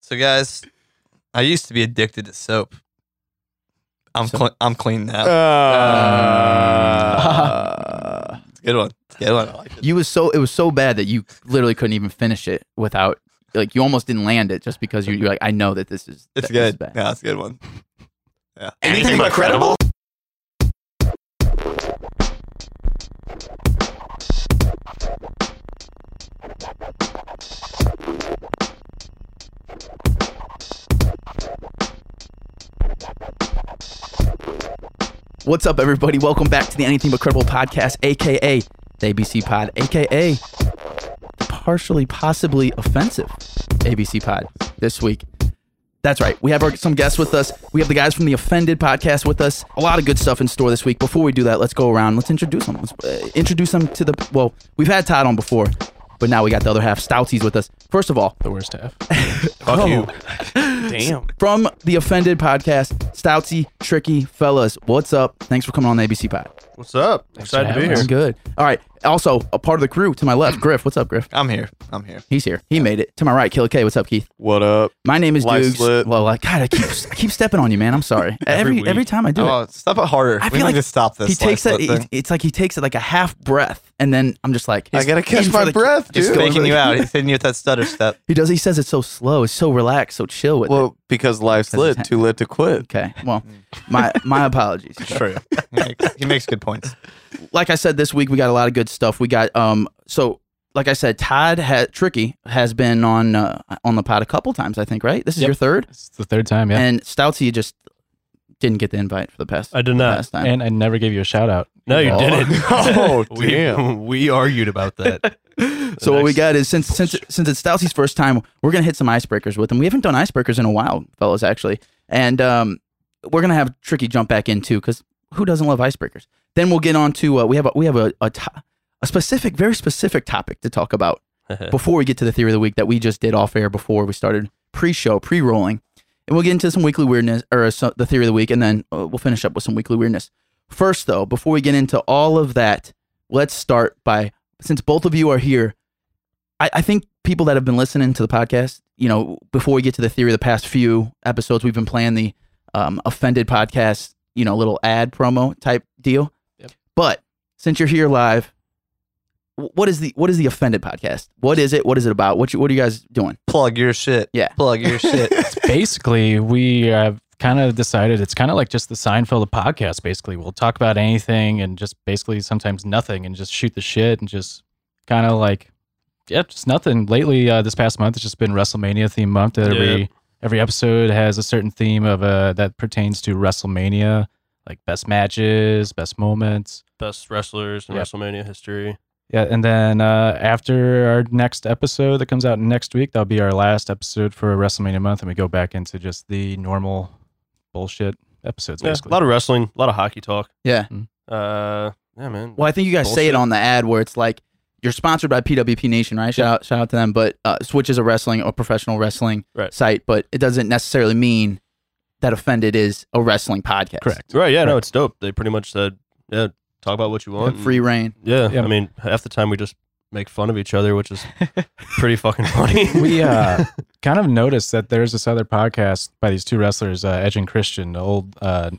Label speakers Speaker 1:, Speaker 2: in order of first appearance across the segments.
Speaker 1: So guys, I used to be addicted to soap. I'm
Speaker 2: So-
Speaker 1: clean I'm clean now.
Speaker 2: Uh,
Speaker 1: It's a good one. It's a good one. I like it.
Speaker 2: you was so it was so bad that you literally couldn't even finish it without like you almost didn't land it just because you, you're like I know that this is
Speaker 1: It's
Speaker 2: that this is
Speaker 1: good.
Speaker 2: bad.
Speaker 1: Yeah, it's a good one. Yeah.
Speaker 3: Anything but credible?
Speaker 2: What's up, everybody? Welcome back to the Anything But Credible podcast, aka the ABC Pod, aka the partially, possibly offensive ABC Pod this week. That's right. We have our, some guests with us. We have the guys from the Offended podcast with us. A lot of good stuff in store this week. Before we do that, let's go around. Let's introduce them. Let's uh, introduce them to the. Well, we've had Todd on before, but now we got the other half, Stouties, with us. First of all,
Speaker 4: The worst half.
Speaker 1: Fuck you.
Speaker 3: Oh.
Speaker 4: Damn.
Speaker 2: from the Offended podcast, Stoutsy, Tricky, fellas, what's up? Thanks for coming on the ABC Pod.
Speaker 5: What's up?
Speaker 4: for
Speaker 5: Excited to be
Speaker 4: having
Speaker 5: here.
Speaker 2: I'm good. All right. Also, a part of the crew to my left, Griff. What's up, Griff?
Speaker 1: I'm here. I'm here.
Speaker 2: He's here. He made it. To my right, Killer K. What's up, Keith?
Speaker 5: What up?
Speaker 2: My name is
Speaker 5: Life
Speaker 2: Dukes.
Speaker 5: slit.
Speaker 2: Well, like God, I keep I keep stepping on you, man. I'm sorry. every every,
Speaker 5: week.
Speaker 2: time I do it,
Speaker 1: Oh, stop it harder.
Speaker 2: I
Speaker 1: we
Speaker 2: feel
Speaker 1: need
Speaker 2: like
Speaker 1: to stop this.
Speaker 2: he takes
Speaker 1: life
Speaker 2: it.
Speaker 1: split
Speaker 2: It's,
Speaker 1: thing.
Speaker 2: it's like he takes it like a half breath, and then I'm just like,
Speaker 5: e- I gotta catch
Speaker 2: in
Speaker 5: my
Speaker 2: for the-
Speaker 5: breath,
Speaker 1: He's
Speaker 5: dude.
Speaker 2: going
Speaker 1: faking
Speaker 2: for
Speaker 1: you
Speaker 2: the-
Speaker 1: out. He's hitting you with that stutter step.
Speaker 2: He does. He says it's so slow. It's so relaxed. So chill with it.
Speaker 5: Well, because life's
Speaker 2: Because
Speaker 5: lit,
Speaker 2: it's-
Speaker 5: too lit to quit.
Speaker 2: Okay. Well, my my apologies.
Speaker 1: True. he, makes, he makes good points.
Speaker 2: like I said, this week we got a lot of good stuff. We got um so like I said, Todd ha- Tricky has been on uh, on the pod a couple times, I think, right? This is
Speaker 4: Yep.
Speaker 2: your third,
Speaker 4: It's the third time, yeah.
Speaker 2: and Stoutsy just didn't get the invite for the past.
Speaker 3: I did not.
Speaker 2: Last time.
Speaker 4: And, I never gave you a shout out.
Speaker 3: No, you
Speaker 2: Oh.
Speaker 3: didn't.
Speaker 5: Oh,
Speaker 3: we,
Speaker 5: damn.
Speaker 3: We argued about that.
Speaker 2: so what we got is since since since it's Stoutsy's first time, we're gonna hit some icebreakers with him. We haven't done icebreakers in a while, fellas, actually, and um, we're gonna have Tricky jump back in too, because who doesn't love icebreakers? Then we'll get on to uh, we have a, we have a a, to- a specific, very specific topic to talk about before we get to the theory of the week that we just did off air before we started pre-show pre-rolling, and we'll get into some weekly weirdness or uh, so, the theory of the week, and then uh, we'll finish up with some weekly weirdness. First, though, before we get into all of that, let's start by since both of you are here, I, I think people that have been listening to the podcast, you know, before we get to the theory of the past few episodes, we've been playing the um, offended podcast, you know, little ad promo type deal.
Speaker 4: Yep.
Speaker 2: But since you're here live, wh- what is the what is the offended podcast? What is it? What is it about? What you, what are you guys doing?
Speaker 1: Plug your shit.
Speaker 2: Yeah.
Speaker 1: Plug your shit.
Speaker 4: Basically, we have kind of decided it's kind of like just the Seinfeld of podcast. Basically, we'll talk about anything and just basically sometimes nothing and just shoot the shit and just kind of like, yeah, just nothing. Lately, uh, this past month, it's just been WrestleMania theme month. Every every episode has a certain theme of uh, that pertains to WrestleMania, like best matches, best moments.
Speaker 3: Best wrestlers in
Speaker 4: Yep.
Speaker 3: WrestleMania history.
Speaker 4: Yeah, and then uh, after our next episode that comes out next week, that'll be our last episode for WrestleMania month, and we go back into just the normal bullshit episodes.
Speaker 3: Yeah, a
Speaker 4: Basically,
Speaker 3: lot of wrestling, a lot of hockey talk.
Speaker 2: Yeah.
Speaker 3: Uh, yeah, man.
Speaker 2: Well, I think you guys say it
Speaker 3: Bullshit.
Speaker 2: on the ad where it's like you're sponsored by PWP Nation, right? Shout out, shout out to them. But uh, Switch is a wrestling or professional wrestling
Speaker 3: Right.
Speaker 2: site, but it doesn't necessarily mean that offended is a wrestling podcast.
Speaker 4: correct.
Speaker 3: Right, yeah, no, it's dope. They pretty much said, yeah, talk about what you want.
Speaker 2: Free reign.
Speaker 3: Yeah,
Speaker 4: Yeah.
Speaker 3: I mean, half the time we just make fun of each other, which is pretty fucking funny.
Speaker 4: We uh, kind of noticed that there's this other podcast by these two wrestlers, uh, Edge and Christian, the old uh,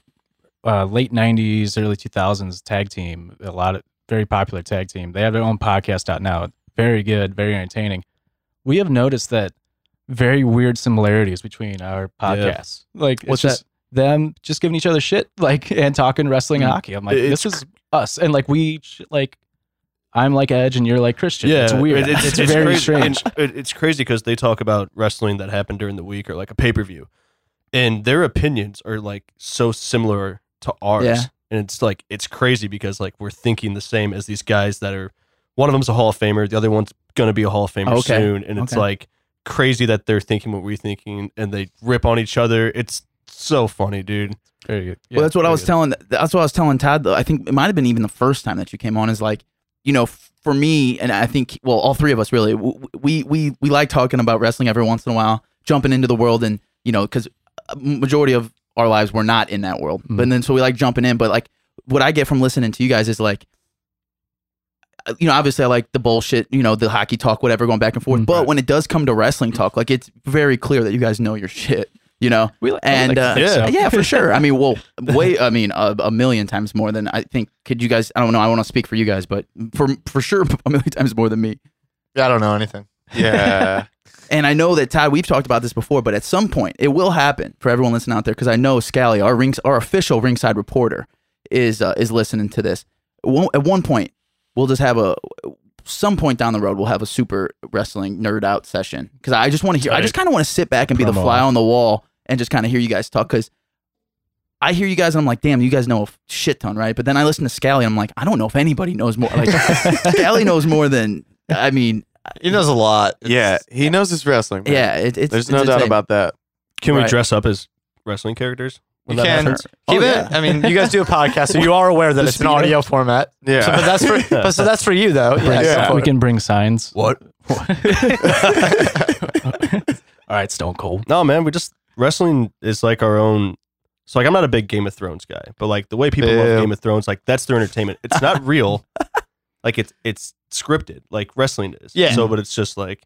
Speaker 4: uh, late '90s, early 2000s tag team. A lot of very popular tag team. They have their own podcast out now. Very good, very entertaining. We have noticed that very weird similarities between our podcasts. Like
Speaker 2: What's
Speaker 4: it's just them just giving each other shit, like and talking wrestling and
Speaker 2: Mm.
Speaker 4: hockey. I'm like,
Speaker 5: It's-
Speaker 4: this is us, and like we sh- like. I'm like Edge and you're like Christian.
Speaker 3: yeah,
Speaker 4: it's weird.
Speaker 3: it-
Speaker 4: It's, very
Speaker 3: crazy.
Speaker 4: strange.
Speaker 3: And it- it's crazy because they talk about wrestling that happened during the week or like a pay per view, and their opinions are like so similar to ours.
Speaker 2: Yeah.
Speaker 3: And it's like it's crazy because like we're thinking the same as these guys that are. One of them's a Hall of Famer. The other one's gonna be a Hall of Famer
Speaker 2: Okay.
Speaker 3: soon, and it's
Speaker 2: Okay.
Speaker 3: like crazy that they're thinking what we're thinking, and they rip on each other. It's so funny, dude.
Speaker 4: Very good. Yeah.
Speaker 2: well, that's what I
Speaker 3: pretty
Speaker 2: was
Speaker 3: good.
Speaker 2: telling. That's what I was telling Todd. Though I think it might have been even the first time that you came on. Is like, you know, f- for me, and I think well, all three of us really, w- w- we we we like talking about wrestling every once in a while, jumping into the world, and you know, because majority of our lives were not in that
Speaker 3: Mm-hmm.
Speaker 2: world,
Speaker 4: Mm.
Speaker 2: but then so we like jumping in. But like, what I get from listening to you guys is like, uh, you know, obviously I like the bullshit, you know, the hockey talk, whatever, going back and forth.
Speaker 3: Mm-hmm.
Speaker 4: Mhm.
Speaker 2: But when it does come to wrestling talk, like it's very clear that you guys know your shit, you know?
Speaker 4: We like,
Speaker 2: And uh,
Speaker 6: think so.
Speaker 2: yeah. for sure. I mean, well, way, I mean, a, a million times more than I think. Could you guys? I don't know. I want to speak for you guys, but for for sure, a million times more than me.
Speaker 5: I don't know anything. Yeah.
Speaker 2: And I know that Todd, we've talked about this before, but at some point it will happen for everyone listening out there because I know Scally, our rings, our official ringside reporter, is uh, is listening to this. Won't- At one point, we'll just have a some point down the road we'll have a super wrestling nerd out session because I just want to hear. I just kind of want to sit back and be the
Speaker 4: Promo.
Speaker 2: fly on the wall and just kind of hear you guys talk because. I hear you guys and I'm like, damn, you guys know a shit ton, right? But then I listen to Scally and I'm like, I don't know if anybody knows more. Like, Scally knows more than, I mean,
Speaker 1: He knows a lot. It's-
Speaker 5: yeah. He knows his wrestling. man.
Speaker 2: yeah, it, it's.
Speaker 5: There's
Speaker 2: it's
Speaker 5: no doubt
Speaker 2: insane.
Speaker 5: about that.
Speaker 6: Can
Speaker 2: Right.
Speaker 6: we dress up as wrestling characters?
Speaker 1: You
Speaker 6: When that
Speaker 1: can
Speaker 6: happens?
Speaker 2: Oh,
Speaker 1: keep it.
Speaker 2: yeah.
Speaker 1: I mean, you guys do a podcast, so you are aware that
Speaker 5: The
Speaker 1: it's an audio format.
Speaker 5: Yeah.
Speaker 1: So, but that's for but so that's for you though. Yeah.
Speaker 4: bring-
Speaker 5: yeah.
Speaker 4: we can bring signs.
Speaker 6: What?
Speaker 4: All right, Stone Cold.
Speaker 6: No, man. We just wrestling is like our own. So like, I'm not a big Game of Thrones guy, but like the way people
Speaker 5: Ew.
Speaker 6: love Game of Thrones, like that's their entertainment. It's not real. like it's it's scripted, like wrestling is.
Speaker 1: Yeah.
Speaker 6: So, but it's just like,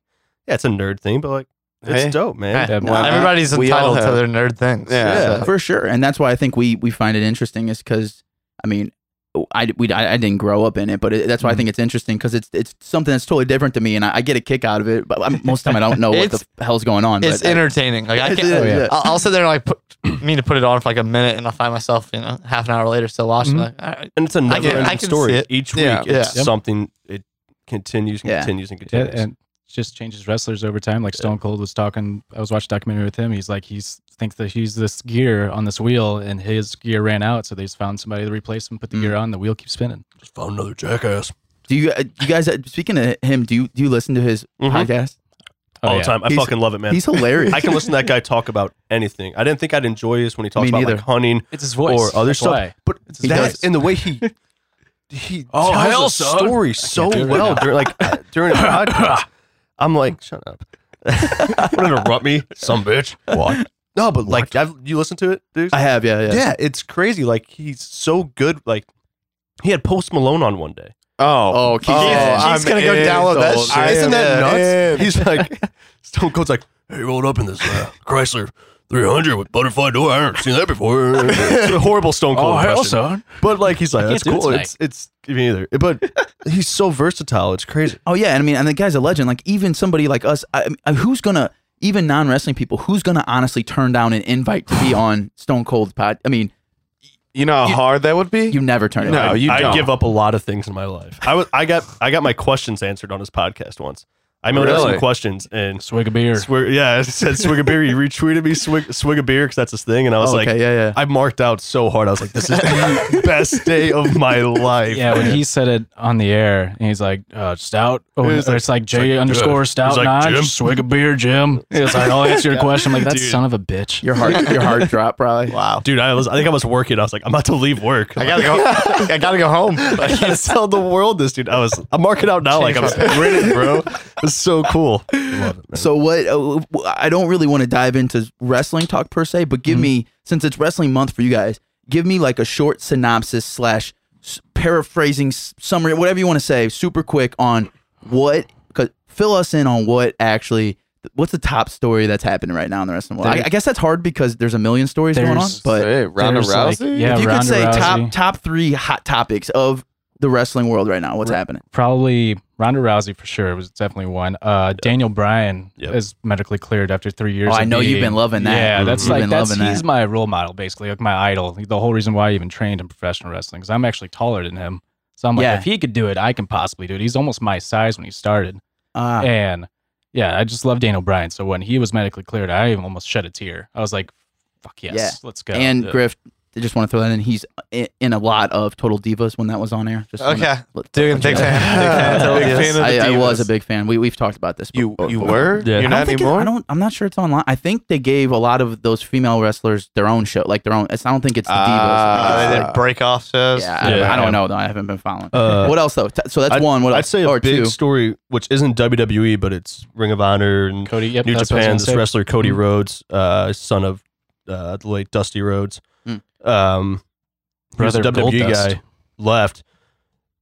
Speaker 6: yeah, it's a nerd thing, but like it's
Speaker 5: Hey.
Speaker 6: dope, man.
Speaker 4: Yeah.
Speaker 5: Why not?
Speaker 1: Everybody's
Speaker 5: We all
Speaker 1: entitled to
Speaker 5: have-
Speaker 1: their nerd things.
Speaker 5: Yeah.
Speaker 1: So-
Speaker 2: for sure and that's why i think we we find it interesting is because i mean I, we, I, I didn't grow up in it but it, that's why i think it's interesting because it's it's something that's totally different to me and i, I get a kick out of it but I'm, most of the time i don't know what the
Speaker 1: It's-
Speaker 2: hell's going on
Speaker 1: It's
Speaker 2: but uh,
Speaker 5: uh,
Speaker 2: I-
Speaker 1: entertaining. Like I
Speaker 2: It's-
Speaker 1: can't.
Speaker 2: yeah, yeah.
Speaker 1: I'll, I'll sit there and like put, mean to put it on for like a minute, and I'll find myself, you know, half an hour later still watching.
Speaker 4: Mhm.
Speaker 1: Like,
Speaker 5: Mm-hmm.
Speaker 1: all right.
Speaker 6: And it's a
Speaker 1: I can-
Speaker 6: never
Speaker 1: I
Speaker 6: ending
Speaker 1: can
Speaker 6: story.
Speaker 1: see it.
Speaker 6: Each week,
Speaker 5: Yeah.
Speaker 6: it's
Speaker 4: Yeah.
Speaker 6: something. It continues, and
Speaker 2: Yeah.
Speaker 6: continues, and
Speaker 4: Yeah,
Speaker 6: continues.
Speaker 4: and just changes wrestlers over time. Like Stone Cold was talking, I was watching a documentary with him. He's like, he's thinks that he's this gear on this wheel, and his gear ran out, so they just found somebody to replace him, put the
Speaker 2: Mm.
Speaker 4: gear on, the wheel keeps spinning.
Speaker 6: just found another jackass
Speaker 2: do you uh, you guys uh, speaking of him do you do you listen to his
Speaker 6: Mhm.
Speaker 2: podcast
Speaker 6: all
Speaker 4: Oh, yeah.
Speaker 6: the time. I
Speaker 2: He's-
Speaker 6: fucking love it, man.
Speaker 2: he's hilarious
Speaker 6: I can listen to that guy talk about anything. I didn't think I'd enjoy this when he talks
Speaker 2: Me
Speaker 6: about
Speaker 2: neither.
Speaker 6: like hunting
Speaker 4: It's his voice
Speaker 6: or other
Speaker 4: That's
Speaker 6: stuff.
Speaker 4: why.
Speaker 6: But
Speaker 4: his
Speaker 6: that
Speaker 4: voice.
Speaker 6: and the way he he
Speaker 4: Oh,
Speaker 6: tells
Speaker 4: hell,
Speaker 6: a
Speaker 4: son.
Speaker 6: story so
Speaker 4: do it right
Speaker 6: well
Speaker 4: now.
Speaker 6: during like uh, during a podcast. I'm like, shut up. Don't interrupt me, some bitch. What? No, but like, I've, you listen to it, dude.
Speaker 2: i have yeah yeah,
Speaker 6: yeah, it's crazy. Like he's so good. Like he had Post Malone on one day.
Speaker 5: Oh.
Speaker 2: oh, Keith-
Speaker 5: Oh,
Speaker 1: he's
Speaker 5: I'm
Speaker 1: gonna go download that
Speaker 5: sold.
Speaker 1: shit.
Speaker 5: I
Speaker 6: Isn't that
Speaker 5: am
Speaker 6: nuts?
Speaker 5: in.
Speaker 6: He's like, Stone Cold's like, hey, rolled up in this uh, Chrysler 300 with butterfly door. I haven't seen that before. It's a horrible Stone Cold. impression.
Speaker 4: Oh, son.
Speaker 6: But like, he's like,
Speaker 4: I
Speaker 6: that's
Speaker 4: can't do it
Speaker 6: cool.
Speaker 4: tonight.
Speaker 6: It's, it's me either. But he's so versatile. It's crazy.
Speaker 2: oh yeah and i mean and the guy's a legend like even somebody like us I, I, who's gonna even non-wrestling people who's gonna honestly turn down an invite to be on stone cold's pod i mean
Speaker 5: You know how
Speaker 2: You-
Speaker 5: hard that would be?
Speaker 2: you never turn it
Speaker 5: No,
Speaker 2: down.
Speaker 5: you
Speaker 6: I
Speaker 5: don't.
Speaker 6: give up a lot of things in my life. I was, I got, I got my questions answered on his podcast once. I mailed out some
Speaker 5: Really?
Speaker 6: questions and
Speaker 4: Swig a beer.
Speaker 6: swig, yeah, I said swig a beer. He retweeted me swig, swig a beer because that's his thing. And I was
Speaker 2: Oh,
Speaker 6: like,
Speaker 2: okay, yeah yeah
Speaker 6: I marked out so hard. I was like, this is the best day of my life.
Speaker 4: Yeah, when he said it on the air, and he's like, uh, "Stout," oh,
Speaker 6: It
Speaker 4: or
Speaker 6: was
Speaker 4: it's
Speaker 6: like,
Speaker 4: like, J underscore Stout
Speaker 6: He's like,
Speaker 4: Notch,
Speaker 6: "Jim?"
Speaker 4: swig a beer, Jim. It's like, I'll answer your question. I'm like that
Speaker 6: Dude.
Speaker 4: son of a bitch.
Speaker 2: Your heart, your heart drop, probably.
Speaker 1: Wow.
Speaker 6: Dude, I was I think I was working. I was like, I'm about to leave work.
Speaker 1: I gotta go. I gotta go home.
Speaker 6: I can't tell the world this dude. I was I'm marking out now like I was grinning, bro. It's so cool. Love it, man.
Speaker 2: So what? Uh, I don't really want to dive into wrestling talk per se, but
Speaker 6: Mm-hmm.
Speaker 2: give me since it's wrestling month for you guys, give me like a short synopsis slash s- paraphrasing s- summary, whatever you want to say, super quick on what. Cause fill us in on what actually. What's the top story that's happening right now in the wrestling world? I,
Speaker 4: There's-
Speaker 2: I guess that's hard because there's a million stories going on,
Speaker 4: there's-
Speaker 2: but
Speaker 5: hey, Ronda
Speaker 4: There's, like,
Speaker 5: Rousey?
Speaker 4: yeah,
Speaker 2: if you could
Speaker 4: Ronda
Speaker 2: say
Speaker 4: Rousey.
Speaker 2: top top three hot topics of the wrestling world right now, what's happening?
Speaker 4: probably Ronda Rousey for sure was definitely one. Uh, Daniel Bryan
Speaker 6: Yep.
Speaker 4: is medically cleared after three years.
Speaker 2: Oh, I
Speaker 4: of
Speaker 2: know you've
Speaker 4: being-
Speaker 2: been loving that.
Speaker 4: Yeah, that's
Speaker 2: You've
Speaker 4: like
Speaker 2: been
Speaker 4: that's
Speaker 2: loving that.
Speaker 4: he's my role model basically, like my idol. The whole reason why I even trained in professional wrestling because I'm actually taller than him. So I'm like,
Speaker 2: Yeah.
Speaker 4: if he could do it, I can possibly do it. He's almost my size when he started,
Speaker 2: Ah,
Speaker 4: and yeah, I just love Daniel Bryan. So when he was medically cleared, I even almost shed a tear. I was like, fuck yes,
Speaker 2: Yeah.
Speaker 4: let's go.
Speaker 2: and
Speaker 4: Yeah.
Speaker 2: Griff, I just want to throw that in. He's uh, i- in a lot of Total Divas when that was on air.
Speaker 5: Oh,
Speaker 2: Just wanna
Speaker 1: Okay.
Speaker 2: let-
Speaker 1: Dude, big fan. Big fan.
Speaker 5: Big
Speaker 1: Yes.
Speaker 5: fan of the
Speaker 2: I, I
Speaker 5: Divas.
Speaker 2: was a big fan. We we've talked about this.
Speaker 5: You
Speaker 2: before.
Speaker 5: you were?
Speaker 6: Yeah.
Speaker 5: You're
Speaker 2: I don't
Speaker 5: not
Speaker 2: think it-
Speaker 5: anymore?
Speaker 2: I don't. I'm not sure it's online. I think they gave a lot of those female wrestlers their own show, like their own. It's, I don't think it's the Divas.
Speaker 5: Ah,
Speaker 1: Uh, they did break off shows.
Speaker 2: yeah, I, don't-
Speaker 6: Yeah.
Speaker 2: I don't know though. I haven't been following.
Speaker 6: Uh,
Speaker 2: what else though? T- so that's
Speaker 6: I'd-
Speaker 2: one. What
Speaker 6: I'd
Speaker 2: else?
Speaker 6: say a
Speaker 2: or
Speaker 6: big
Speaker 2: two.
Speaker 6: story, which isn't WWE, but it's Ring of Honor and
Speaker 4: Cody, yep,
Speaker 6: New
Speaker 4: that's what I was
Speaker 6: Japan.
Speaker 4: gonna
Speaker 6: This
Speaker 4: say. Mm-hmm.
Speaker 6: wrestler Cody
Speaker 2: Mm.
Speaker 6: Rhodes, uh, son of uh, the late Dusty Rhodes,
Speaker 2: Mm.
Speaker 6: um, he was a
Speaker 4: Brother
Speaker 6: WWE
Speaker 4: Goldust.
Speaker 6: guy, left,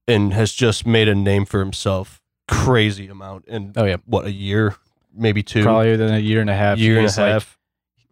Speaker 3: E and has just made a name for himself crazy amount in
Speaker 4: Oh yeah,
Speaker 3: what a year, maybe two,
Speaker 4: probably within a year and a half.
Speaker 3: year and a
Speaker 4: he's like-
Speaker 3: half.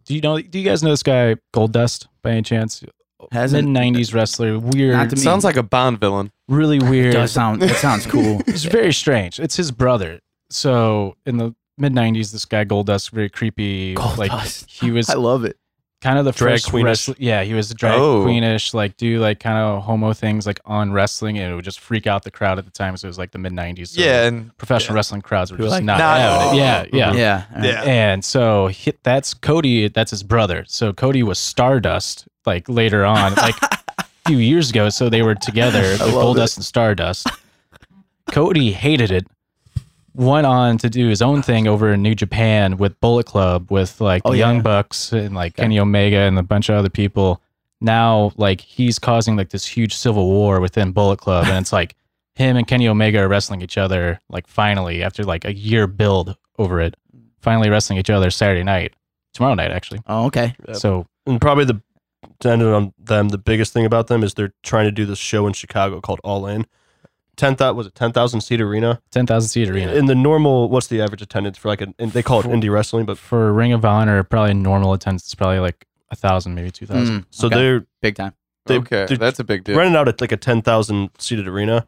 Speaker 4: do you know? Do you guys know this guy Gold Dust by any chance? Mid
Speaker 2: Hasn't
Speaker 4: '90s wrestler, weird,
Speaker 2: Not to me.
Speaker 5: Sounds like a Bond villain.
Speaker 4: really weird.
Speaker 2: does sound that sounds cool.
Speaker 4: It's very strange. It's his brother. So in the mid '90s, this guy Goldust, very creepy. like
Speaker 2: Goldust.
Speaker 4: he was
Speaker 2: I love it.
Speaker 4: kind of the
Speaker 3: Drag
Speaker 4: first
Speaker 3: queenish.
Speaker 4: wrestler. Yeah, he was drag
Speaker 5: Oh.
Speaker 4: queenish, like do like kind of homo things like on wrestling, and it would just freak out the crowd at the time. So it was like the mid '90s. So
Speaker 5: Yeah, and
Speaker 4: professional
Speaker 5: Yeah.
Speaker 4: wrestling crowds were
Speaker 2: Who were
Speaker 4: just
Speaker 2: like,
Speaker 4: not
Speaker 5: "Nah."
Speaker 4: having it. Yeah,
Speaker 5: Mhm.
Speaker 4: yeah.
Speaker 2: Yeah. all right.
Speaker 5: Yeah.
Speaker 4: And so he, that's Cody. That's his brother. So Cody was Stardust. Like later on, like a few years ago. So they were together, like
Speaker 2: love
Speaker 4: Goldust and Stardust. Cody hated it. Went on to do his own thing over in New Japan with Bullet Club, with like
Speaker 2: Oh,
Speaker 4: the
Speaker 2: yeah.
Speaker 4: Young Bucks and like Kenny Omega and a bunch of other people. Now, like he's causing like this huge civil war within Bullet Club, and it's like him and Kenny Omega are wrestling each other. Like finally, after like a year build over it, finally wrestling each other Saturday night, tomorrow night actually.
Speaker 2: Oh, okay.
Speaker 3: Yep.
Speaker 4: So
Speaker 3: And probably the to end it on them, the biggest thing about them is they're trying to do this show in Chicago called All In. Ten thousand was it ten thousand seat arena?
Speaker 4: ten thousand seat arena.
Speaker 3: In the normal, what's the average attendance for like an? and They call it
Speaker 4: For-
Speaker 3: indie wrestling, but
Speaker 4: for Ring of Honor, probably normal attendance is probably like a thousand, maybe two thousand.
Speaker 2: Mm,
Speaker 3: so
Speaker 2: okay.
Speaker 3: they're
Speaker 2: big time.
Speaker 3: They-
Speaker 5: okay,
Speaker 3: they-
Speaker 5: that's a big deal.
Speaker 3: renting out at like a ten thousand seated arena.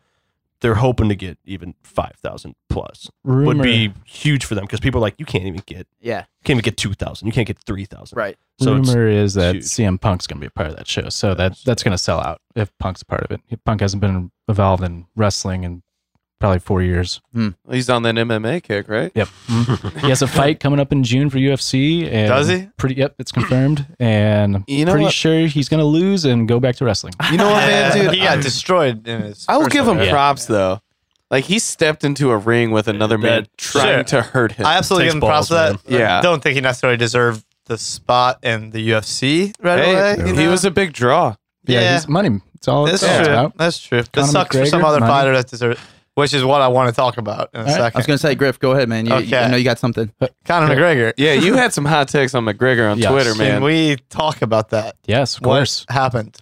Speaker 3: They're hoping to get even five thousand plus.
Speaker 4: Rumor,
Speaker 3: Hmm. Would be huge for them because people are like you can't even get
Speaker 2: Yeah.
Speaker 3: can't even get two thousand. You can't get three thousand.
Speaker 2: Right.
Speaker 3: So it's,
Speaker 4: rumor is that
Speaker 3: huge.
Speaker 4: CM Punk's gonna be a part of that show, so that that's gonna sell out if Punk's a part of it. Punk hasn't been involved in wrestling in probably four years.
Speaker 5: He's on that MMA kick, right?
Speaker 4: Yep, he has a fight coming up in June for UFC. And
Speaker 5: Does he?
Speaker 4: Pretty yep, it's confirmed, and I'm
Speaker 5: You know
Speaker 4: pretty
Speaker 5: what?
Speaker 4: sure he's gonna lose and go back to wrestling.
Speaker 5: You know what, man, dude?
Speaker 1: he got destroyed in his.
Speaker 5: I will
Speaker 1: first
Speaker 5: give
Speaker 1: one.
Speaker 5: him
Speaker 4: Yeah.
Speaker 5: props though. Like he stepped into a ring with another man
Speaker 3: That-
Speaker 5: trying to hurt him.
Speaker 1: I absolutely
Speaker 3: Takes
Speaker 1: give him props for
Speaker 3: balls,
Speaker 1: that.
Speaker 5: man. Yeah.
Speaker 1: I don't think he necessarily deserved the spot in the UFC right
Speaker 5: Hey,
Speaker 1: away. you
Speaker 5: he
Speaker 1: know?
Speaker 5: was a big draw.
Speaker 1: yeah.
Speaker 4: he's money. It's all
Speaker 1: That's
Speaker 4: it's all
Speaker 1: true.
Speaker 4: about.
Speaker 1: That's true. That
Speaker 4: Conor
Speaker 1: sucks for
Speaker 4: McGregor,
Speaker 1: some other
Speaker 4: money.
Speaker 1: fighter that deserved, which is what I want to talk about in a
Speaker 4: right. Uh,
Speaker 2: I was
Speaker 1: second.
Speaker 2: gonna say, Griff, go ahead, man. You, you- I
Speaker 1: Okay.
Speaker 2: know you got something.
Speaker 1: Conor McGregor.
Speaker 5: Yeah, you had some hot takes on McGregor on
Speaker 4: Yes.
Speaker 5: Twitter,
Speaker 1: Can
Speaker 5: man.
Speaker 1: we talk about that?
Speaker 4: Yes, of course.
Speaker 1: What happened?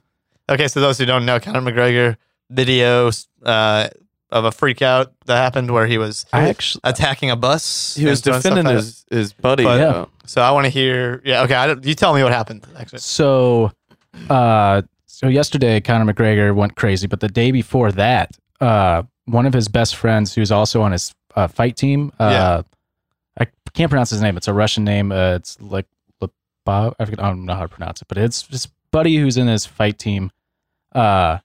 Speaker 1: Okay, so those who don't know, Conor McGregor video uh, of a freak out that happened where he was
Speaker 4: I actually
Speaker 1: attacking a bus.
Speaker 5: he was
Speaker 1: and doing stuff
Speaker 5: defending
Speaker 1: like that.
Speaker 5: his, his buddy.
Speaker 1: But-
Speaker 5: though.
Speaker 1: So I want to hear. Yeah, okay. I don't, you tell me what happened. Actually,
Speaker 4: So, uh, so yesterday Conor McGregor went crazy, but the day before that, uh, one of his best friends, who's also on his uh, fight team, uh, I can't pronounce his name. It's a Russian name. Uh, it's like Lobov. I, forget, I don't know how to pronounce it, but it's his buddy who's in his fight team, uh,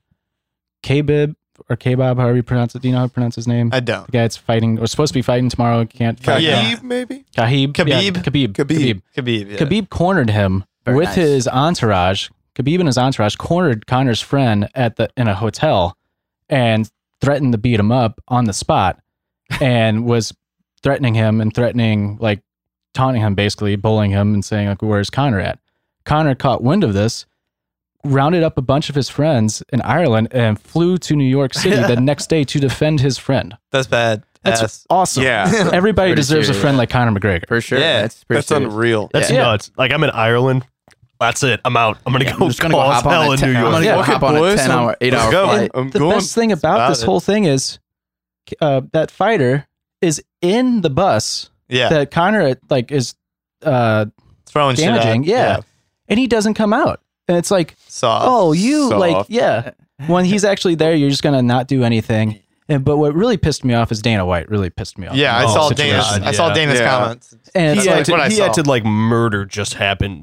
Speaker 4: Khabib or Kbob, however you pronounce it. Do you know how to pronounce his name?
Speaker 1: I don't.
Speaker 4: the guy that's fighting, or supposed to be fighting tomorrow, can't.
Speaker 5: Khabib,
Speaker 4: fight.
Speaker 1: Yeah.
Speaker 5: maybe.
Speaker 4: Khabib, yeah,
Speaker 1: Khabib?
Speaker 4: Khabib,
Speaker 5: Khabib.
Speaker 4: Khabib.
Speaker 1: Khabib. Yeah.
Speaker 4: Khabib cornered him
Speaker 2: Very
Speaker 4: with
Speaker 2: nice.
Speaker 4: his entourage. Khabib and his entourage cornered Connor's friend at the in a hotel and threatened to beat him up on the spot and was threatening him and threatening like taunting him basically, bullying him and saying like where's Connor at? Connor caught wind of this, rounded up a bunch of his friends in Ireland and flew to New York City the next day to defend his friend.
Speaker 1: That's bad.
Speaker 4: That's
Speaker 1: ass.
Speaker 4: awesome.
Speaker 5: Yeah,
Speaker 4: Everybody
Speaker 2: Pretty
Speaker 4: deserves a
Speaker 2: serious.
Speaker 4: friend like Conor McGregor.
Speaker 2: For sure.
Speaker 1: Yeah,
Speaker 2: that's pretty
Speaker 5: that's
Speaker 2: serious.
Speaker 5: unreal.
Speaker 3: that's
Speaker 4: Yeah.
Speaker 3: nuts. Like I'm in Ireland. That's it. I'm out. I'm gonna
Speaker 2: Yeah,
Speaker 3: go
Speaker 2: I'm just gonna go
Speaker 3: cause
Speaker 2: hop on
Speaker 3: hell
Speaker 2: a
Speaker 3: in
Speaker 2: ten,
Speaker 3: New
Speaker 2: I'm
Speaker 3: York.
Speaker 2: gonna
Speaker 5: Yeah.
Speaker 2: go hop on a
Speaker 5: boys,
Speaker 2: ten hour, eight
Speaker 5: Let's
Speaker 2: hour
Speaker 5: go.
Speaker 2: flight.
Speaker 5: I'm
Speaker 4: the
Speaker 5: going.
Speaker 4: best thing about,
Speaker 1: about
Speaker 4: this
Speaker 1: it.
Speaker 4: whole thing is uh, that fighter is in the bus
Speaker 1: Yeah.
Speaker 4: that Connor like is uh,
Speaker 1: Throwing shit out.
Speaker 4: damaging, yeah. and he doesn't come out. And it's like,
Speaker 1: Soft.
Speaker 4: oh, you
Speaker 5: soft.
Speaker 4: like yeah. When he's actually there, you're just gonna not do anything. And but what really pissed me off is Dana White. Really pissed me off.
Speaker 1: Yeah, I
Speaker 5: Oh,
Speaker 4: in the
Speaker 1: saw
Speaker 4: whole
Speaker 1: Dana's.
Speaker 4: situation.
Speaker 1: I saw
Speaker 3: Yeah.
Speaker 1: Dana's
Speaker 5: Yeah.
Speaker 1: comments.
Speaker 4: And it's
Speaker 3: He
Speaker 1: like
Speaker 3: acted,
Speaker 1: what I
Speaker 3: he
Speaker 1: saw.
Speaker 3: acted like murder just happened.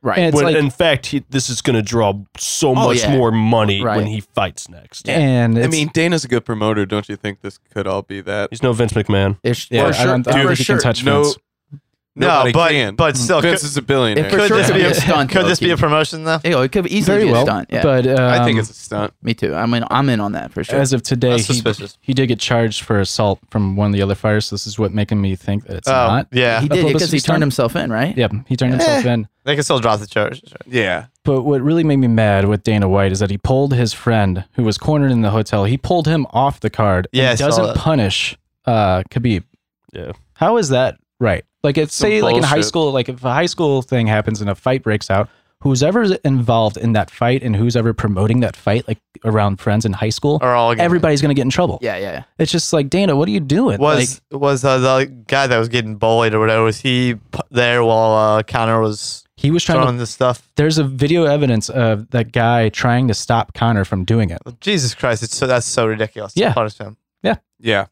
Speaker 4: and
Speaker 2: Right.
Speaker 4: it's
Speaker 3: when
Speaker 4: like
Speaker 3: in fact, he, this is going to draw so much
Speaker 2: yeah.
Speaker 3: more money
Speaker 2: Right.
Speaker 3: when he fights next.
Speaker 4: and
Speaker 5: I
Speaker 4: it's-
Speaker 5: mean, Dana's a good promoter. Don't you think this could all be that?
Speaker 3: He's no Vince McMahon.
Speaker 2: It's-
Speaker 4: yeah,
Speaker 2: for
Speaker 4: I
Speaker 2: sure.
Speaker 4: don't, I don't
Speaker 2: for
Speaker 4: think
Speaker 2: sure.
Speaker 4: you can touch
Speaker 5: No,
Speaker 4: Vince.
Speaker 1: No,
Speaker 5: Nobody
Speaker 1: but
Speaker 5: can.
Speaker 1: but still, could,
Speaker 5: Vince is a billionaire.
Speaker 2: It for
Speaker 1: could
Speaker 2: sure
Speaker 1: this
Speaker 2: could
Speaker 1: be
Speaker 2: be
Speaker 1: a-
Speaker 2: a stunt.
Speaker 1: could this be a
Speaker 2: low-key.
Speaker 1: promotion though?
Speaker 2: Yeah, it could easily
Speaker 4: Very
Speaker 2: be a
Speaker 4: well,
Speaker 2: stunt. Yeah.
Speaker 4: but um,
Speaker 5: I think it's a stunt.
Speaker 2: me too. I mean, I'm in on that for sure.
Speaker 4: as of today,
Speaker 1: That's
Speaker 4: he,
Speaker 1: suspicious.
Speaker 4: he did get charged for assault from one of the other fighters. So this is what making me think that it's
Speaker 1: Oh,
Speaker 4: not.
Speaker 1: yeah.
Speaker 2: he did
Speaker 4: a
Speaker 2: because
Speaker 4: publicity
Speaker 2: he
Speaker 4: stunt.
Speaker 2: turned himself in, right?
Speaker 4: Yep, he turned himself in.
Speaker 1: They can still drop the charge.
Speaker 5: Yeah,
Speaker 4: But what really made me mad with Dana White is that he pulled his friend who was cornered in the hotel. He pulled him off the card.
Speaker 1: Yeah, I
Speaker 4: and
Speaker 1: saw
Speaker 4: doesn't
Speaker 1: that.
Speaker 4: punish uh, Khabib.
Speaker 3: Yeah.
Speaker 4: How is that right? Like, if
Speaker 5: Some
Speaker 4: say like in high
Speaker 5: bullshit.
Speaker 4: school, like if a high school thing happens and a fight breaks out, who's ever involved in that fight and who's ever promoting that fight, like around friends in high school,
Speaker 1: Are all gonna-
Speaker 4: everybody's gonna get in trouble.
Speaker 2: Yeah, yeah, yeah.
Speaker 4: It's just like Dana, what are you doing?
Speaker 1: was was uh, the guy that was getting bullied or whatever? Was he p- there while uh, Connor was
Speaker 4: he was trying
Speaker 1: throwing
Speaker 4: to.
Speaker 1: this stuff?
Speaker 4: There's a video evidence of that guy trying to stop Connor from doing it.
Speaker 1: Jesus Christ! It's so that's so ridiculous. to
Speaker 4: Yeah.
Speaker 1: punish him.
Speaker 5: Yeah.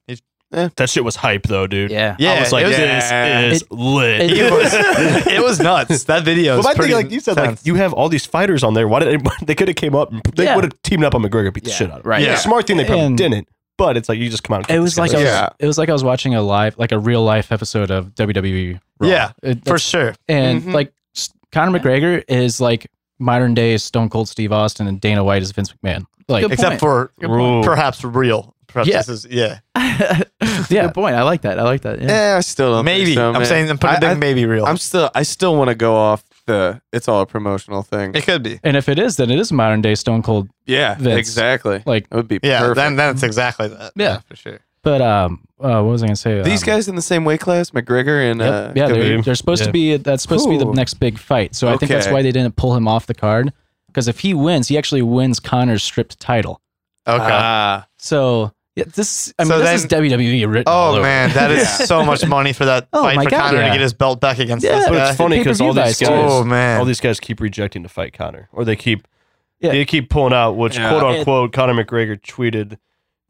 Speaker 6: That shit was hype though, dude.
Speaker 2: Yeah.
Speaker 1: Yeah,
Speaker 6: I was like,
Speaker 1: it was,
Speaker 6: this
Speaker 5: yeah.
Speaker 6: is lit.
Speaker 4: it-
Speaker 1: it was it was nuts. That video.
Speaker 3: But
Speaker 1: is
Speaker 3: my thing,
Speaker 1: pretty
Speaker 3: like you said,
Speaker 1: intense.
Speaker 3: like you have all these fighters on there. Why did anybody, they could have came up? And, they
Speaker 4: Yeah.
Speaker 3: would have teamed up on McGregor, beat the
Speaker 2: Yeah,
Speaker 3: shit out of him.
Speaker 2: right.
Speaker 3: Yeah.
Speaker 5: Yeah.
Speaker 3: Smart thing they probably
Speaker 4: And-
Speaker 3: didn't. But it's like you just come out. And kick
Speaker 4: It was
Speaker 3: this
Speaker 4: like
Speaker 3: guy.
Speaker 4: I was,
Speaker 5: Yeah.
Speaker 4: it was like I was watching a live, like a real life episode of WWE. Raw.
Speaker 1: Yeah,
Speaker 4: It-
Speaker 1: for sure.
Speaker 4: and
Speaker 5: Mhm.
Speaker 4: like s- Conor McGregor is like modern day Stone Cold Steve Austin, and Dana White is Vince McMahon. Like,
Speaker 2: Good
Speaker 1: Except for
Speaker 2: Good point.
Speaker 1: perhaps real. Perhaps
Speaker 4: Yeah.
Speaker 1: this is yeah.
Speaker 4: Yeah.
Speaker 2: Good point. I like that. I like that. Yeah.
Speaker 5: Yeah, I still don't. think
Speaker 1: Maybe
Speaker 5: so,
Speaker 1: I'm
Speaker 5: man.
Speaker 1: saying I'm putting a
Speaker 5: I-
Speaker 1: big maybe real.
Speaker 5: I, am still. I still want to go off the. It's all a promotional thing.
Speaker 1: it could be.
Speaker 4: and if it is, then it is modern day Stone Cold.
Speaker 5: Yeah.
Speaker 4: Vince.
Speaker 5: Exactly.
Speaker 4: Like,
Speaker 5: That would be
Speaker 1: Yeah,
Speaker 5: perfect.
Speaker 1: then that's exactly that.
Speaker 4: Yeah.
Speaker 1: for sure.
Speaker 4: but um, uh, what was I gonna say?
Speaker 5: These
Speaker 4: Um,
Speaker 5: guys in the same weight class, McGregor and
Speaker 4: yep,
Speaker 5: uh,
Speaker 4: yeah,
Speaker 5: Khabib.
Speaker 4: they're, they're supposed to be.
Speaker 6: Yeah.
Speaker 4: That's supposed to be the
Speaker 5: Ooh.
Speaker 4: next big fight. So I think that's
Speaker 5: Okay.
Speaker 4: why they didn't pull him off the card. Because if he wins, he actually wins Connor's stripped title.
Speaker 1: Okay.
Speaker 4: uh,
Speaker 5: Ah.
Speaker 4: So yeah, this. I mean,
Speaker 1: So
Speaker 4: this is WWE written.
Speaker 1: oh
Speaker 4: all over.
Speaker 1: man, that is
Speaker 5: Yeah.
Speaker 1: so much money for that
Speaker 4: Oh,
Speaker 1: fight
Speaker 4: my
Speaker 1: for
Speaker 4: God,
Speaker 1: Connor
Speaker 4: yeah.
Speaker 1: to get his belt back against
Speaker 4: Yeah,
Speaker 1: this
Speaker 4: but
Speaker 3: But
Speaker 1: guy.
Speaker 3: it's funny because all
Speaker 4: Pay-per-view
Speaker 3: these
Speaker 4: guys,
Speaker 3: guys,
Speaker 1: oh man,
Speaker 3: all these guys keep rejecting to fight Connor, or they keep
Speaker 4: Yeah.
Speaker 3: they keep pulling out. Which
Speaker 5: Yeah.
Speaker 3: quote unquote Connor McGregor tweeted,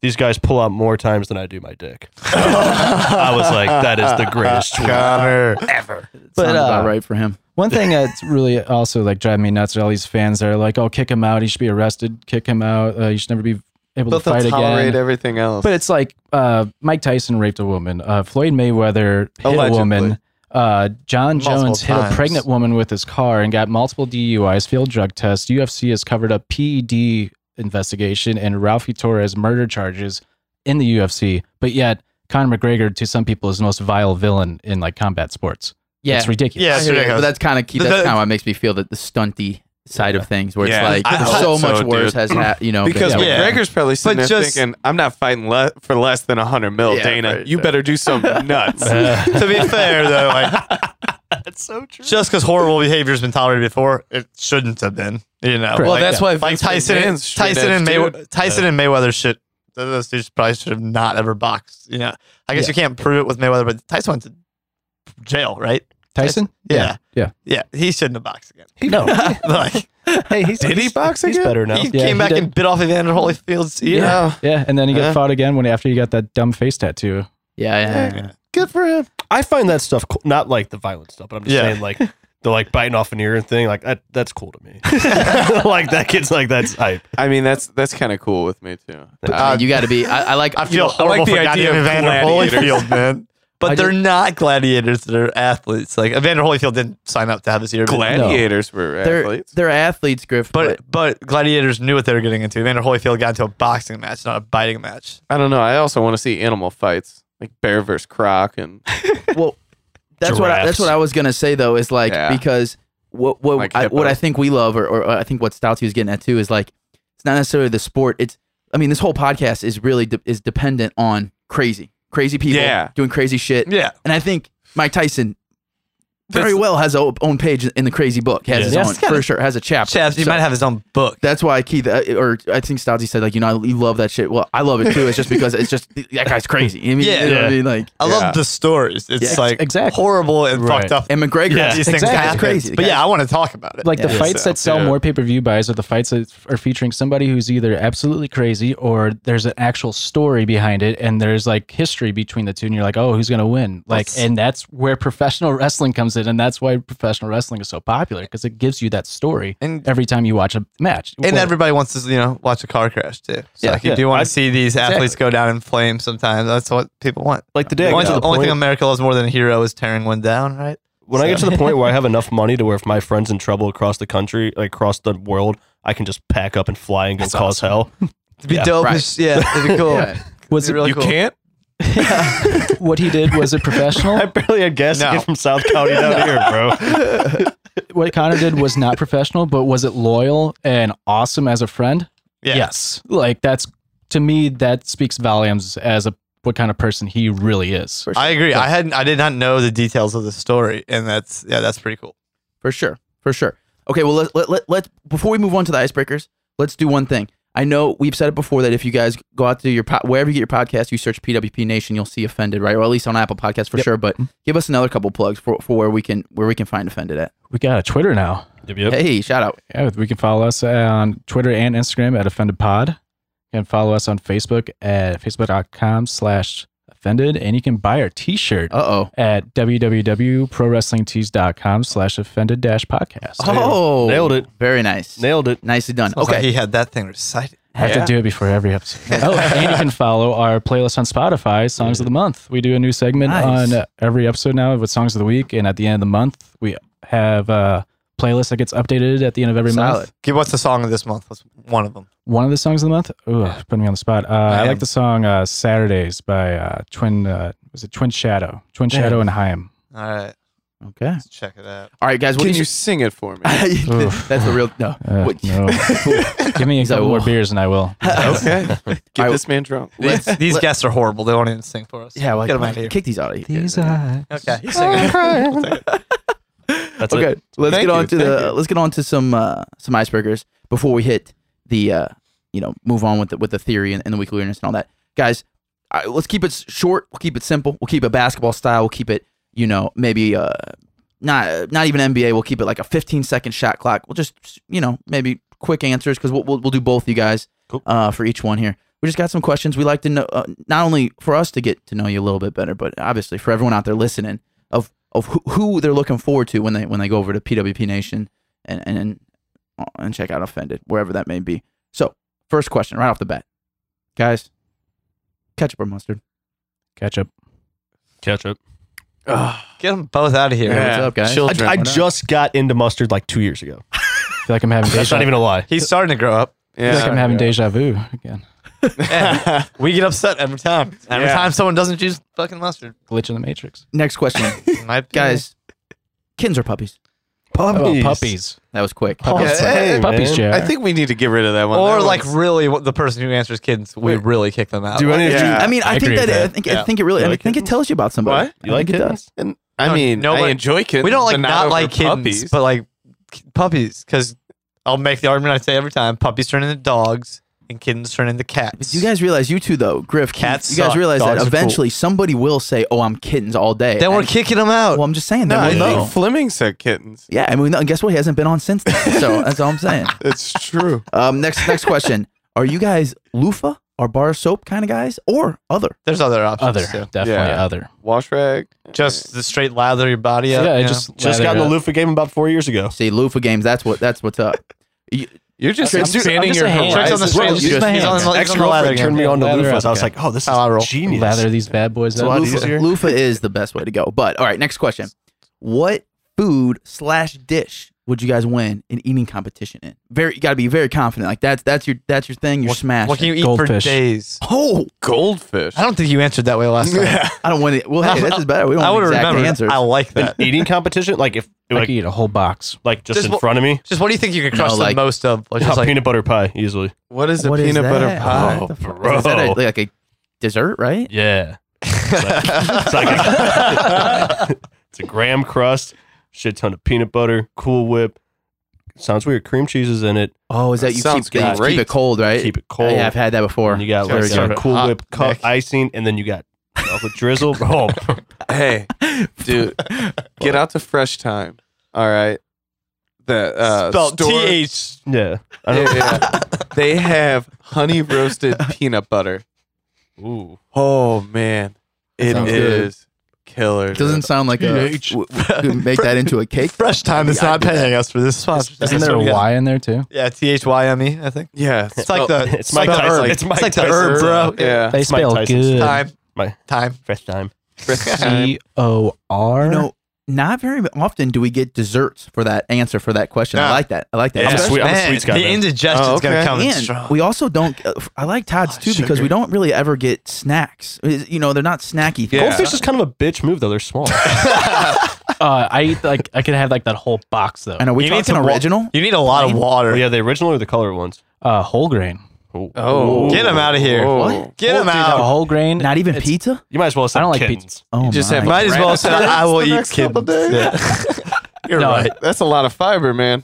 Speaker 3: "These guys pull out more times than I do my dick." I was like, that is the greatest tweet.
Speaker 1: Connor.
Speaker 4: But,
Speaker 2: Sounds about
Speaker 4: uh,
Speaker 2: right for him.
Speaker 4: One thing that's really also like driving me nuts are all these fans that are like, "Oh, kick him out. He should be arrested. Kick him out. Uh, you should never be able
Speaker 5: But
Speaker 4: to fight
Speaker 5: they'll tolerate
Speaker 4: again."
Speaker 5: everything else.
Speaker 4: But it's like uh, Mike Tyson raped a woman. Uh, Floyd Mayweather hit
Speaker 5: Allegedly.
Speaker 4: a woman. Uh, John
Speaker 1: Multiple
Speaker 4: Jones hit a
Speaker 1: times.
Speaker 4: pregnant woman with his car and got multiple DUIs, field drug tests. UFC has covered up PED investigation and Ralphie Torres murder charges in the UFC. But yet, Conor McGregor, to some people, is the most vile villain in like combat sports.
Speaker 2: Yeah.
Speaker 4: it's ridiculous.
Speaker 1: Yeah,
Speaker 2: I
Speaker 1: it's
Speaker 2: hear you,
Speaker 1: ridiculous.
Speaker 2: but that's kind of key.
Speaker 1: The-
Speaker 2: That's
Speaker 1: the-
Speaker 2: kind of what makes me feel that the stunty side of things, where
Speaker 5: Yeah.
Speaker 2: it's like
Speaker 5: I
Speaker 2: so
Speaker 5: hope
Speaker 2: much
Speaker 5: so,
Speaker 2: worse
Speaker 5: dude.
Speaker 2: has happened. You know, been-
Speaker 5: because
Speaker 4: Yeah.
Speaker 5: McGregor's probably sitting
Speaker 1: But
Speaker 5: there
Speaker 1: just-
Speaker 5: thinking, "I'm not fighting le- for less than hundred mil,
Speaker 1: Yeah,
Speaker 5: Dana.
Speaker 1: right,
Speaker 5: you
Speaker 1: yeah.
Speaker 5: better do something nuts."
Speaker 1: to be fair though, like that's so true. Just because horrible behavior has been tolerated before, it shouldn't have been. You know,
Speaker 4: Well,
Speaker 1: Like,
Speaker 5: that's why
Speaker 1: like
Speaker 5: Vince
Speaker 1: Tyson, and,
Speaker 5: McMahon's straight
Speaker 1: Tyson and
Speaker 5: edge,
Speaker 1: Maywe-
Speaker 5: dude.
Speaker 1: Tyson and Mayweather should those dudes probably should have not ever boxed. You know, I guess
Speaker 4: Yeah.
Speaker 1: you can't prove it with Mayweather, but Tyson went to jail, right?
Speaker 4: Tyson?
Speaker 1: Yeah.
Speaker 4: Yeah.
Speaker 1: Yeah, he shouldn't have boxed again.
Speaker 4: No.
Speaker 1: Like
Speaker 4: hey, he's
Speaker 3: Did he box again? He's better now.
Speaker 1: he
Speaker 4: Yeah,
Speaker 1: came
Speaker 4: he
Speaker 1: back
Speaker 4: did.
Speaker 1: and bit off Evander Holyfield's ear.
Speaker 4: Yeah. Yeah, and then he got
Speaker 1: Uh-huh.
Speaker 5: Yeah.
Speaker 4: fought again when after he got that dumb face tattoo.
Speaker 2: yeah, yeah, yeah.
Speaker 3: Good for him. I find that stuff cool. Not like the violent stuff, but I'm just
Speaker 1: Yeah.
Speaker 3: saying like the like biting off an ear and thing. Like that, that's cool to me. like that kid's like that's hype.
Speaker 5: I mean, that's that's kind of cool with me too. Uh,
Speaker 2: I mean, you got to be. I, I like.
Speaker 1: I feel
Speaker 2: you know,
Speaker 1: horrible
Speaker 5: the
Speaker 1: for goddamn
Speaker 5: idea of
Speaker 1: Evander
Speaker 5: gladiators.
Speaker 1: Holyfield, man. But
Speaker 4: I
Speaker 1: they're not gladiators; they're athletes. Like Evander Holyfield didn't sign up to have his ear. bitten.
Speaker 5: Gladiators were
Speaker 2: they're
Speaker 5: athletes.
Speaker 2: they're athletes, Griff.
Speaker 1: But but gladiators knew what they were getting into. Evander Holyfield got into a boxing match, not a biting match.
Speaker 5: I don't know. I also want to see animal fights, like bear versus croc, and
Speaker 2: well, that's what I, that's
Speaker 6: Giraffes.
Speaker 2: what I was gonna say though is like
Speaker 5: Yeah.
Speaker 2: because what what
Speaker 5: Like
Speaker 2: I, what
Speaker 5: hippo.
Speaker 2: I think we love or, or I think what Stouty was getting at too is like it's not necessarily the sport. It's I mean this whole podcast is really de- is dependent on crazy crazy people
Speaker 5: Yeah.
Speaker 2: doing crazy shit.
Speaker 1: Yeah,
Speaker 2: And I think Mike Tyson very well has a own page in the crazy book. He Has
Speaker 6: Yeah.
Speaker 2: his
Speaker 4: Yeah.
Speaker 2: own for sure. Has a chapter.
Speaker 1: Chavs, he
Speaker 2: So-
Speaker 1: might have his own book.
Speaker 2: that's why Keith uh, or I think Stouty said like you know I, you love that shit. Well, I love it too. It's just because it's just that guy's crazy. I mean,
Speaker 1: Yeah.
Speaker 2: you know what I
Speaker 6: Yeah.
Speaker 2: mean like
Speaker 1: I
Speaker 5: Yeah.
Speaker 1: love the stories. It's
Speaker 2: Yeah,
Speaker 1: like
Speaker 4: exactly.
Speaker 1: horrible and
Speaker 6: Right.
Speaker 1: fucked up.
Speaker 2: and McGregor.
Speaker 6: Yeah.
Speaker 1: these things
Speaker 4: Exactly.
Speaker 1: happen.
Speaker 2: It's crazy.
Speaker 1: But yeah, I want to talk about it.
Speaker 4: Like the
Speaker 2: Yeah.
Speaker 4: fights that sell
Speaker 5: Yeah.
Speaker 4: more pay per view buys are the fights that f- are featuring somebody who's either absolutely crazy or there's an actual story behind it and there's like history between the two and you're like, oh, who's gonna win? Like,
Speaker 1: That's-
Speaker 4: and that's where professional wrestling comes in and that's why professional wrestling is so popular because it gives you that story
Speaker 1: And-
Speaker 4: every time you watch a match.
Speaker 1: and
Speaker 4: Well,
Speaker 1: everybody wants to, you know, watch a car crash too. So
Speaker 4: Yeah.
Speaker 1: like, you
Speaker 4: Yeah.
Speaker 1: do want to see these athletes go down in flames sometimes. That's what people want.
Speaker 3: Like the day I
Speaker 1: the
Speaker 3: got
Speaker 1: only,
Speaker 3: to
Speaker 1: the
Speaker 3: the
Speaker 1: only
Speaker 3: point-
Speaker 1: thing America loves more than a hero is tearing one down, right?
Speaker 3: when I get to the point where I have enough money to where if my friend's in trouble across the country, like across the world, I can just pack up and fly and go cause hell.
Speaker 1: It'd be
Speaker 3: Yeah,
Speaker 1: dope.
Speaker 2: right.
Speaker 1: as- Yeah, it'd be cool.
Speaker 2: Yeah.
Speaker 4: was
Speaker 1: It'd be really cool.
Speaker 5: can't.
Speaker 4: what he did was it professional.
Speaker 3: I barely had gas
Speaker 1: No.
Speaker 3: to get from South County down here, bro.
Speaker 4: what Connor did was not professional, but was it loyal and awesome as a friend?
Speaker 1: Yeah.
Speaker 4: Yes. Like that's to me that speaks volumes as a what kind of person he really is.
Speaker 1: I agree. I hadn't. I did not know the details of the story, and that's yeah, that's pretty cool.
Speaker 2: For sure. For sure. Okay, well let let let let's, before we move on to the icebreakers, let's do one thing. I know we've said it before that if you guys go out to your po- wherever you get your podcast, you search PWP Nation, you'll see Offended, right? Or at least on Apple Podcasts for sure. But give us another couple plugs for, for where we can where we can find Offended at.
Speaker 4: We got a Twitter now.
Speaker 2: Hey, shout out.
Speaker 4: Yeah, we can follow us on Twitter and Instagram at Offended Pod. You can follow us on Facebook at facebook.com slash offended. And you can buy our t shirt
Speaker 2: Uh oh.
Speaker 4: at www.prowrestlingtees.com slash offended dash podcast.
Speaker 2: Oh,
Speaker 3: Nailed it.
Speaker 2: Very nice.
Speaker 3: Nailed it.
Speaker 2: Nicely done.
Speaker 1: Okay,
Speaker 2: Okay.
Speaker 1: he had that thing recited.
Speaker 4: I have
Speaker 5: Yeah.
Speaker 4: to do it before every episode. oh, and you can follow our playlist on Spotify, Songs of the Month. We do a new segment
Speaker 2: Nice.
Speaker 4: on every episode now with Songs of the Week. And at the end of the month, we have a playlist that gets updated at the end of every
Speaker 2: Solid.
Speaker 4: month.
Speaker 1: Okay, what's the song of this month? What's one of them?
Speaker 4: One of the songs of the month? Ooh, put me on the spot. Uh, I, like the song uh, Saturdays by uh, Twin, uh, was it Twin Shadow? Twin Shadow and Haim.
Speaker 1: All right,
Speaker 2: Okay.
Speaker 1: let's check it out.
Speaker 2: All right, guys. What
Speaker 5: Can
Speaker 2: do
Speaker 5: you sing it for me?
Speaker 4: Oof.
Speaker 2: That's the real no.
Speaker 4: Uh,
Speaker 2: What-
Speaker 4: no. Give me a
Speaker 2: He's like,
Speaker 4: couple more
Speaker 2: "Whoa."
Speaker 4: beers and I will.
Speaker 5: okay. Get
Speaker 2: I-
Speaker 5: this man drunk.
Speaker 1: These,
Speaker 2: Let's-
Speaker 1: these
Speaker 2: let-
Speaker 1: guests are horrible. They won't even sing for us.
Speaker 2: Yeah, well,
Speaker 1: Get 'em out of here.
Speaker 2: kick these out of here.
Speaker 4: are.
Speaker 1: Okay, he's singing. We'll take it.
Speaker 3: That's
Speaker 2: okay,
Speaker 3: it.
Speaker 2: let's
Speaker 5: Thank
Speaker 2: get on
Speaker 5: you,
Speaker 2: to
Speaker 5: thank
Speaker 2: the
Speaker 5: you.
Speaker 2: let's get on to some uh, some icebreakers before we hit the uh, you know move on with the, with the theory and, and the weekly weirdness and all that, guys. I, let's keep it s- short. We'll keep it simple. We'll keep it basketball style. We'll keep it you know maybe uh not not even NBA. We'll keep it like a 15 second shot clock. We'll just you know maybe quick answers because we'll, we'll we'll do both you guys uh, for each one here. We just got some questions. We like to know uh, not only for us to get to know you a little bit better, but obviously for everyone out there listening of of who, who they're looking forward to when they when they go over to PWP Nation and and and check out Offended wherever that may be. So first question right off the bat, guys, ketchup or mustard?
Speaker 4: Catch up.
Speaker 6: Ketchup.
Speaker 1: Get them both out of here.
Speaker 5: Yeah.
Speaker 2: What's up, guys?
Speaker 5: Chill.
Speaker 3: I, I just got into mustard like two years ago.
Speaker 4: I feel like I'm having
Speaker 3: That's
Speaker 4: deja,
Speaker 3: not even a lie.
Speaker 1: He's starting to grow up.
Speaker 4: I feel like
Speaker 5: Yeah.
Speaker 4: I'm having deja vu again.
Speaker 1: Yeah. we get upset every time. Every
Speaker 5: Yeah.
Speaker 1: time someone doesn't choose fucking mustard.
Speaker 4: Glitch in the Matrix.
Speaker 2: Next question,
Speaker 1: My
Speaker 2: guys. Kins or puppies?
Speaker 4: Puppies. puppies.
Speaker 2: That was quick.
Speaker 4: Puppies,
Speaker 5: Hey,
Speaker 4: puppies Jared.
Speaker 5: I think we need to get rid of that one.
Speaker 1: Or
Speaker 5: That
Speaker 1: like
Speaker 5: one's-
Speaker 1: really, what the person who answers kids, we really kick them out.
Speaker 3: Do any of you?
Speaker 5: Yeah.
Speaker 2: I mean, I,
Speaker 4: I
Speaker 2: think
Speaker 4: agree
Speaker 2: that,
Speaker 4: with
Speaker 2: I
Speaker 4: that.
Speaker 2: think I
Speaker 1: Yeah.
Speaker 2: think it really
Speaker 3: You
Speaker 2: I
Speaker 3: like
Speaker 2: think it tells you about somebody.
Speaker 5: What?
Speaker 2: You like it does.
Speaker 5: And I
Speaker 1: No,
Speaker 5: mean,
Speaker 1: no,
Speaker 5: I
Speaker 1: but-
Speaker 5: enjoy kittens.
Speaker 1: we don't like
Speaker 5: but
Speaker 1: not,
Speaker 5: over
Speaker 1: like kittens,
Speaker 5: puppies.
Speaker 1: but like k- puppies. Because I'll make the argument I say every time: puppies turn into dogs, and kittens turn into
Speaker 2: But
Speaker 1: cats.
Speaker 2: you guys realize, you two though, Griff, Keith,
Speaker 1: Cats
Speaker 2: You guys
Speaker 1: suck.
Speaker 2: realize
Speaker 1: Dogs
Speaker 2: that
Speaker 1: are cool.
Speaker 2: eventually somebody will say, "Oh, I'm kittens all day."
Speaker 1: then we're
Speaker 2: And-
Speaker 1: kicking them out.
Speaker 2: Well, I'm just saying.
Speaker 5: no, I
Speaker 2: Then we'll know.
Speaker 5: think Fleming said kittens.
Speaker 2: Yeah, I mean, and guess what? He hasn't been on since then. So that's all I'm saying.
Speaker 5: It's true.
Speaker 2: Um, next, next question: Are you guys loofah or bar soap kind of guys, or other?
Speaker 1: There's other options.
Speaker 4: Other,
Speaker 1: too.
Speaker 4: definitely
Speaker 5: Yeah.
Speaker 4: other.
Speaker 5: Wash rag.
Speaker 1: just the straight lather your body
Speaker 4: Yeah,
Speaker 1: up.
Speaker 4: I
Speaker 1: you know?
Speaker 4: just
Speaker 3: Just
Speaker 4: lather
Speaker 3: got in
Speaker 4: it
Speaker 3: the
Speaker 4: up.
Speaker 3: loofah game about four years ago.
Speaker 2: See, loofah games. That's what. That's what's up.
Speaker 5: You're just
Speaker 4: I'm
Speaker 5: expanding
Speaker 4: just
Speaker 5: your
Speaker 4: a hand.
Speaker 1: tricks on the
Speaker 5: horizons.
Speaker 1: straight.
Speaker 4: Well,
Speaker 1: he's
Speaker 4: use
Speaker 1: just-
Speaker 4: my
Speaker 1: he's on
Speaker 4: hands.
Speaker 1: the- he's
Speaker 3: Ex
Speaker 1: on the lather
Speaker 3: girlfriend
Speaker 1: again.
Speaker 3: turned me on to
Speaker 4: Lather
Speaker 3: loofahs.
Speaker 4: up,
Speaker 3: I was
Speaker 4: okay.
Speaker 3: like, oh, this
Speaker 1: How I roll.
Speaker 3: is genius.
Speaker 4: Lather these bad boys
Speaker 3: It's a lot
Speaker 4: up.
Speaker 3: easier.
Speaker 2: Loofah, loofah is the best way to go. But all right, next question: What food slash dish would you guys win an eating competition in? Very, you got to be very confident. Like that's that's your that's your thing. You're smashed.
Speaker 1: What can you eat
Speaker 4: Goldfish.
Speaker 1: for days?
Speaker 2: Oh,
Speaker 5: Goldfish.
Speaker 1: I don't think you answered that way last time.
Speaker 2: I don't want it. Well, hey, this is better. We don't
Speaker 1: I
Speaker 2: want
Speaker 1: would
Speaker 2: exact
Speaker 1: remember.
Speaker 2: answers.
Speaker 1: I like that.
Speaker 3: Eating competition, like if
Speaker 4: I could
Speaker 3: like
Speaker 4: eat a whole box.
Speaker 3: like just
Speaker 1: Just
Speaker 3: in
Speaker 1: what-
Speaker 3: front of me,
Speaker 1: Just what do you think you could
Speaker 2: No,
Speaker 1: crush
Speaker 2: like-
Speaker 1: the most of? Like,
Speaker 3: Hot
Speaker 1: just like
Speaker 3: peanut butter pie easily.
Speaker 5: What is a
Speaker 2: What is
Speaker 5: peanut butter
Speaker 2: that?
Speaker 5: pie?
Speaker 2: What the fuck?
Speaker 3: bro.
Speaker 2: Is that a, like a dessert, right?
Speaker 3: Yeah, it's like, it's, like a, it's a graham crust, shit ton of peanut butter, Cool Whip. Sounds weird. Cream cheese is in it.
Speaker 2: Oh, is that,
Speaker 5: That
Speaker 2: you keep,
Speaker 5: sounds
Speaker 2: that you keep
Speaker 5: great.
Speaker 2: it cold, right?
Speaker 3: Keep it cold.
Speaker 2: Yeah, I've had that before.
Speaker 3: and you got
Speaker 1: Very
Speaker 3: like a
Speaker 1: good.
Speaker 3: Cool
Speaker 1: Hot
Speaker 3: Whip cu-
Speaker 1: mix.
Speaker 3: icing, and then you got chocolate drizzle. Oh, Bro,
Speaker 5: Hey, dude, get out to Fresh Time. All right. The uh,
Speaker 1: spelled
Speaker 5: store-
Speaker 1: T H.
Speaker 3: yeah, I
Speaker 5: Yeah,
Speaker 3: don't.
Speaker 5: yeah. they have honey roasted peanut butter.
Speaker 3: Ooh,
Speaker 5: Oh man, it
Speaker 2: sounds good.
Speaker 5: is killer.
Speaker 2: It doesn't sound like a,
Speaker 1: PH.
Speaker 2: w- w- make that into a cake.
Speaker 1: Fresh time is not paying us for this sponsorship.
Speaker 4: Isn't
Speaker 1: That's
Speaker 4: there
Speaker 1: what we
Speaker 4: a
Speaker 1: got.
Speaker 4: Y in there too?
Speaker 1: Yeah, T H Y M E. I think
Speaker 5: Yeah, Oh,
Speaker 1: it's like the
Speaker 3: it's Mike
Speaker 1: like the
Speaker 3: Tyson.
Speaker 1: herb.
Speaker 3: It's Mike
Speaker 1: like the
Speaker 3: Tyson.
Speaker 1: herb, bro.
Speaker 5: yeah.
Speaker 4: They
Speaker 3: It's Mike
Speaker 4: spell
Speaker 3: Tyson's
Speaker 4: good.
Speaker 1: Time,
Speaker 3: My-
Speaker 1: time.
Speaker 3: fresh time.
Speaker 5: Fresh time.
Speaker 4: C O R.
Speaker 2: You know, not very often do we get desserts for that answer for that question. I
Speaker 1: No.
Speaker 2: like that. I like that.
Speaker 3: Yeah. I'm a
Speaker 2: Especially-
Speaker 3: sweet- I'm a sweet guy,
Speaker 1: The
Speaker 3: man.
Speaker 1: indigestion's
Speaker 5: Oh, okay.
Speaker 1: gonna come in
Speaker 2: And
Speaker 1: strong.
Speaker 2: we also don't. uh, f- I like
Speaker 3: Oh,
Speaker 2: Todd's too because we don't really ever get snacks. Is- You know, they're not snacky.
Speaker 5: Yeah.
Speaker 3: Goldfish is kind of a bitch move though. They're small.
Speaker 4: Uh, I eat like I could have like that whole box though.
Speaker 2: And are we
Speaker 1: You need
Speaker 2: talking
Speaker 1: some wa-
Speaker 2: original?
Speaker 1: you need a lot of water.
Speaker 3: Well, yeah, the original or the color ones?
Speaker 4: Uh, whole grain.
Speaker 5: Oh,
Speaker 1: Get him out of here.
Speaker 5: Oh.
Speaker 1: Get him
Speaker 4: A
Speaker 1: out.
Speaker 4: whole grain.
Speaker 2: Not even
Speaker 4: It's-
Speaker 2: pizza.
Speaker 3: You might as well have
Speaker 4: I
Speaker 3: I
Speaker 4: don't
Speaker 3: don't
Speaker 4: like
Speaker 3: kittens.
Speaker 2: Oh
Speaker 5: You just
Speaker 2: my.
Speaker 5: have
Speaker 1: Might as well
Speaker 5: Right.
Speaker 1: say I will
Speaker 5: That's the
Speaker 1: eat
Speaker 5: next couple
Speaker 1: kittens. Yeah. You're
Speaker 4: No,
Speaker 1: right.
Speaker 5: That's a lot of fiber, man.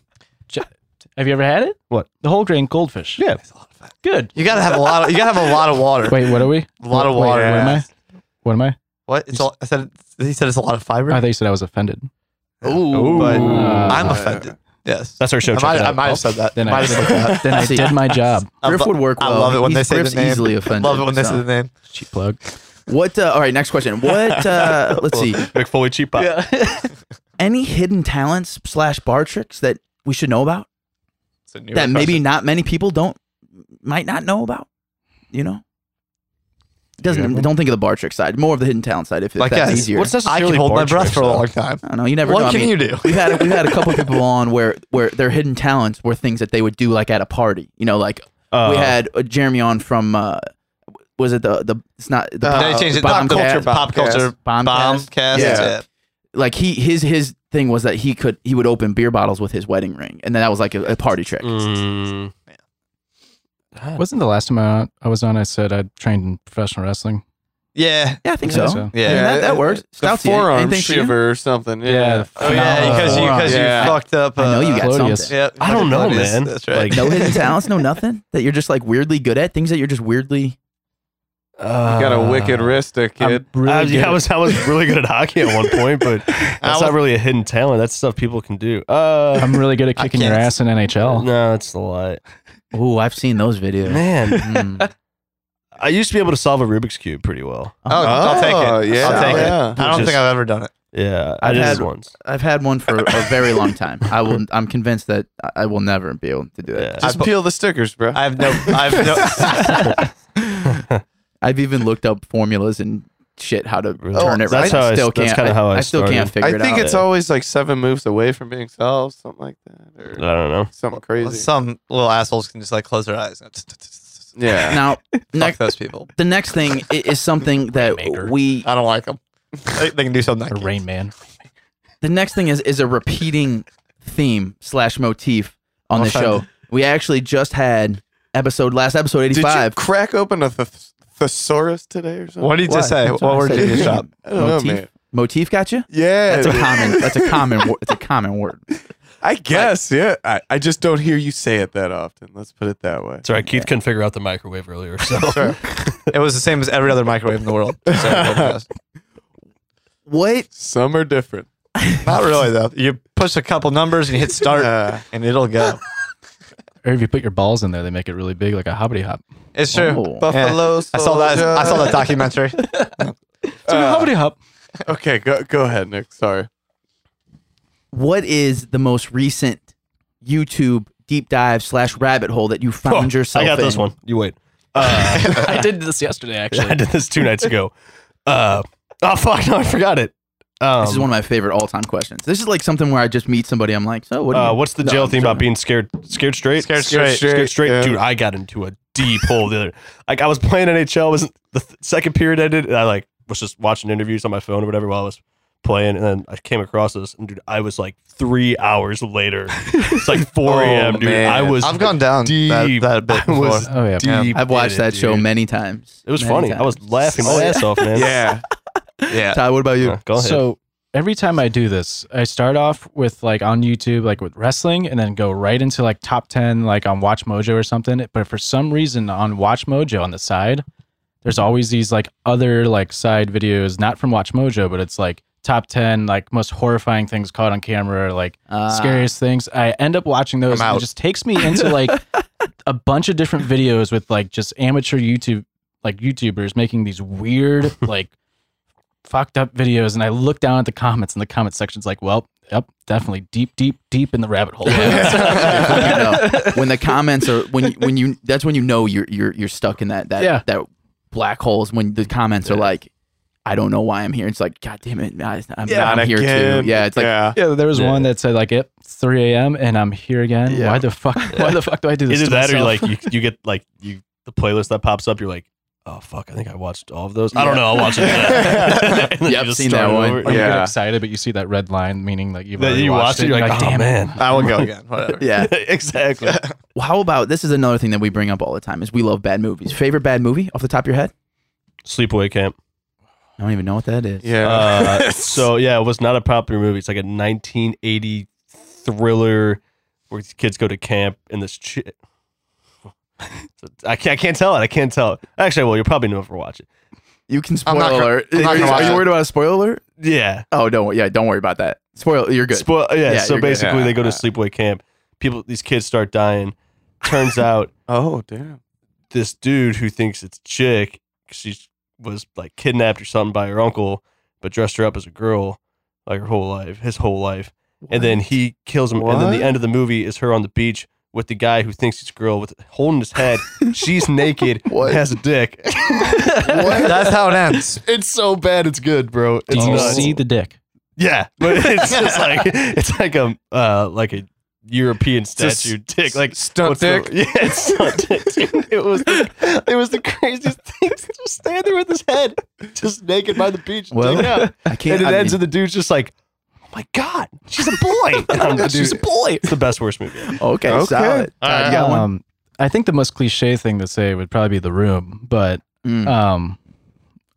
Speaker 4: Have you ever had it?
Speaker 3: What?
Speaker 4: The whole grain goldfish.
Speaker 3: Yeah.
Speaker 4: Good.
Speaker 1: You gotta have a lot. Of, you gotta have a lot of water.
Speaker 4: Wait, what are we?
Speaker 1: a lot of
Speaker 4: Wait,
Speaker 1: water.
Speaker 4: What am I? What am I?
Speaker 1: What? It's all, I said. He said it's a lot of
Speaker 4: I
Speaker 1: fiber.
Speaker 4: thought you said I was offended.
Speaker 1: Ooh, but
Speaker 4: Uh,
Speaker 1: I'm offended. Yes,
Speaker 6: That's our show.
Speaker 1: I
Speaker 6: Check
Speaker 1: might,
Speaker 6: it
Speaker 1: I
Speaker 6: out.
Speaker 1: might have said that.
Speaker 4: Then I-
Speaker 1: might have said that.
Speaker 2: Then I
Speaker 4: I
Speaker 2: see.
Speaker 4: did my job.
Speaker 2: Griff would work
Speaker 1: I
Speaker 2: well.
Speaker 1: love it when
Speaker 2: He's-
Speaker 1: they say the
Speaker 2: Griff's
Speaker 1: name.
Speaker 2: easily offended.
Speaker 1: Love it when they say
Speaker 2: so.
Speaker 1: the name.
Speaker 4: Cheap plug.
Speaker 2: What? Uh, all right, next question. What? Uh, let's see.
Speaker 6: McFoley cheap pop.
Speaker 2: Any hidden talents slash bar tricks that we should know about
Speaker 1: It's a newer
Speaker 2: that maybe
Speaker 1: question.
Speaker 2: not many people don't might not know about? You know, doesn't
Speaker 3: have one?
Speaker 2: don't think of the bar trick side, more of the hidden talent side. If, if
Speaker 1: Like
Speaker 2: that's
Speaker 1: yes.
Speaker 2: easier,
Speaker 3: What's
Speaker 1: I
Speaker 3: necessarily
Speaker 1: can hold
Speaker 3: bar
Speaker 1: my breath
Speaker 3: tricks,
Speaker 1: for a
Speaker 3: though?
Speaker 1: long time.
Speaker 2: I don't know. You never know.
Speaker 1: What
Speaker 2: I
Speaker 1: can
Speaker 2: mean,
Speaker 1: you do?
Speaker 2: we've had we've had a couple people on where where their hidden talents were things that they would do like at a party. You know, like
Speaker 3: Uh,
Speaker 2: we had uh, Jeremy on from uh, was it the the it's not the
Speaker 5: Uh,
Speaker 1: They changed it. to
Speaker 2: Bomb
Speaker 1: Pop culture.
Speaker 2: cast.
Speaker 1: Pop culture.
Speaker 2: bomb,
Speaker 1: Bomb
Speaker 2: cast.
Speaker 1: cast.
Speaker 5: Yeah.
Speaker 1: Yeah.
Speaker 2: Like he his his thing was that he could he would open beer bottles with his wedding ring, and then that was like a, a party trick.
Speaker 3: mm,
Speaker 4: Wasn't the last time I, I was on, I said I trained in professional wrestling?
Speaker 1: Yeah.
Speaker 2: Yeah, I think
Speaker 4: I
Speaker 2: so.
Speaker 4: think
Speaker 2: Yeah,
Speaker 4: so.
Speaker 1: Yeah.
Speaker 2: that, that
Speaker 5: it-
Speaker 2: works.
Speaker 5: The
Speaker 2: Stouty, any-
Speaker 5: forearm
Speaker 2: anything for you?
Speaker 5: shiver or something. Yeah.
Speaker 1: Oh yeah, because you because
Speaker 5: Yeah.
Speaker 1: you fucked up.
Speaker 2: I know you got
Speaker 4: Claudius.
Speaker 2: something.
Speaker 1: Yeah,
Speaker 3: I don't know,
Speaker 1: Claudius,
Speaker 3: man.
Speaker 1: That's right.
Speaker 3: Like-
Speaker 2: No hidden talents, no nothing that you're just like weirdly good at. Things that you're just weirdly. um,
Speaker 5: You got
Speaker 6: Uh,
Speaker 5: a wicked wrist, there, kid.
Speaker 4: I'm uh, really
Speaker 3: I,
Speaker 4: good
Speaker 3: Uh, yeah, I was I was really good at hockey at one point, but that's
Speaker 1: was-
Speaker 3: not really a hidden talent. That's stuff people can do. Uh,
Speaker 4: I'm really good at
Speaker 1: I
Speaker 4: kicking your
Speaker 1: can't.
Speaker 4: ass in NHL.
Speaker 3: no, it's a lot,
Speaker 2: Oh, I've seen those videos.
Speaker 3: man. Oh.
Speaker 2: Mm.
Speaker 3: I used to be able to solve a Rubik's cube pretty well.
Speaker 1: Oh,
Speaker 2: Uh-huh.
Speaker 1: I'll take it.
Speaker 5: yeah.
Speaker 1: I'll take
Speaker 5: Yeah.
Speaker 1: it. I don't
Speaker 3: Just-
Speaker 1: think I've ever done it.
Speaker 3: Yeah, I
Speaker 2: I've
Speaker 3: did
Speaker 2: had-
Speaker 3: once.
Speaker 2: I've had one for a very long time. I will. I'm convinced that I- I will never be able to do that.
Speaker 3: Yeah.
Speaker 5: Just
Speaker 1: I-
Speaker 5: peel the stickers, bro.
Speaker 1: I have no. I have no.
Speaker 2: I've even looked up formulas and shit how to
Speaker 3: Really?
Speaker 2: turn
Speaker 5: Oh,
Speaker 2: it right.
Speaker 3: that's how I-
Speaker 2: still
Speaker 3: that's
Speaker 2: can't.
Speaker 3: kinda how I
Speaker 2: still can't
Speaker 3: started.
Speaker 2: figure
Speaker 5: I
Speaker 2: it
Speaker 5: think
Speaker 2: out.
Speaker 5: it's always like seven moves away from being solved, something like that,
Speaker 3: I
Speaker 5: or
Speaker 3: don't know.
Speaker 5: something crazy.
Speaker 1: Some little assholes can just like close their eyes.
Speaker 5: yeah.
Speaker 2: now,
Speaker 1: Fuck
Speaker 2: next,
Speaker 1: those people.
Speaker 2: the next thing i- is something that
Speaker 4: Rainmaker.
Speaker 2: we.
Speaker 1: I don't like them. They, they can do something. I
Speaker 4: Or
Speaker 1: can't.
Speaker 4: Rain Man.
Speaker 2: The next thing is is a repeating theme slash motif on the
Speaker 1: Okay.
Speaker 2: show. We actually just had episode last episode eighty
Speaker 5: Did you
Speaker 2: five.
Speaker 5: crack open a th- thesaurus today or something?
Speaker 1: What did you just say? What word did you drop?
Speaker 5: I don't know,
Speaker 2: Motif?
Speaker 5: man.
Speaker 2: Motif got you.
Speaker 5: Yeah,
Speaker 2: That's a
Speaker 5: dude.
Speaker 2: common. That's a common. wor- It's a common word.
Speaker 5: I guess. yeah, I, I just don't hear you say it that often. Let's put it that way.
Speaker 6: That's right. Keith couldn't figure out the microwave earlier, so
Speaker 1: It was the same as every other microwave in the world. So, not
Speaker 2: What?
Speaker 5: Some are different.
Speaker 1: really though. You push a couple numbers and you hit start, and it'll go.
Speaker 4: Or if you put your balls in there, they make it really big, like a hobbity hop.
Speaker 1: It's true.
Speaker 2: Oh.
Speaker 5: Buffalo
Speaker 1: I saw that. I saw that
Speaker 5: soldier.
Speaker 1: documentary.
Speaker 4: It's a hobbity hop.
Speaker 5: Okay, go go ahead, Nick. Sorry.
Speaker 2: what is the most recent YouTube deep dive slash rabbit hole that you found yourself?
Speaker 6: I got
Speaker 2: in?
Speaker 6: this one. You wait.
Speaker 3: Uh,
Speaker 4: I did this yesterday,
Speaker 6: I
Speaker 4: actually.
Speaker 6: did this two nights ago. Uh, oh fuck! No, I forgot it. Um,
Speaker 2: This is one of my favorite all time questions. This is like something where I just meet somebody. I'm like, so what? do
Speaker 6: uh,
Speaker 2: you-
Speaker 6: what's the
Speaker 2: No,
Speaker 6: jail
Speaker 2: I'm
Speaker 6: thing
Speaker 2: sorry.
Speaker 6: about being scared? Scared straight.
Speaker 1: Scared straight.
Speaker 6: Scared straight.
Speaker 5: yeah.
Speaker 6: Dude, I got into a deep hole the other. Like I was playing NHL. Was the th- second period ended, and I like was just watching interviews on my phone or whatever while I was playing, and then I came across this, and dude, I was like three hours later. It's like four
Speaker 5: Oh,
Speaker 6: a.m. Dude,
Speaker 5: man.
Speaker 6: I was.
Speaker 1: I've gone down that,
Speaker 6: deep.
Speaker 1: that bit
Speaker 6: I
Speaker 1: before.
Speaker 6: was
Speaker 4: Oh, yeah.
Speaker 6: deep.
Speaker 2: I've watched
Speaker 6: in it,
Speaker 2: that show
Speaker 6: dude.
Speaker 2: many times.
Speaker 6: It was
Speaker 2: Many
Speaker 6: funny. I
Speaker 2: times.
Speaker 6: was laughing my
Speaker 2: So-
Speaker 6: ass off, man.
Speaker 5: Yeah, yeah.
Speaker 2: Ty, what about you?
Speaker 6: Uh, Go ahead.
Speaker 4: So every time I do this, I start off with like on YouTube, like with wrestling, and then go right into like top 10, like on Watch Mojo or something. But for some reason on Watch Mojo on the side, there's always these like other like side videos, not from Watch Mojo, but it's like top 10, like most horrifying things caught on camera, or like
Speaker 2: Ah.
Speaker 4: scariest things. I end up watching those.
Speaker 1: I'm
Speaker 4: and
Speaker 1: out.
Speaker 4: It just takes me into like a bunch of different videos with like just amateur YouTube, like YouTubers making these weird, like fucked up videos. And I look down at the comments, and the comment section's like, well, yep, definitely deep, deep, deep in the rabbit hole.
Speaker 2: You know, when the comments are when you- when you that's when you know you're you're you're stuck in that that
Speaker 4: Yeah.
Speaker 2: that black hole is when the comments are like. I don't know why I'm here. It's like, God damn it, I, I'm, I'm here too. Yeah, it's like,
Speaker 5: yeah.
Speaker 4: Yeah, there was
Speaker 6: Yeah.
Speaker 4: one that said like, "Yep, 3 a.m. and I'm here again.
Speaker 5: Yeah.
Speaker 4: Why the fuck? Why the fuck do I do this?"
Speaker 6: either
Speaker 4: to
Speaker 6: that or
Speaker 4: myself?
Speaker 6: like you, you get like you the playlist that pops up you're like oh fuck i think i watched all of those i don't know i'll watch it again. And then
Speaker 2: Yep,
Speaker 6: you just
Speaker 2: seen
Speaker 6: start
Speaker 2: that one.
Speaker 6: over.
Speaker 4: Or you
Speaker 5: Yeah.
Speaker 4: get excited, but you see that red line, meaning like you've
Speaker 6: Then
Speaker 4: already
Speaker 6: you watch
Speaker 4: watched
Speaker 6: it you're like, oh
Speaker 4: damn it."
Speaker 6: man
Speaker 1: I will go again. Whatever.
Speaker 2: yeah.
Speaker 6: exactly
Speaker 2: Well, how about this? Is another thing that we bring up all the time is we love bad movies. Favorite bad movie off the top of your head?
Speaker 6: sleepaway camp
Speaker 2: I don't even know what that is.
Speaker 5: Yeah.
Speaker 6: uh, so yeah it was not a popular movie it's like a 1980 thriller where these kids go to camp and this shit. I can't, I can't tell it. I can't tell it. Actually, well, you'll probably know if we watch it.
Speaker 2: You can
Speaker 1: I'm
Speaker 2: spoil
Speaker 1: not gonna-
Speaker 2: alert.
Speaker 1: I'm not
Speaker 2: Are you-
Speaker 1: gonna watch
Speaker 2: are you
Speaker 1: it.
Speaker 2: worried about a spoiler alert?
Speaker 6: Yeah.
Speaker 2: Oh, don't. Yeah, don't worry about that. Spoil. You're good.
Speaker 6: Spoil- yeah,
Speaker 2: Yeah,
Speaker 6: So
Speaker 2: you're good.
Speaker 6: basically,
Speaker 5: Yeah.
Speaker 6: they go to sleepaway camp. People, these kids start dying. Turns out
Speaker 5: Oh damn.
Speaker 6: this dude who thinks it's a chick, 'cause she was like kidnapped or something by her uncle, but dressed her up as a girl like her whole life, his whole life. And then he kills him. And then
Speaker 5: What?
Speaker 6: the end of the movie is her on the beach with the guy who thinks he's a girl with holding his head. She's naked,
Speaker 5: What?
Speaker 6: has a dick.
Speaker 1: That's how it ends.
Speaker 6: It's so bad, it's good, bro.
Speaker 4: Do
Speaker 6: It's
Speaker 4: you
Speaker 6: nuts.
Speaker 4: see the dick?
Speaker 6: Yeah, but it's just like it's like a uh, like a European
Speaker 5: just
Speaker 6: statue dick, like
Speaker 5: stunt
Speaker 6: what's the-
Speaker 5: dick?
Speaker 6: yeah, it's stunt dick. dude. It was the, it was the craziest thing. He's Just stand there with his head just naked by the beach.
Speaker 2: Well,
Speaker 6: dick out.
Speaker 2: I can't.
Speaker 6: and it
Speaker 2: I
Speaker 6: ends,
Speaker 2: mean,
Speaker 6: and the dude's just like, "Oh my god, she's a boy! And I'm like, She's a boy!" It's the best worst movie. ever.
Speaker 2: okay,
Speaker 5: Okay.
Speaker 2: solid. Todd, you got one?
Speaker 4: Um, I think the most cliche thing to say would probably be the room, but
Speaker 6: Hmm.
Speaker 2: Mm.
Speaker 4: um,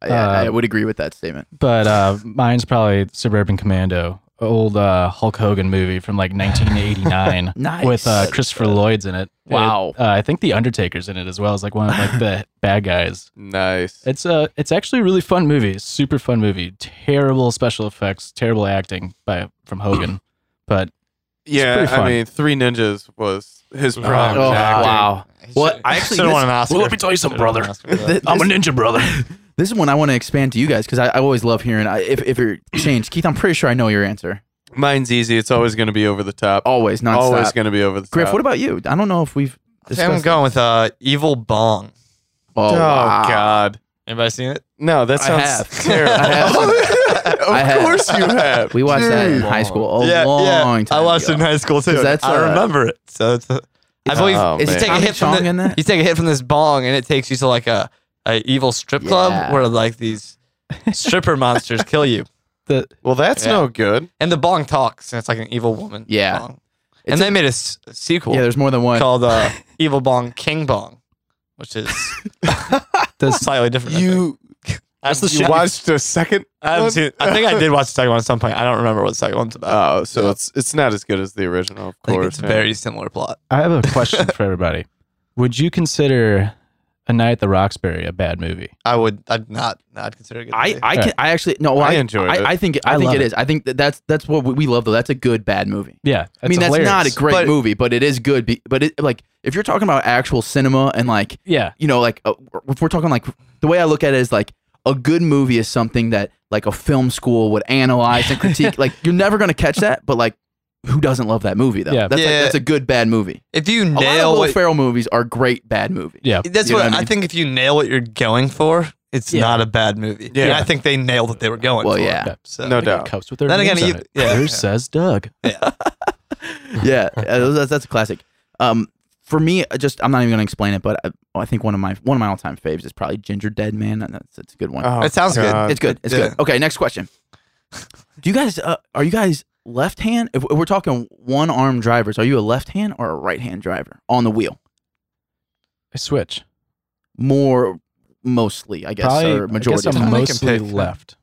Speaker 2: yeah, I
Speaker 4: uh,
Speaker 2: would agree with that statement.
Speaker 4: but uh, mine's probably Suburban Commando, old uh, Hulk Hogan movie from like 1989
Speaker 2: Nice.
Speaker 4: with uh, Christopher Lloyd's in it.
Speaker 2: Wow.
Speaker 4: It- uh, I think the Undertaker's in it as well as like one of like the bad guys.
Speaker 5: Nice.
Speaker 4: It's uh, it's actually a really fun movie, super fun movie. Terrible special effects, terrible acting by from Hogan, but
Speaker 5: yeah,
Speaker 4: pretty
Speaker 5: I
Speaker 4: fun.
Speaker 5: mean, Three Ninjas was his prime.
Speaker 2: Oh,
Speaker 5: acting.
Speaker 2: wow. What? I actually,
Speaker 1: Should have won an Oscar.
Speaker 4: tell you something,
Speaker 1: Should've won an Oscar for that.
Speaker 2: Th- this-
Speaker 4: ninja brother.
Speaker 2: This is one I want to expand to you guys because I, I always love hearing I, if if you're changed. Keith, I'm pretty sure I know your answer.
Speaker 5: Mine's easy. It's always going to be over the top.
Speaker 2: Always, Oh, nonstop.
Speaker 5: always going to be over the
Speaker 2: Griff,
Speaker 5: top.
Speaker 2: what about you? I don't know if we've.
Speaker 1: Okay, I'm
Speaker 2: discussed-
Speaker 1: going with uh, Evil Bong.
Speaker 2: Oh,
Speaker 5: Oh,
Speaker 2: wow.
Speaker 5: God.
Speaker 1: Anybody seen it?
Speaker 5: No, that
Speaker 2: I
Speaker 5: sounds
Speaker 2: have.
Speaker 5: terrible.
Speaker 2: I have.
Speaker 5: of
Speaker 2: I have.
Speaker 5: course you have.
Speaker 2: We watched that in
Speaker 5: Dude.
Speaker 2: high school a long time.
Speaker 1: I watched
Speaker 2: ago.
Speaker 1: it in high school too.
Speaker 2: 'Cause that's,
Speaker 1: I
Speaker 2: uh,
Speaker 1: remember it. So it's a, I
Speaker 2: it's-
Speaker 1: believe
Speaker 5: oh,
Speaker 1: it's you
Speaker 5: man.
Speaker 1: take a
Speaker 2: Tommy
Speaker 1: hit from
Speaker 2: Chong
Speaker 1: the,
Speaker 2: in that?
Speaker 1: you take a hit from this bong and it takes you to like a, a evil strip
Speaker 2: Yeah.
Speaker 1: club where like these stripper monsters kill you.
Speaker 4: The
Speaker 5: Well, that's
Speaker 1: Yeah.
Speaker 5: no good.
Speaker 1: And the bong talks and it's like an evil woman.
Speaker 2: Yeah.
Speaker 1: bong. And they made a s- sequel
Speaker 2: Yeah, there's more than one.
Speaker 1: called uh, Evil Bong King Bong, which is
Speaker 4: Does-
Speaker 1: slightly different. I think.
Speaker 5: You,
Speaker 1: I've-
Speaker 5: you watched a second.
Speaker 1: I, haven't
Speaker 5: one?
Speaker 1: seen, I think I did watch the second one at some point. I don't remember what the second one's about.
Speaker 5: Oh, so it's it's not as good as the original, of
Speaker 1: I think
Speaker 5: course.
Speaker 1: it's a
Speaker 5: yeah.
Speaker 1: very similar plot.
Speaker 4: I have a question for everybody. Would you consider A Night at the Roxbury a bad movie?
Speaker 1: I would, I'd not, I'd consider it. a good
Speaker 2: I,
Speaker 1: movie.
Speaker 2: I can I actually no well,
Speaker 5: I
Speaker 2: I,
Speaker 5: enjoyed
Speaker 2: I,
Speaker 5: it.
Speaker 2: I think I,
Speaker 4: I
Speaker 2: think
Speaker 4: love
Speaker 2: it
Speaker 4: it.
Speaker 2: is I think that that's that's what we- we love though that's a good bad movie
Speaker 4: Yeah,
Speaker 2: I mean that's not a great
Speaker 1: But-
Speaker 2: movie but it is good be, but it like if you're talking about actual cinema and like
Speaker 4: Yeah,
Speaker 2: you know, like uh, if we're talking like the way I look at it is like a good movie is something that like a film school would analyze and critique. like you're never gonna catch that, but like who doesn't love that movie though?
Speaker 4: Yeah.
Speaker 2: that's
Speaker 1: Yeah.
Speaker 2: like, that's a good bad movie.
Speaker 1: if you
Speaker 2: A lot of
Speaker 1: nail
Speaker 2: Will
Speaker 1: what,
Speaker 2: Ferrell movies are great bad movies.
Speaker 4: yeah.
Speaker 1: that's
Speaker 2: you know
Speaker 1: what,
Speaker 2: what I
Speaker 1: I
Speaker 2: mean?
Speaker 1: think. If you nail what you're going for, it's
Speaker 4: Yeah.
Speaker 1: not a bad movie. Yeah, I think they nailed what they were going.
Speaker 2: Well,
Speaker 1: for.
Speaker 2: yeah.
Speaker 1: So
Speaker 5: No
Speaker 4: They got
Speaker 5: doubt.
Speaker 4: Cups with their
Speaker 1: Then
Speaker 4: names
Speaker 1: again,
Speaker 4: on
Speaker 1: you-
Speaker 4: it.
Speaker 1: yeah.
Speaker 4: Who says Doug?
Speaker 2: yeah, uh, those- that's, that's a classic. Um, for me, I just I'm not even gonna explain it, but I, I think one of my one of my all time faves is probably Ginger Dead Man. and That's, that's a good one.
Speaker 5: Oh,
Speaker 1: That sounds good.
Speaker 5: God.
Speaker 2: it's good. It's
Speaker 1: yeah.
Speaker 2: good. Okay, next question. Do you guys uh, are you guys left hand? If we're talking one arm drivers, are you a left hand or a right hand driver on the wheel?
Speaker 4: I switch.
Speaker 2: More mostly, I guess,
Speaker 4: Probably
Speaker 2: or majority.
Speaker 4: I
Speaker 2: of
Speaker 4: guess
Speaker 2: the
Speaker 4: I'm
Speaker 2: time.
Speaker 1: Tommy can
Speaker 4: mostly
Speaker 1: pick.
Speaker 4: left.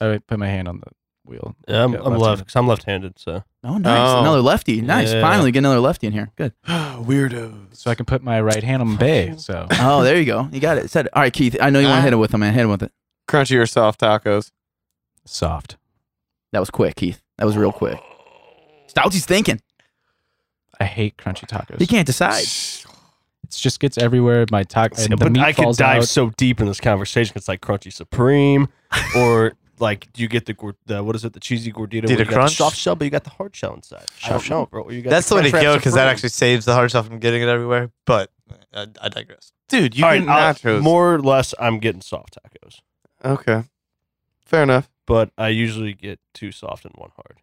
Speaker 4: I would put my hand on the wheel.
Speaker 6: Yeah, I'm,
Speaker 4: Yeah,
Speaker 6: I'm
Speaker 4: left-handed.
Speaker 6: left because I'm left-handed, so
Speaker 2: oh, nice.
Speaker 5: Oh.
Speaker 2: Another lefty. Nice.
Speaker 6: Yeah.
Speaker 2: Finally, get another lefty in here. Good.
Speaker 5: Weirdos.
Speaker 4: So I can put my right hand on my bay. So
Speaker 2: Oh, there you go. You got it. Said it. All right, Keith. I know you want to
Speaker 1: Ah.
Speaker 2: hit it with him, man. Hit him with it.
Speaker 5: Crunchy or soft tacos?
Speaker 4: soft.
Speaker 2: That was quick, Keith. That was real quick. Stouty's thinking.
Speaker 4: I hate crunchy tacos.
Speaker 2: He can't decide.
Speaker 4: It just gets everywhere. My taco.
Speaker 6: Yeah, but I could dive so deep in this conversation. It's like crunchy supreme, or like do you get the, gor- the what is it? The cheesy gordita. where
Speaker 1: Did
Speaker 6: you
Speaker 1: a
Speaker 6: got the
Speaker 1: crunch?
Speaker 6: soft shell, but you got the hard shell inside. I
Speaker 4: Soft
Speaker 6: don't
Speaker 4: shell.
Speaker 6: know, bro. Or you got
Speaker 1: That's the way to
Speaker 6: crunch
Speaker 1: go
Speaker 6: wrap
Speaker 1: because that
Speaker 6: Supreme.
Speaker 1: actually saves the hard stuff from getting it everywhere. But I, I digress.
Speaker 5: Dude, you
Speaker 6: All
Speaker 5: get
Speaker 6: right, I'll-
Speaker 5: nachos.
Speaker 6: more or less, I'm getting soft tacos,
Speaker 5: okay. Fair enough.
Speaker 6: but I usually get two soft and one hard.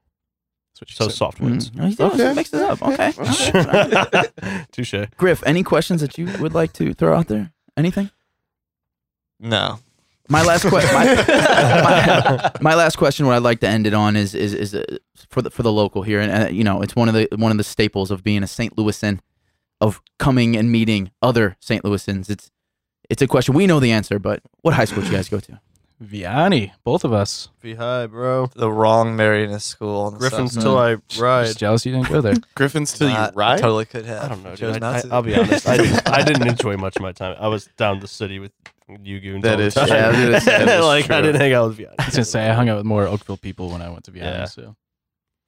Speaker 6: So soft wins.
Speaker 2: Mm. Oh, he does.
Speaker 5: Okay.
Speaker 2: Mix it up. Okay. All right. All right.
Speaker 6: Touche.
Speaker 2: Griff, any questions that you would like to throw out there? Anything?
Speaker 1: No.
Speaker 2: My last question. My, my- my last question. What I'd like to end it on is is is uh, for the for the local here, and uh, you know, it's one of the one of the staples of being a St. Louisan, of coming and meeting other St. Louisans. It's it's a question we know the answer, but what high school did you guys go to?
Speaker 4: Vianney, both of us.
Speaker 6: Be high, bro.
Speaker 1: The wrong Marianist school. On the
Speaker 6: Griffin's
Speaker 1: south
Speaker 6: till I ride.
Speaker 4: Just jealous you didn't go there.
Speaker 5: Griffin's till
Speaker 1: side.
Speaker 5: you
Speaker 1: Not-
Speaker 5: ride.
Speaker 1: Uh, Totally could have.
Speaker 6: I don't know,
Speaker 1: Chose
Speaker 6: dude.
Speaker 1: not
Speaker 6: I,
Speaker 1: to.
Speaker 6: I, will be honest. I didn't, I didn't enjoy much of my time. I was down the city with you goons.
Speaker 5: That
Speaker 6: all the
Speaker 5: is
Speaker 6: time.
Speaker 5: true.
Speaker 2: Yeah, I was gonna say,
Speaker 5: that is
Speaker 6: like I
Speaker 5: true.
Speaker 6: didn't hang out with you.
Speaker 4: I was gonna say I hung out with more Oakville people when I went to Vianney.
Speaker 6: Yeah.
Speaker 4: So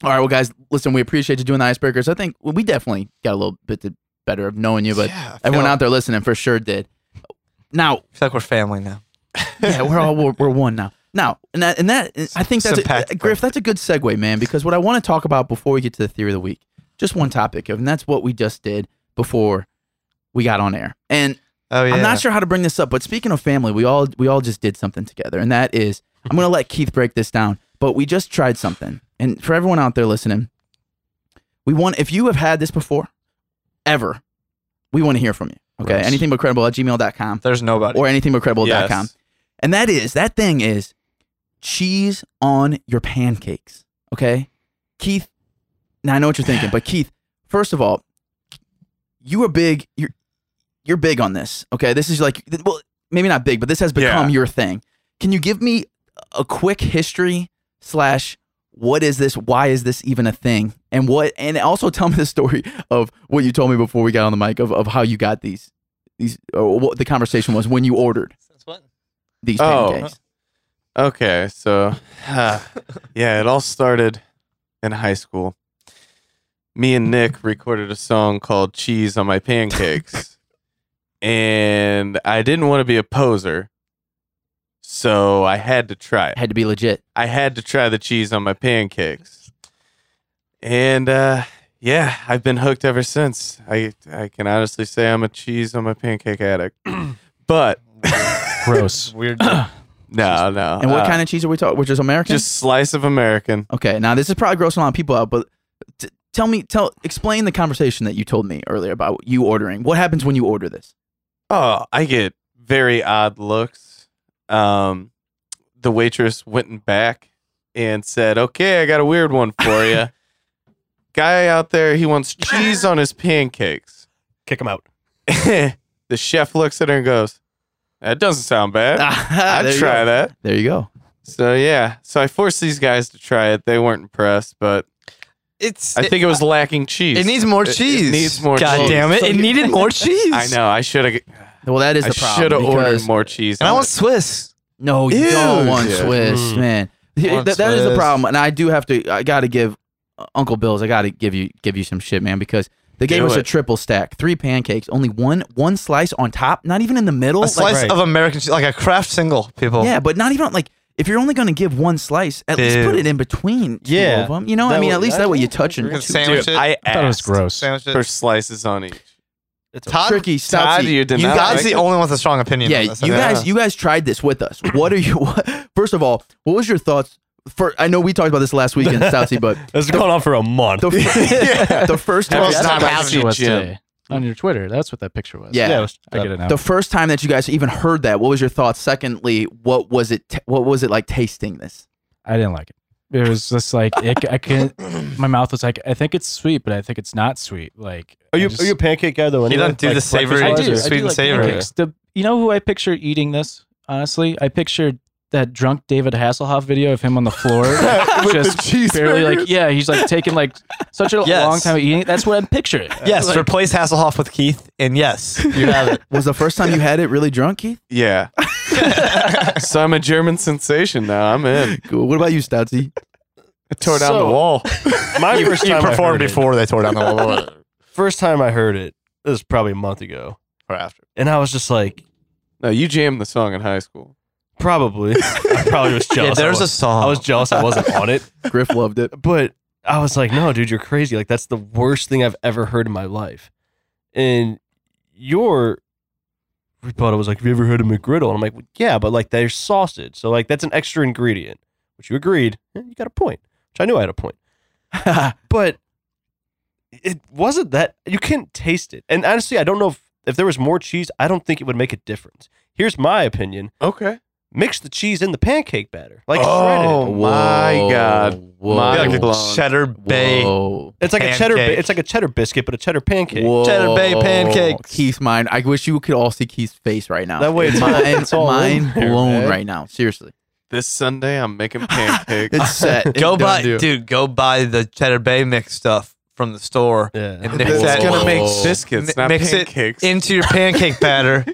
Speaker 2: All right, well, guys, listen, we appreciate you doing the icebreakers. I think well, we definitely got a little bit the better of knowing you, but
Speaker 1: Yeah, I feel
Speaker 2: everyone
Speaker 1: like-
Speaker 2: out there listening for sure did.
Speaker 1: I
Speaker 2: Now,
Speaker 1: feel like we're family now.
Speaker 2: yeah, we're all we're, we're one now. Now, and that, and that I think that's a, uh,
Speaker 1: Sympathetic.
Speaker 2: Griff. That's a good segue, man. Because what I want to talk about before we get to the theory of the week, just one topic, and that's what we just did before we got on air. And
Speaker 1: Oh yeah.
Speaker 2: I'm not sure how to bring this up, but speaking of family, we all we all just did something together, and that is I'm gonna let Keith break this down. But we just tried something, and for everyone out there listening, we want if you have had this before, ever, we want to hear from you. Okay,
Speaker 4: Gross.
Speaker 2: anything but credible at gmail.com
Speaker 1: There's nobody.
Speaker 2: or anything but credible dot
Speaker 5: Yes.
Speaker 2: com, and that is that thing is cheese on your pancakes. Okay, Keith. Now I know what you're thinking, but Keith, first of all, you are big. You're you're big on this. Okay, this is like well, maybe not big, but this has become
Speaker 5: Yeah.
Speaker 2: your thing. Can you give me a quick history slash what is this? Why is this even a thing? And what? And also tell me the story of what you told me before we got on the mic of, of how you got these these or what the conversation was when you ordered these
Speaker 5: Oh.
Speaker 2: pancakes.
Speaker 5: Okay, so yeah, it all started in high school. Me and Nick recorded a song called Cheese on My Pancakes. and I didn't want to be a poser. So I had to try it.
Speaker 2: Had to be legit.
Speaker 5: I had to try the cheese on my pancakes. And uh, yeah, I've been hooked ever since. I I can honestly say I'm a cheese on my pancake addict. but
Speaker 4: gross.
Speaker 1: Weird.
Speaker 5: no, no.
Speaker 2: And what kind of cheese are we talking? Which is American?
Speaker 5: Uh, just slice of American.
Speaker 2: okay. Now this is probably grossing a lot of people out, but t- tell me, tell, explain the conversation that you told me earlier about you ordering. What happens when you order this?
Speaker 5: Oh, I get very odd looks. Um, the waitress went in back and said, "Okay, I got a weird one for you. Guy out there, he wants cheese on his pancakes."
Speaker 6: Kick him out.
Speaker 5: the chef looks at her and goes, "That doesn't sound bad.
Speaker 2: I'd
Speaker 5: I'd try that."
Speaker 2: There you go.
Speaker 5: So yeah, so I forced these guys to try it. They weren't impressed, but
Speaker 1: It's.
Speaker 5: I think it was lacking cheese.
Speaker 1: It needs more
Speaker 5: It- it
Speaker 1: cheese.
Speaker 5: needs more
Speaker 1: God
Speaker 5: cheese.
Speaker 1: damn it! It needed more cheese.
Speaker 5: I know. I should have.
Speaker 2: Well, that is
Speaker 5: I
Speaker 2: the problem.
Speaker 5: should have ordered
Speaker 2: because-
Speaker 5: more cheese.
Speaker 1: And I
Speaker 5: on
Speaker 1: want
Speaker 5: it.
Speaker 1: Swiss.
Speaker 2: No, you
Speaker 1: Ew.
Speaker 2: don't want
Speaker 5: Yeah. Hmm.
Speaker 2: Swiss,
Speaker 6: Mm.
Speaker 2: man.
Speaker 1: Want
Speaker 2: That- that is the
Speaker 1: Swiss.
Speaker 2: problem, and I do have to. I got to give uh, Uncle Bill's. I got to give you give you some shit, man, because they gave
Speaker 5: Do
Speaker 2: us a
Speaker 5: it.
Speaker 2: triple stack, three pancakes, only one one slice on top, not even in the middle.
Speaker 1: A
Speaker 2: like-
Speaker 1: slice
Speaker 6: right.
Speaker 1: of American cheese, like a craft single, people.
Speaker 2: Yeah, but not even like if you're only going to give one slice, at least put
Speaker 1: Dude.
Speaker 2: it in between two
Speaker 6: Yeah.
Speaker 2: of them. You know, I
Speaker 6: That
Speaker 2: mean,
Speaker 6: would-
Speaker 2: at least
Speaker 6: I
Speaker 2: that way
Speaker 6: don't
Speaker 2: you touch
Speaker 1: You
Speaker 2: and
Speaker 1: can
Speaker 2: chew.
Speaker 1: sandwich
Speaker 5: Dude,
Speaker 1: it.
Speaker 5: I
Speaker 4: I thought it was
Speaker 5: asked
Speaker 4: gross.
Speaker 1: sandwich
Speaker 5: for
Speaker 1: it.
Speaker 5: slices on each.
Speaker 1: Todd,
Speaker 2: Tricky,
Speaker 5: Todd,
Speaker 2: stouty.
Speaker 5: you did
Speaker 1: you
Speaker 5: not.
Speaker 1: guys
Speaker 5: like
Speaker 1: the
Speaker 5: it?
Speaker 1: only one with a strong opinion.
Speaker 2: Yeah,
Speaker 1: on
Speaker 2: you
Speaker 1: this.
Speaker 2: guys, you guys tried this with us. What are you? What, first of all, what was your thoughts? For I know we talked about this last weekend, Stoutsy, but
Speaker 6: This is going on for a month.
Speaker 2: the, fir- the first
Speaker 5: Well,
Speaker 2: time,
Speaker 1: it's not
Speaker 5: Spicy
Speaker 1: happening.
Speaker 4: It was
Speaker 5: Jim.
Speaker 4: today on your Twitter. That's what that picture was.
Speaker 2: Yeah.
Speaker 6: Yeah, it was-
Speaker 4: I get it now.
Speaker 2: the first time that you guys even heard that, what was your thoughts? Secondly, what was it? T- what was it like tasting this?
Speaker 4: I didn't like it. It was just like it, I couldn't. My mouth was like, I think it's sweet, but I think it's not sweet. Like,
Speaker 6: Are
Speaker 4: I
Speaker 6: you
Speaker 4: just-
Speaker 6: are you a pancake guy though?
Speaker 1: He
Speaker 6: anyway?
Speaker 1: doesn't do the
Speaker 6: breakfast
Speaker 1: savory-
Speaker 4: I
Speaker 6: wise,
Speaker 4: do.
Speaker 6: or-
Speaker 4: I do
Speaker 1: Sweet and
Speaker 4: like
Speaker 1: savory.
Speaker 4: pancakes. The, you know who I picture eating this? Honestly, I pictured that drunk David Hasselhoff video of him on the floor,
Speaker 5: With the
Speaker 4: just barely like, yeah, he's like taking like such a
Speaker 1: Yes.
Speaker 4: long time eating. it. That's what I'm picturing.
Speaker 1: yes,
Speaker 4: Like,
Speaker 1: replace Hasselhoff with Keith, and yes, you have it.
Speaker 2: Was the first time you had it really drunk, Keith?
Speaker 5: Yeah. so I'm a German sensation now. I'm in.
Speaker 2: Cool. What about you, Stoutsy?
Speaker 5: I tore down
Speaker 6: So-
Speaker 5: the wall.
Speaker 6: My first
Speaker 1: You
Speaker 6: time I
Speaker 1: performed
Speaker 6: heard it-
Speaker 1: before they tore down the wall,
Speaker 6: First time I heard it, this was probably a month ago,
Speaker 1: or after.
Speaker 6: and I was just like,
Speaker 5: No, you jammed the song in high school.
Speaker 6: probably, I probably was
Speaker 1: Yeah,
Speaker 6: jealous. I
Speaker 1: there's a
Speaker 6: was-
Speaker 1: song.
Speaker 6: I was jealous I wasn't on it,
Speaker 2: Oh. Griff loved it.
Speaker 6: but I was like, no, dude, you're crazy. Like that's the worst thing I've ever heard in my life. And your rebuttal was like, have you ever heard of McGriddle? And I'm like, well, yeah, but like they're sausage, so like that's an extra ingredient, which you agreed. eh, You got a point, which I knew I had a point. but it wasn't that you can't taste it. And honestly, I don't know if if there was more cheese, I don't think it would make a difference. Here's my opinion:
Speaker 5: Okay.
Speaker 6: mix the cheese in the pancake batter, like
Speaker 5: oh
Speaker 6: shredded.
Speaker 5: my God.
Speaker 2: Whoa.
Speaker 5: My
Speaker 1: like
Speaker 5: blown.
Speaker 1: a cheddar bay.
Speaker 2: Whoa.
Speaker 6: It's like a cheddar.
Speaker 1: Pancake.
Speaker 6: Bi- it's like a cheddar biscuit, but a cheddar pancake.
Speaker 1: Cheddar Bay pancakes.
Speaker 2: Keith's mind. I wish you could all see Keith's face right now.
Speaker 6: That way it's all-
Speaker 2: mind,
Speaker 6: it's all
Speaker 2: mind
Speaker 6: in there,
Speaker 2: blown
Speaker 6: man.
Speaker 2: right now. Seriously.
Speaker 5: This Sunday, I'm making pancakes.
Speaker 2: It's set. It's
Speaker 1: Go
Speaker 2: done
Speaker 1: buy,
Speaker 2: deal.
Speaker 1: dude. Go buy the Cheddar Bay mix stuff from the store
Speaker 6: Yeah.
Speaker 1: and mix
Speaker 5: It's
Speaker 1: that
Speaker 5: gonna make
Speaker 1: Whoa.
Speaker 5: biscuits,
Speaker 1: Mi-
Speaker 5: not
Speaker 1: mix it
Speaker 5: pancakes.
Speaker 1: into your pancake batter.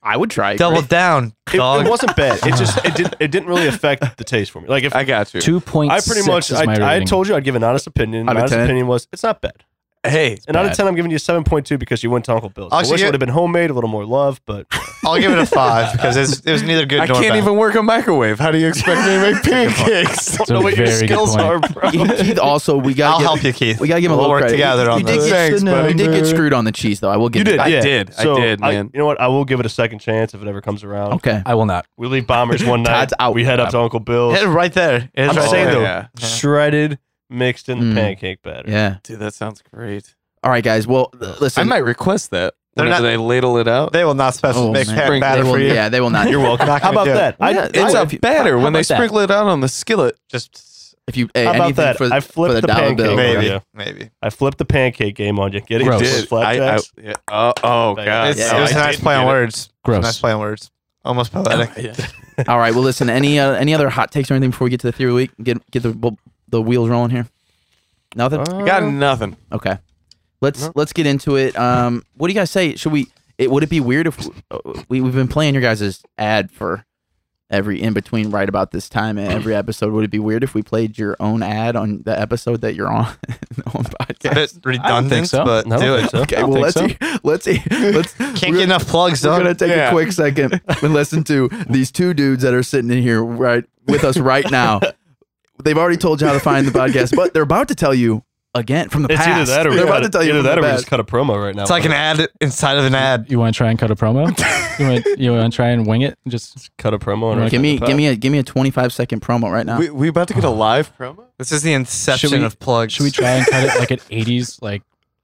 Speaker 2: I would try. it.
Speaker 1: Double down,
Speaker 6: It,
Speaker 1: dog.
Speaker 6: it wasn't bad. It just it didn't it didn't really affect the taste for me. Like if
Speaker 5: I got you.
Speaker 4: Two point.
Speaker 6: I pretty much
Speaker 4: Is my
Speaker 6: I, I
Speaker 4: rating.
Speaker 6: told you I'd give an honest opinion.
Speaker 2: Out
Speaker 6: My
Speaker 2: of
Speaker 6: honest
Speaker 2: 10?
Speaker 6: opinion was it's not bad.
Speaker 1: hey,
Speaker 6: And out of ten, I'm giving you seven point two because you went to Uncle Bill's. I
Speaker 1: Actually,
Speaker 6: wish
Speaker 1: yeah.
Speaker 6: it would have been homemade, a little more love, but
Speaker 1: I'll give it a five because it's, it was neither good
Speaker 5: I
Speaker 1: nor
Speaker 5: can't
Speaker 1: bad.
Speaker 5: even work a microwave. How do you expect me to make pancakes?
Speaker 4: It's a very good point.
Speaker 6: bro.
Speaker 2: Keith also, we got.
Speaker 1: I'll help you, Keith.
Speaker 2: We gotta give him a
Speaker 1: we'll
Speaker 2: little
Speaker 1: work
Speaker 2: credit.
Speaker 1: together on
Speaker 2: You did,
Speaker 1: this.
Speaker 2: get,
Speaker 5: Thanks, buddy.
Speaker 2: you did get screwed on the cheese, though. I will give
Speaker 6: You did,
Speaker 2: That.
Speaker 6: yeah.
Speaker 5: did. I
Speaker 6: So,
Speaker 5: did, man.
Speaker 6: you know what? I will give it a second chance if it ever comes around.
Speaker 2: Okay.
Speaker 4: I will not.
Speaker 6: We leave bombers one night.
Speaker 2: Todd's out.
Speaker 6: We head up to Uncle Bill's.
Speaker 1: It's right there. It's
Speaker 6: I'm
Speaker 1: right
Speaker 6: saying
Speaker 1: there.
Speaker 6: though,
Speaker 5: yeah.
Speaker 6: shredded, mixed in
Speaker 2: Mm.
Speaker 6: pancake batter.
Speaker 2: Yeah.
Speaker 5: Dude, that sounds great.
Speaker 2: All right, guys. Well, th- listen.
Speaker 5: I might request that.
Speaker 1: They're
Speaker 5: Whenever
Speaker 1: not-
Speaker 5: they ladle it out.
Speaker 1: They will not special
Speaker 2: Oh,
Speaker 1: make
Speaker 2: man.
Speaker 1: pack
Speaker 5: Spring-
Speaker 1: batter
Speaker 2: they will,
Speaker 1: for you.
Speaker 2: Yeah, they will not.
Speaker 1: You're welcome. Not
Speaker 6: How
Speaker 1: gonna
Speaker 6: about
Speaker 1: do it.
Speaker 6: that? I,
Speaker 2: Yeah,
Speaker 6: it's
Speaker 5: it's
Speaker 2: I-
Speaker 5: a
Speaker 2: if you-
Speaker 5: batter
Speaker 2: how
Speaker 5: when they
Speaker 2: about that?
Speaker 5: sprinkle it out on the skillet.
Speaker 1: Just
Speaker 2: If you hey,
Speaker 6: How about
Speaker 2: anything
Speaker 6: that?
Speaker 2: for,
Speaker 6: I
Speaker 2: for
Speaker 6: flipped
Speaker 2: the
Speaker 6: the
Speaker 2: dollar
Speaker 6: pancake.
Speaker 2: bill,
Speaker 1: maybe,
Speaker 6: Yeah.
Speaker 1: maybe.
Speaker 6: I flipped the pancake game on you. Get it?
Speaker 4: Gross.
Speaker 6: Did. Flapjacks.
Speaker 5: yeah. Oh, oh god.
Speaker 1: It's,
Speaker 2: Yeah,
Speaker 1: it was a
Speaker 2: I
Speaker 1: nice play on words. It was a
Speaker 4: Gross.
Speaker 1: Nice play on words. Almost poetic.
Speaker 2: All right. Well, listen. Any uh, any other hot takes or anything before we get to the theory of the week? Get get the the wheels rolling here. Nothing.
Speaker 5: I got nothing.
Speaker 2: okay. Let's let's get into it. Um, what do you guys say? Should we? It would it be weird if uh, we we've been playing your guys' ad for every in between right about this time and every episode? Would it be weird if we played your own ad on the episode that you're on on
Speaker 1: A
Speaker 2: podcast?
Speaker 1: bit redundant,
Speaker 4: so.
Speaker 1: but
Speaker 6: No, I
Speaker 1: do
Speaker 6: don't
Speaker 1: it.
Speaker 6: think so.
Speaker 2: Okay, well let's hear- let's hear- let's
Speaker 1: Can't get enough plugs
Speaker 2: We're
Speaker 1: done.
Speaker 2: gonna take a
Speaker 5: Yeah.
Speaker 2: quick second and listen to these two dudes that are sitting in here right with us right now. They've already told you how to find the podcast, but they're about to tell you again from the
Speaker 6: It's
Speaker 2: past.
Speaker 6: either that or we
Speaker 2: they're about
Speaker 6: cut
Speaker 2: to
Speaker 6: a-
Speaker 2: tell you
Speaker 6: either
Speaker 2: from
Speaker 6: that
Speaker 2: the
Speaker 6: or we
Speaker 2: past.
Speaker 6: just cut a promo right now.
Speaker 1: It's like an ad inside of an ad.
Speaker 4: You want to try and cut a promo? you want you want to try and wing it? Just
Speaker 6: cut a promo. on
Speaker 4: Give
Speaker 2: give me give me a give me a twenty five second promo right now.
Speaker 5: We we about to get a live promo?
Speaker 1: This is the inception
Speaker 4: Should we-
Speaker 1: of plugs.
Speaker 4: should we try and cut it like at '80s like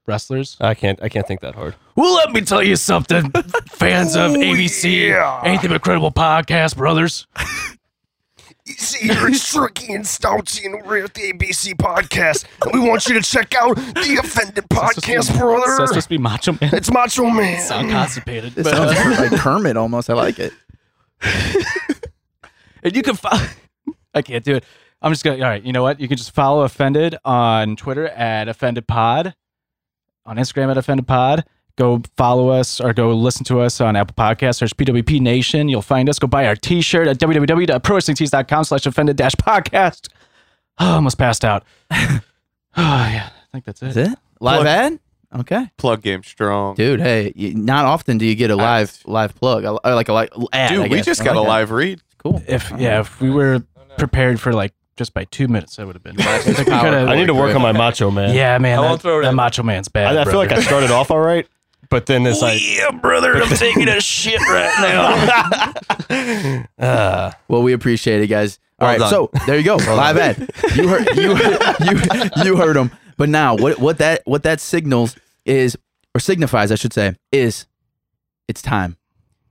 Speaker 4: wrestlers?
Speaker 6: I can't. I can't think that hard.
Speaker 4: Well, let me tell you something, fans of ABC, Anything But Credible podcast, brothers.
Speaker 7: See, you're Stricky and Stouty, and we're at the ABC podcast. And we want you to check out the Offended Podcast,
Speaker 4: Is that
Speaker 7: brother.
Speaker 4: supposed to be Macho Man?
Speaker 7: It's Macho Man.
Speaker 4: sound constipated.
Speaker 2: It sounds like Kermit almost. I like it.
Speaker 4: And you can follow. I can't do it. I'm just gonna. All right. You know what? You can just follow Offended on Twitter at Offended Pod, on Instagram at Offended Pod. Go follow us or go listen to us on Apple Podcasts. Search PWP Nation. You'll find us. Go buy our T-shirt at www.prowrestlingtees.com slash offended dash podcast. Oh, almost passed out. oh yeah, I think that's
Speaker 2: Is
Speaker 4: it.
Speaker 2: it live ad? Okay,
Speaker 5: Plug game strong.
Speaker 2: dude. Hey, you, not often do you get a live live plug. I, I like a like ad. I
Speaker 5: Dude, we
Speaker 2: guess.
Speaker 5: just
Speaker 2: I
Speaker 5: got a
Speaker 2: like that.
Speaker 5: live read.
Speaker 2: Cool.
Speaker 4: If yeah, if we were prepared for like just by two minutes, that would have been. I think we
Speaker 2: power.
Speaker 4: coulda-
Speaker 6: I need to work on my macho man.
Speaker 4: Yeah, man.
Speaker 1: I
Speaker 4: that,
Speaker 1: won't throw it
Speaker 4: that
Speaker 1: in.
Speaker 4: Macho Man's bad.
Speaker 6: I, I feel
Speaker 4: brother.
Speaker 6: like I started off all right, but then it's like, yeah, brother, I'm taking a shit right now. uh,
Speaker 2: Well, we appreciate it, guys. All
Speaker 1: Well
Speaker 2: right,
Speaker 1: done.
Speaker 2: so there you go, live ad. You heard you you you heard them. But now, what what that what that signals is or signifies, I should say, is it's time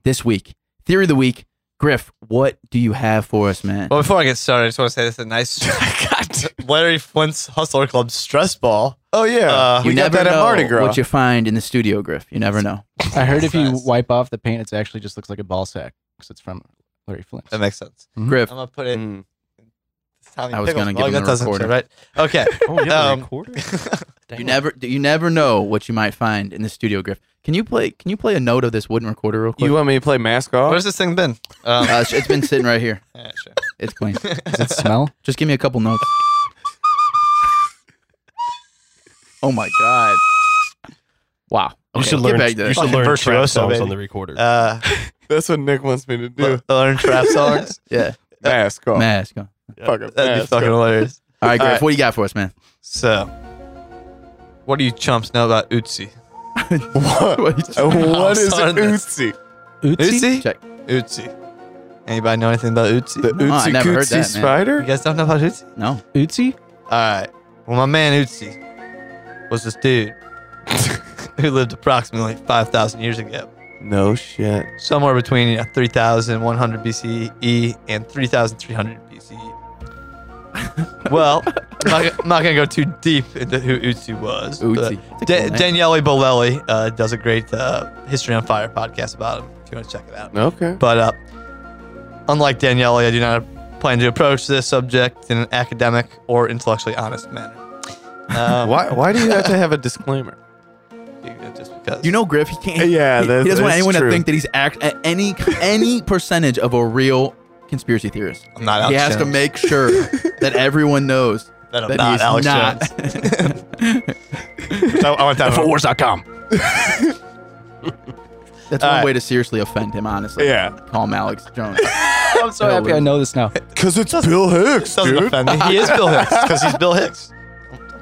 Speaker 2: this week. Theory of the week, Griff. What do you have for us, man?
Speaker 1: Well, before I get started, I just want to say this is a nice Larry Flint's Hustler Club stress ball.
Speaker 5: Oh yeah.
Speaker 1: Uh,
Speaker 5: we got that at
Speaker 2: know
Speaker 5: Mardi Gras.
Speaker 2: what you find in the studio, Griff. You never know.
Speaker 4: I heard if you
Speaker 1: Nice.
Speaker 4: wipe off the paint, it actually just looks like a ball sack because it's from Larry Flint.
Speaker 1: That makes sense.
Speaker 5: Mm-hmm.
Speaker 2: Griff,
Speaker 6: Oh,
Speaker 1: I'm gonna put it.
Speaker 5: Mm.
Speaker 1: Tommy
Speaker 2: I was
Speaker 1: Pickles
Speaker 2: gonna
Speaker 1: blog.
Speaker 2: give him
Speaker 1: that
Speaker 2: the
Speaker 1: doesn't
Speaker 2: recorder.
Speaker 1: fit, right? Okay.
Speaker 6: oh, yeah,
Speaker 1: Um,
Speaker 6: recorder?
Speaker 2: you never you never know what you might find in the studio, Griff. Can you play can you play a note of this wooden recorder real quick?
Speaker 5: You want me to play mask off?
Speaker 1: Where's this thing been? Um,
Speaker 2: uh, it's been sitting right here.
Speaker 1: yeah, sure.
Speaker 2: It's clean.
Speaker 4: Does it smell?
Speaker 2: Just give me a couple notes. oh my god! Wow.
Speaker 6: You
Speaker 2: Okay,
Speaker 6: should
Speaker 2: get
Speaker 6: learn.
Speaker 2: back to
Speaker 6: You
Speaker 2: this.
Speaker 6: should
Speaker 1: Fucking
Speaker 6: learn trap
Speaker 1: virtuoso,
Speaker 6: songs
Speaker 1: baby.
Speaker 6: on the recorder.
Speaker 1: Uh,
Speaker 5: That's what Nick wants me to do.
Speaker 1: learn trap songs.
Speaker 2: Yeah.
Speaker 5: mask off.
Speaker 2: Mask. on.
Speaker 5: Fucking
Speaker 1: That'd be
Speaker 5: mask
Speaker 1: fucking
Speaker 5: off.
Speaker 1: hilarious.
Speaker 2: All right, Griff.
Speaker 1: All right.
Speaker 2: What do you got for us, man?
Speaker 1: So, what do you chumps know about Utsi?
Speaker 5: What? what is
Speaker 1: starting this.
Speaker 5: Ootsie?
Speaker 1: Utsi?
Speaker 2: Check.
Speaker 1: Utsi. Anybody know anything about Utsi?
Speaker 5: The
Speaker 2: No, I
Speaker 5: Ootsie
Speaker 2: never heard
Speaker 5: Cootsie
Speaker 2: that, man.
Speaker 5: Spider?
Speaker 1: you guys don't know about Utsi?
Speaker 2: No.
Speaker 4: Ootsie?
Speaker 1: All right. Well, my man Utsi was this dude who lived approximately 5,000 years ago,
Speaker 5: No shit.
Speaker 1: somewhere between you know, 3,100 BCE E and 3,300 BCE. E. well, I'm not, gonna- I'm not going to go too deep into who Utsi was. but
Speaker 2: Ootsie. It's a
Speaker 1: Da-
Speaker 2: cool name.
Speaker 1: Daniele Bolelli uh, does a great uh, History on Fire podcast about him if you want to check it out.
Speaker 5: Okay.
Speaker 1: But uh, Unlike Daniele, I do not plan to approach this subject in an academic or intellectually honest manner. Um,
Speaker 5: Why, why do you have to have a disclaimer?
Speaker 1: Just because.
Speaker 2: You know, Griff, he can't.
Speaker 5: Yeah,
Speaker 2: he,
Speaker 5: that-
Speaker 2: he doesn't want
Speaker 5: that's
Speaker 2: anyone to
Speaker 5: true.
Speaker 2: think that he's act a- any any percentage of a real conspiracy theorist.
Speaker 1: I'm not Alex
Speaker 2: he has to
Speaker 1: Jones.
Speaker 2: make sure that everyone knows
Speaker 1: That I'm
Speaker 2: that
Speaker 1: not Alex
Speaker 2: he's not.
Speaker 1: Oh, I, I want that one.
Speaker 6: Forwars.com.
Speaker 2: That's
Speaker 1: All
Speaker 2: one
Speaker 1: right.
Speaker 2: way to seriously offend him, honestly.
Speaker 5: Yeah.
Speaker 2: Call him Alex Jones.
Speaker 4: I'm so happy I know this now.
Speaker 5: Because it's Bill Hicks,
Speaker 1: Doesn't
Speaker 5: dude.
Speaker 1: offend me. He is Bill Hicks because he's Bill Hicks.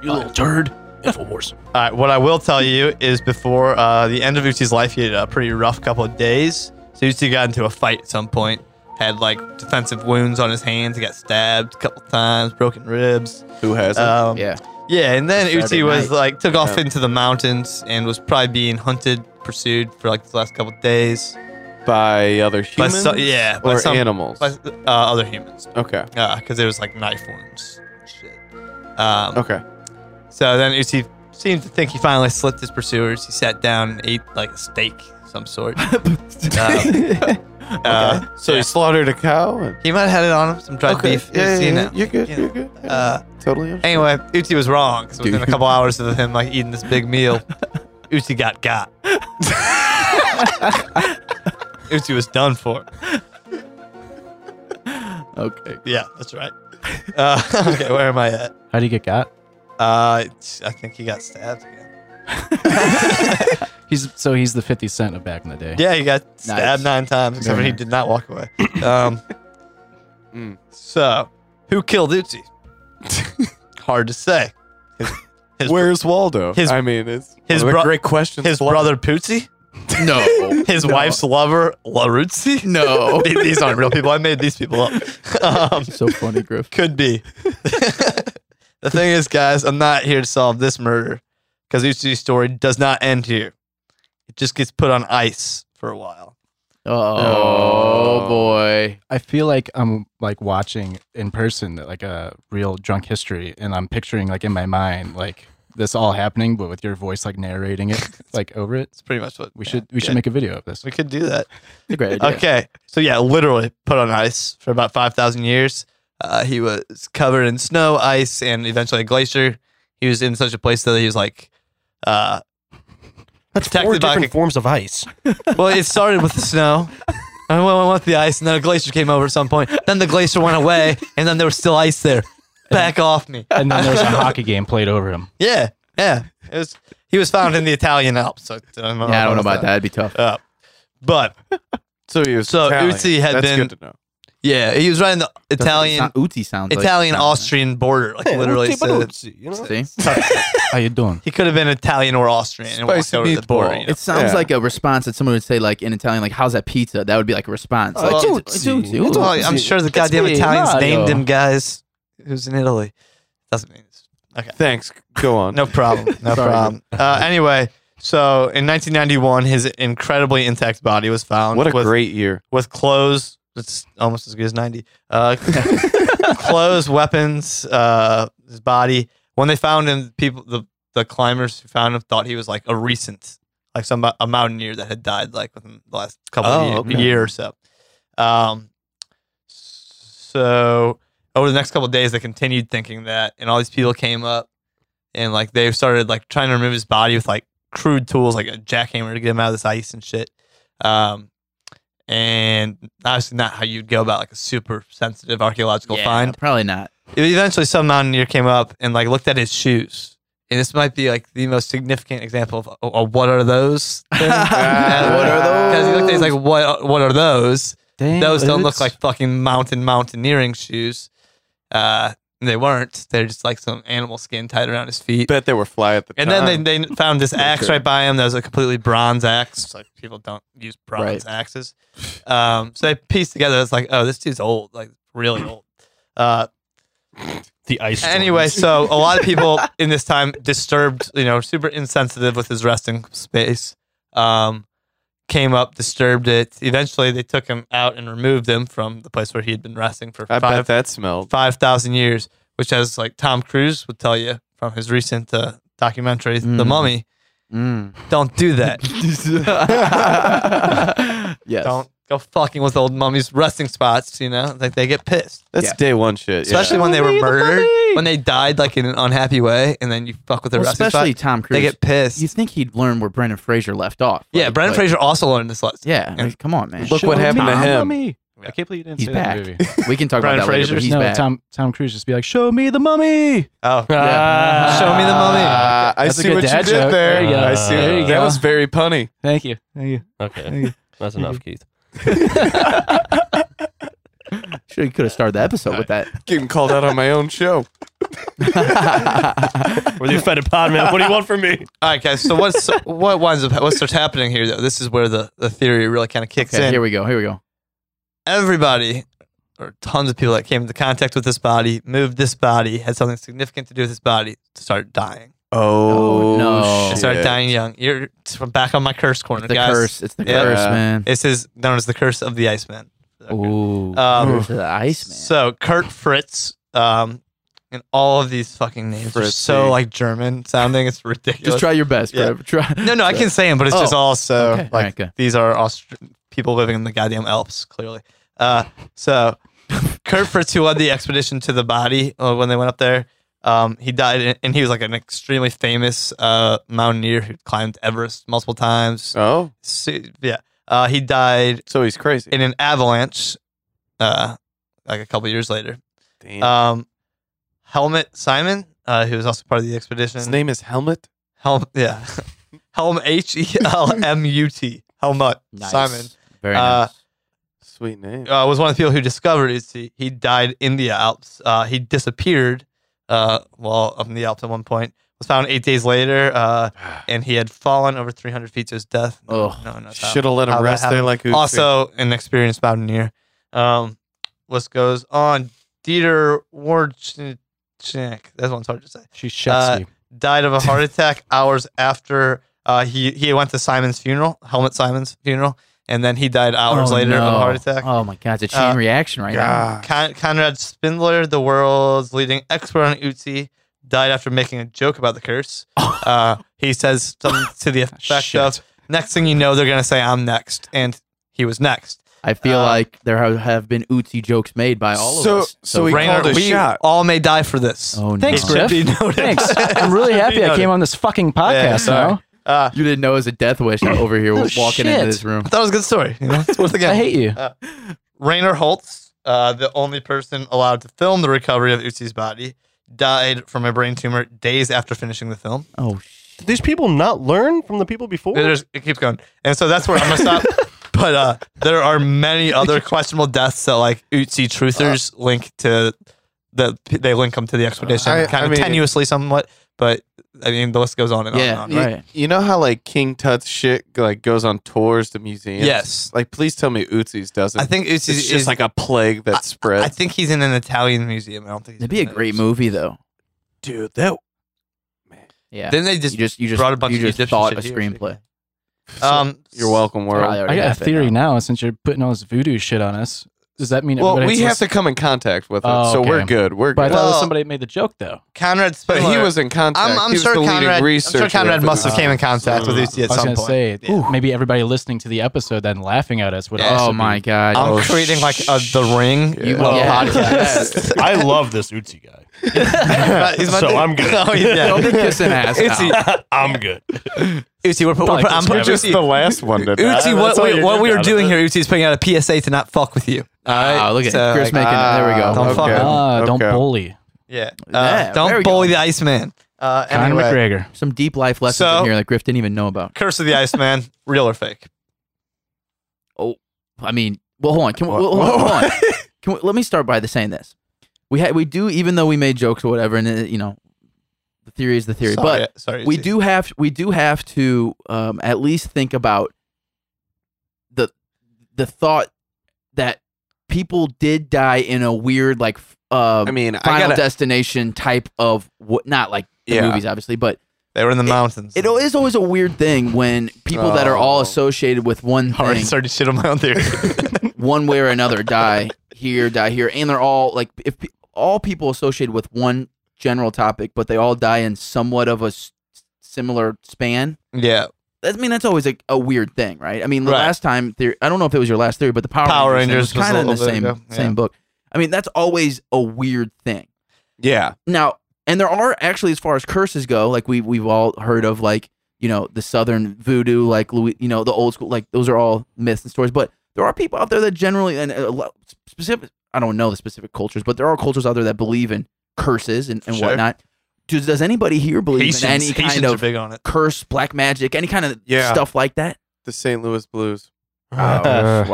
Speaker 6: You little turd. Infowars.
Speaker 1: All right, what I will tell you is before uh, the end of Uchi's life, he had a pretty rough couple of days. So Uchi got into a fight at some point, had like defensive wounds on his hands, he got stabbed a couple times, broken ribs.
Speaker 5: Who has it?
Speaker 1: Um,
Speaker 2: yeah.
Speaker 1: Yeah, and then
Speaker 2: Saturday
Speaker 1: Uchi was
Speaker 2: night.
Speaker 1: like took off into the mountains and was probably being hunted, pursued for like the last couple of days
Speaker 5: by other
Speaker 1: by
Speaker 5: humans?
Speaker 1: some, yeah, by
Speaker 5: Or
Speaker 1: some-
Speaker 5: animals?
Speaker 1: by uh, other humans
Speaker 5: okay.
Speaker 1: because there was like knife wounds, shit. Um,
Speaker 5: Okay.
Speaker 1: So then Uzi seemed to think he finally slipped his pursuers. He sat down and ate like a steak of some sort. Um, uh,
Speaker 5: So he slaughtered a cow. And,
Speaker 1: he might have had it on him, some dried
Speaker 5: okay.
Speaker 1: beef.
Speaker 5: Yeah, yeah,
Speaker 1: you
Speaker 5: yeah.
Speaker 1: know.
Speaker 5: You're good.
Speaker 1: you
Speaker 5: You
Speaker 1: know.
Speaker 5: are good. Yeah.
Speaker 1: Uh,
Speaker 5: totally. understand.
Speaker 1: anyway, Uzi was wrong because within a
Speaker 2: Dude.
Speaker 1: couple hours of him like eating this big meal, Uzi got got. Uzi was done for.
Speaker 2: Okay.
Speaker 1: Yeah, that's right. Uh, okay, where am I at?
Speaker 4: How do you get got?
Speaker 1: Uh, I think he got stabbed again.
Speaker 4: He's so he's the 50 Cent of back in the day.
Speaker 1: Yeah, he got stabbed
Speaker 2: Nice.
Speaker 1: nine times, except
Speaker 2: Very
Speaker 1: he
Speaker 2: nice.
Speaker 1: did not walk away. Um,
Speaker 5: Mm.
Speaker 1: So, who killed Uzi? Hard to say. His, his,
Speaker 5: Where's Waldo?
Speaker 1: his-
Speaker 5: I mean, it's
Speaker 1: his
Speaker 5: one of the
Speaker 1: bro-
Speaker 5: great question.
Speaker 1: his brother Pootsie?
Speaker 2: No.
Speaker 1: His
Speaker 2: No.
Speaker 1: wife's lover, Laruzzi?
Speaker 2: No.
Speaker 1: These- these aren't real people. I made these people up. Um,
Speaker 2: so funny, Griff.
Speaker 1: could be. the thing is, guys, I'm not here to solve this murder because Uzi's story does not end here. It just gets put on ice for a while.
Speaker 2: Oh,
Speaker 5: Oh.
Speaker 2: boy.
Speaker 4: I feel like I'm like watching in person like a real drunk history, and I'm picturing like in my mind like this all happening, but with your voice like narrating it like over it.
Speaker 1: It's pretty much what
Speaker 4: We
Speaker 1: yeah,
Speaker 4: should
Speaker 1: yeah.
Speaker 4: we should make a video of this.
Speaker 1: we could do that.
Speaker 2: It's a great idea.
Speaker 1: Okay. So yeah, literally put on ice for about 5,000 years. Uh, he was covered in snow, ice, and eventually a glacier. He was in such a place that he was like, uh,
Speaker 6: That's
Speaker 1: Protected
Speaker 6: four
Speaker 1: by
Speaker 6: different
Speaker 1: a-
Speaker 6: forms of ice.
Speaker 1: well, it started with the snow. And went, went with the ice, and then a glacier came over at some point. Then the glacier went away, and then there was still ice there. Back off me.
Speaker 4: And then there's a hockey game played over him.
Speaker 1: Yeah, yeah. It was. He was found in the Italian Alps. So I don't know,
Speaker 2: Yeah, I don't know about that. That'd be tough.
Speaker 1: Uh, but
Speaker 5: So he was
Speaker 1: So
Speaker 5: Italian.
Speaker 1: Uzi had
Speaker 5: That's
Speaker 1: been-
Speaker 5: good to know.
Speaker 1: yeah, he was right in the Italian,
Speaker 2: It's not Uti sounds like-
Speaker 1: Italian Austrian border, like literally. so-
Speaker 6: you know?
Speaker 2: See?
Speaker 4: How you doing?
Speaker 1: He could have been Italian or Austrian and walked
Speaker 5: Spicy
Speaker 1: over to the border.
Speaker 5: meatball.
Speaker 1: you know.
Speaker 2: It sounds
Speaker 5: Yeah.
Speaker 2: like a response that someone would say, like in Italian, like "How's that pizza?" That would be like a response.
Speaker 6: Oh,
Speaker 2: like,
Speaker 6: it's Uzi.
Speaker 2: Uzi,
Speaker 6: It's
Speaker 2: ooh.
Speaker 1: Well,
Speaker 6: Uzi.
Speaker 1: I'm sure the
Speaker 4: It's
Speaker 1: goddamn
Speaker 4: me,
Speaker 1: Italians
Speaker 4: Mario.
Speaker 1: named him guys who's in Italy. Doesn't mean it's
Speaker 5: Thanks. Go on.
Speaker 1: no problem. No
Speaker 2: Sorry.
Speaker 1: problem. Uh, anyway, so in 1991, his incredibly intact body um, was found.
Speaker 5: What a
Speaker 1: with,
Speaker 5: great year.
Speaker 1: with clothes. It's almost as good as 90. Uh, clothes, weapons, uh, his body. When they found him, people the the climbers who found him thought he was like a recent, like some a mountaineer that had died like within the last couple
Speaker 5: Oh,
Speaker 1: of years
Speaker 5: okay.
Speaker 1: year or so. Um, so over the next couple of days, they continued thinking that, and all these people came up and like they started like trying to remove his body with like crude tools, like a jackhammer to get him out of this ice and shit. Um, and obviously not how you'd go about like a super sensitive archaeological
Speaker 2: Yeah,
Speaker 1: find.
Speaker 2: Probably not.
Speaker 1: Eventually, some mountaineer came up and like looked at his shoes. And this might be like the most significant example of, oh, oh, what are those? what
Speaker 2: Uh,
Speaker 5: are
Speaker 1: Because he looked at, he's like, what, what are those?
Speaker 4: Damn,
Speaker 1: those don't look
Speaker 4: it's-
Speaker 1: like fucking mountain mountaineering shoes. Uh, and they weren't. They're just like some animal skin tied around his feet.
Speaker 5: Bet they were fly at the
Speaker 1: and
Speaker 5: time.
Speaker 1: then they, they found this axe
Speaker 5: sure.
Speaker 1: right by him that was a completely bronze axe. It's Like people don't use bronze axes. Um, so they pieced together. It's like, oh, this dude's old, like really old. Uh,
Speaker 6: The ice.
Speaker 1: anyway, so a lot of people in this time disturbed, you know, super insensitive with his resting space. Um, came up, disturbed it. Eventually, they took him out and removed him from the place where he had been resting for
Speaker 5: I
Speaker 1: five
Speaker 5: bet that smelled.
Speaker 1: five thousand years, which, as like Tom Cruise would tell you from his recent uh, documentary, The
Speaker 2: Mm.
Speaker 1: Mummy,
Speaker 2: Mm.
Speaker 1: don't do that.
Speaker 2: yes.
Speaker 1: don't go fucking with old mummies' resting spots. You know, like they get pissed,
Speaker 5: That's
Speaker 2: Yeah.
Speaker 5: day one shit. yeah.
Speaker 1: especially when they were murdered, when they died like in an unhappy way, and then you fuck with their
Speaker 2: Well,
Speaker 1: resting
Speaker 2: especially
Speaker 1: spot.
Speaker 2: Tom Cruise.
Speaker 1: They get pissed.
Speaker 2: you think he'd learn where Brendan Fraser left off?
Speaker 1: yeah,
Speaker 2: like,
Speaker 1: Brendan
Speaker 2: but-
Speaker 1: Fraser also learned this lesson.
Speaker 2: Yeah, I mean, come on, man.
Speaker 5: Look what happened to him.
Speaker 4: I can't believe you didn't
Speaker 2: He's
Speaker 4: say
Speaker 2: back.
Speaker 4: that movie.
Speaker 2: we can talk about
Speaker 1: Brendan
Speaker 2: that later.
Speaker 1: Fraser?
Speaker 2: But he's
Speaker 4: no,
Speaker 2: back.
Speaker 4: Tom Tom Cruise just be like, "Show me the mummy."
Speaker 1: Oh,
Speaker 4: Ah.
Speaker 1: show me the mummy.
Speaker 5: Ah, I
Speaker 4: That's a
Speaker 5: see
Speaker 4: good
Speaker 5: what you
Speaker 4: dad
Speaker 5: did
Speaker 4: joke.
Speaker 5: there.
Speaker 4: There you go.
Speaker 5: I see.
Speaker 4: There you
Speaker 5: that
Speaker 4: go.
Speaker 5: was very punny.
Speaker 4: Thank you. Thank you.
Speaker 6: Okay, that's enough, Keith.
Speaker 2: Should could have started the episode with that.
Speaker 5: Getting called out on my own show.
Speaker 6: We're the offended pod man. What do you want from me?
Speaker 1: All right, guys. So what's what winds up what starts happening here though? This is where the, the theory really kind of kicks
Speaker 2: Okay,
Speaker 1: in.
Speaker 2: here we go. Here we go.
Speaker 1: Everybody or tons of people that came into contact with this body, moved this body, had something significant to do with this body, to start dying.
Speaker 5: Oh,
Speaker 2: no.
Speaker 1: They
Speaker 5: Shit.
Speaker 1: Start dying young. You're it's from back on my curse corner,
Speaker 2: It's the
Speaker 1: guys.
Speaker 2: curse. It's the
Speaker 1: Yeah.
Speaker 2: curse, man.
Speaker 1: This is known as the curse of the Iceman. Um,
Speaker 2: Ooh, curse of the ice man.
Speaker 1: So Kurt Fritz, um, and all of these fucking names are so
Speaker 5: Fritzy.
Speaker 1: like German sounding. It's
Speaker 2: Just
Speaker 1: ridiculous.
Speaker 2: try your best,
Speaker 1: Yeah.
Speaker 2: bro. Try.
Speaker 1: no, no, I can say them, but it's just
Speaker 2: Oh,
Speaker 1: all so
Speaker 2: okay.
Speaker 1: like
Speaker 2: All right, good.
Speaker 1: these are Aust- people living in the goddamn Alps, clearly. Uh, so Kurt Fritz, who led the expedition to the body uh, when they went up there, um, he died, and he was like an extremely famous uh, mountaineer who climbed Everest multiple times.
Speaker 5: Oh,
Speaker 1: So- yeah, uh, he died
Speaker 5: so he's crazy.
Speaker 1: in an avalanche, uh, like a couple years later.
Speaker 5: Damn.
Speaker 1: Um, Helmet Simon, uh, who was also part of the expedition.
Speaker 5: His name is Helmet.
Speaker 1: Helm, yeah, Helm H E L M U T. Helmut
Speaker 2: Nice.
Speaker 1: Simon
Speaker 2: Very
Speaker 1: uh,
Speaker 2: nice.
Speaker 5: Sweet name.
Speaker 1: uh, was one of the people who discovered it. He, he died in the Alps. Uh, he disappeared uh, while up in the Alps at one point. Was found eight days later, uh, and he had fallen over 300 feet to his death.
Speaker 2: Oh,
Speaker 1: no, no,
Speaker 5: Should have let
Speaker 1: how
Speaker 5: him
Speaker 1: that
Speaker 5: rest there
Speaker 1: happened.
Speaker 5: like Uzi.
Speaker 1: also an experienced mountaineer. Um, what goes on? Dieter Warchnik. That one's hard to say.
Speaker 4: She shuts
Speaker 1: Uh,
Speaker 4: you.
Speaker 1: Died of a heart attack hours after uh, he he went to Simon's funeral, Helmet Simon's funeral, and then he died hours
Speaker 2: Oh,
Speaker 1: later of
Speaker 2: no.
Speaker 1: a heart attack.
Speaker 2: Oh my God, it's a chain
Speaker 1: Uh,
Speaker 2: reaction right
Speaker 5: God.
Speaker 1: Con- Conrad Spindler, the world's leading expert on Utsi, died after making a joke about the curse. uh, he says something to the effect of, "Next thing you know, they're gonna say I'm next," and he was next.
Speaker 2: now. I feel
Speaker 1: uh,
Speaker 2: like there have- have been Uzi jokes made by all
Speaker 5: So-
Speaker 2: of us.
Speaker 5: so we-
Speaker 1: Rainer,
Speaker 5: called a
Speaker 1: we
Speaker 5: shot.
Speaker 1: all may die for this.
Speaker 2: oh no,
Speaker 4: Thanks,
Speaker 1: It should
Speaker 4: Griff.
Speaker 1: be noted.
Speaker 4: Thanks. I'm really
Speaker 1: It should be
Speaker 4: happy I
Speaker 1: noted.
Speaker 4: came on this fucking
Speaker 1: Yeah,
Speaker 4: podcast.
Speaker 1: sorry.
Speaker 4: now.
Speaker 1: Uh,
Speaker 2: you didn't know it was a death wish over here
Speaker 1: Oh,
Speaker 2: walking into
Speaker 4: shit.
Speaker 2: this room.
Speaker 1: I thought it was a good story. You know, it's worth a go.
Speaker 4: I hate you.
Speaker 1: Rainer Holtz, uh, the only person allowed to film the recovery of Utsi's body, died from a brain tumor days after finishing the film.
Speaker 2: Oh shit.
Speaker 6: Did these people not learn from the people before?
Speaker 1: It, just, it keeps going, and so that's where I'm gonna stop. but uh, there are many other questionable deaths that like Utsi truthers link to the they link them to the expedition,
Speaker 5: I-
Speaker 1: kind
Speaker 5: I
Speaker 1: of
Speaker 5: mean-
Speaker 1: tenuously somewhat. But I mean, the list goes on and
Speaker 2: Yeah.
Speaker 1: on. And
Speaker 5: You-
Speaker 1: on.
Speaker 2: Right.
Speaker 5: You know how like King Tut's shit like goes on tours to museums.
Speaker 1: Yes.
Speaker 5: Like, please tell me Uzi's doesn't.
Speaker 1: I think Utsi
Speaker 5: it's just
Speaker 1: is
Speaker 5: like a plague that spreads.
Speaker 1: I think he's in an Italian museum. I don't think he's
Speaker 2: It'd be a
Speaker 1: in the-
Speaker 2: great movie though.
Speaker 5: dude, that
Speaker 2: Yeah.
Speaker 1: Then they
Speaker 2: you
Speaker 1: just,
Speaker 2: just you just
Speaker 1: brought a bunch
Speaker 2: you
Speaker 1: of
Speaker 2: just
Speaker 1: Egyptian
Speaker 2: thought
Speaker 1: shit
Speaker 2: a
Speaker 1: here.
Speaker 2: screenplay.
Speaker 1: um.
Speaker 5: you're welcome
Speaker 2: Probably
Speaker 5: world.
Speaker 2: already
Speaker 4: I got a
Speaker 2: happened,
Speaker 4: theory
Speaker 2: though.
Speaker 4: now since you're putting all this voodoo shit on us. Does that mean
Speaker 5: Well,
Speaker 4: everybody
Speaker 5: we have
Speaker 4: that's
Speaker 5: to come in contact with it,
Speaker 4: Oh,
Speaker 5: so we're
Speaker 4: okay.
Speaker 5: good. We're
Speaker 4: But I
Speaker 5: good.
Speaker 4: thought it was
Speaker 1: Well-
Speaker 4: somebody that made the joke though.
Speaker 1: Conrad
Speaker 5: but
Speaker 1: Spindler.
Speaker 5: he was in contact.
Speaker 1: I'm, I'm
Speaker 5: He was
Speaker 1: sure
Speaker 5: the leading
Speaker 1: Conrad. I'm
Speaker 5: researcher
Speaker 1: sure Conrad
Speaker 5: with
Speaker 1: must have
Speaker 5: Uzi.
Speaker 1: came in contact with Uzi at
Speaker 4: I was
Speaker 1: some
Speaker 4: gonna
Speaker 1: point.
Speaker 4: say
Speaker 1: Yeah.
Speaker 4: maybe everybody listening to the episode then laughing at us would.
Speaker 1: Yeah.
Speaker 4: also
Speaker 2: Oh my god.
Speaker 1: I'm
Speaker 5: Oh,
Speaker 1: creating like a The Ring. uh, You
Speaker 5: Yeah.
Speaker 1: love
Speaker 2: Yeah.
Speaker 1: podcasts.
Speaker 6: I love this Uzi guy.
Speaker 1: He's my
Speaker 6: So
Speaker 1: dude.
Speaker 6: I'm good.
Speaker 1: Oh, he's
Speaker 2: Don't be
Speaker 1: dead.
Speaker 2: kissing ass. now.
Speaker 6: I'm good.
Speaker 1: Uzi, we're, put- we're,
Speaker 4: Probably
Speaker 1: put- I'm
Speaker 4: just
Speaker 1: putting
Speaker 4: grab
Speaker 1: just
Speaker 5: the last one to die.
Speaker 1: Uzi, what,
Speaker 6: all
Speaker 1: we,
Speaker 6: you
Speaker 1: what
Speaker 6: did
Speaker 1: we are
Speaker 6: about it.
Speaker 1: doing here, Uzi, is putting out a PSA to not fuck with you. All right.
Speaker 2: Oh, look at
Speaker 1: So,
Speaker 2: Chris
Speaker 1: like,
Speaker 2: making it. There we go. Uh,
Speaker 1: Don't fuck
Speaker 5: okay.
Speaker 1: him.
Speaker 4: Ah, don't
Speaker 5: Okay.
Speaker 4: bully.
Speaker 1: yeah.
Speaker 2: Yeah,
Speaker 1: Uh,
Speaker 2: there we
Speaker 1: Don't
Speaker 2: go.
Speaker 1: bully the Iceman. Uh,
Speaker 4: Conor
Speaker 1: anyway.
Speaker 4: McGregor.
Speaker 2: Some deep life lessons
Speaker 1: So-
Speaker 2: in here that Griff didn't even know about.
Speaker 1: Curse of the Iceman, real or fake?
Speaker 2: I mean, well, hold on. Can we,
Speaker 5: What-
Speaker 2: well, hold on,
Speaker 5: what-
Speaker 2: hold on. Can we, let me start by the saying this. We ha- we do, even though we made jokes or whatever, and it, you know, the theory is the theory.
Speaker 1: sorry,
Speaker 2: but
Speaker 1: sorry,
Speaker 2: we
Speaker 1: Uzi.
Speaker 2: do have we do have to um, at least think about the the thought that people did die in a weird like f- uh,
Speaker 5: I mean, I
Speaker 2: Final
Speaker 5: gotta.
Speaker 2: Destination type of what? Not like the
Speaker 5: Yeah.
Speaker 2: movies, obviously, but
Speaker 1: They were in the mountains.
Speaker 2: it is always a weird thing when people that are
Speaker 5: Oh.
Speaker 2: all associated with one
Speaker 1: already
Speaker 2: thing
Speaker 1: started shit on my own theory.
Speaker 2: one way or another die here, die here, and they're all like if pe- all people associated with one general topic, but they all die in somewhat of a s- similar span.
Speaker 1: yeah.
Speaker 2: I mean, that's always a, a weird thing, right? I mean, the
Speaker 1: Right.
Speaker 2: last time theory, I don't know if it was your last theory, but the Power,
Speaker 1: Power Rangers was
Speaker 2: kind
Speaker 1: a
Speaker 2: of in the
Speaker 1: little bit
Speaker 2: same
Speaker 1: ago, yeah.
Speaker 2: same book. I mean, that's always a weird thing.
Speaker 5: Yeah.
Speaker 2: Now, and there are actually, as far as curses go, like we we've all heard of, like you know, the Southern voodoo, like Louis, you know, the old school, like those are all myths and stories. But there are people out there that generally and uh, lo- specific, I don't know the specific cultures, but there are cultures out there that believe in curses and, and
Speaker 5: Sure.
Speaker 2: whatnot. Does, does anybody here believe
Speaker 1: Haitians,
Speaker 2: in any kind
Speaker 1: Haitians are
Speaker 2: of
Speaker 1: big on it.
Speaker 2: curse, black magic, any kind of
Speaker 5: Yeah.
Speaker 2: stuff like that?
Speaker 5: The St. Louis Blues.
Speaker 4: Uh,
Speaker 2: wow.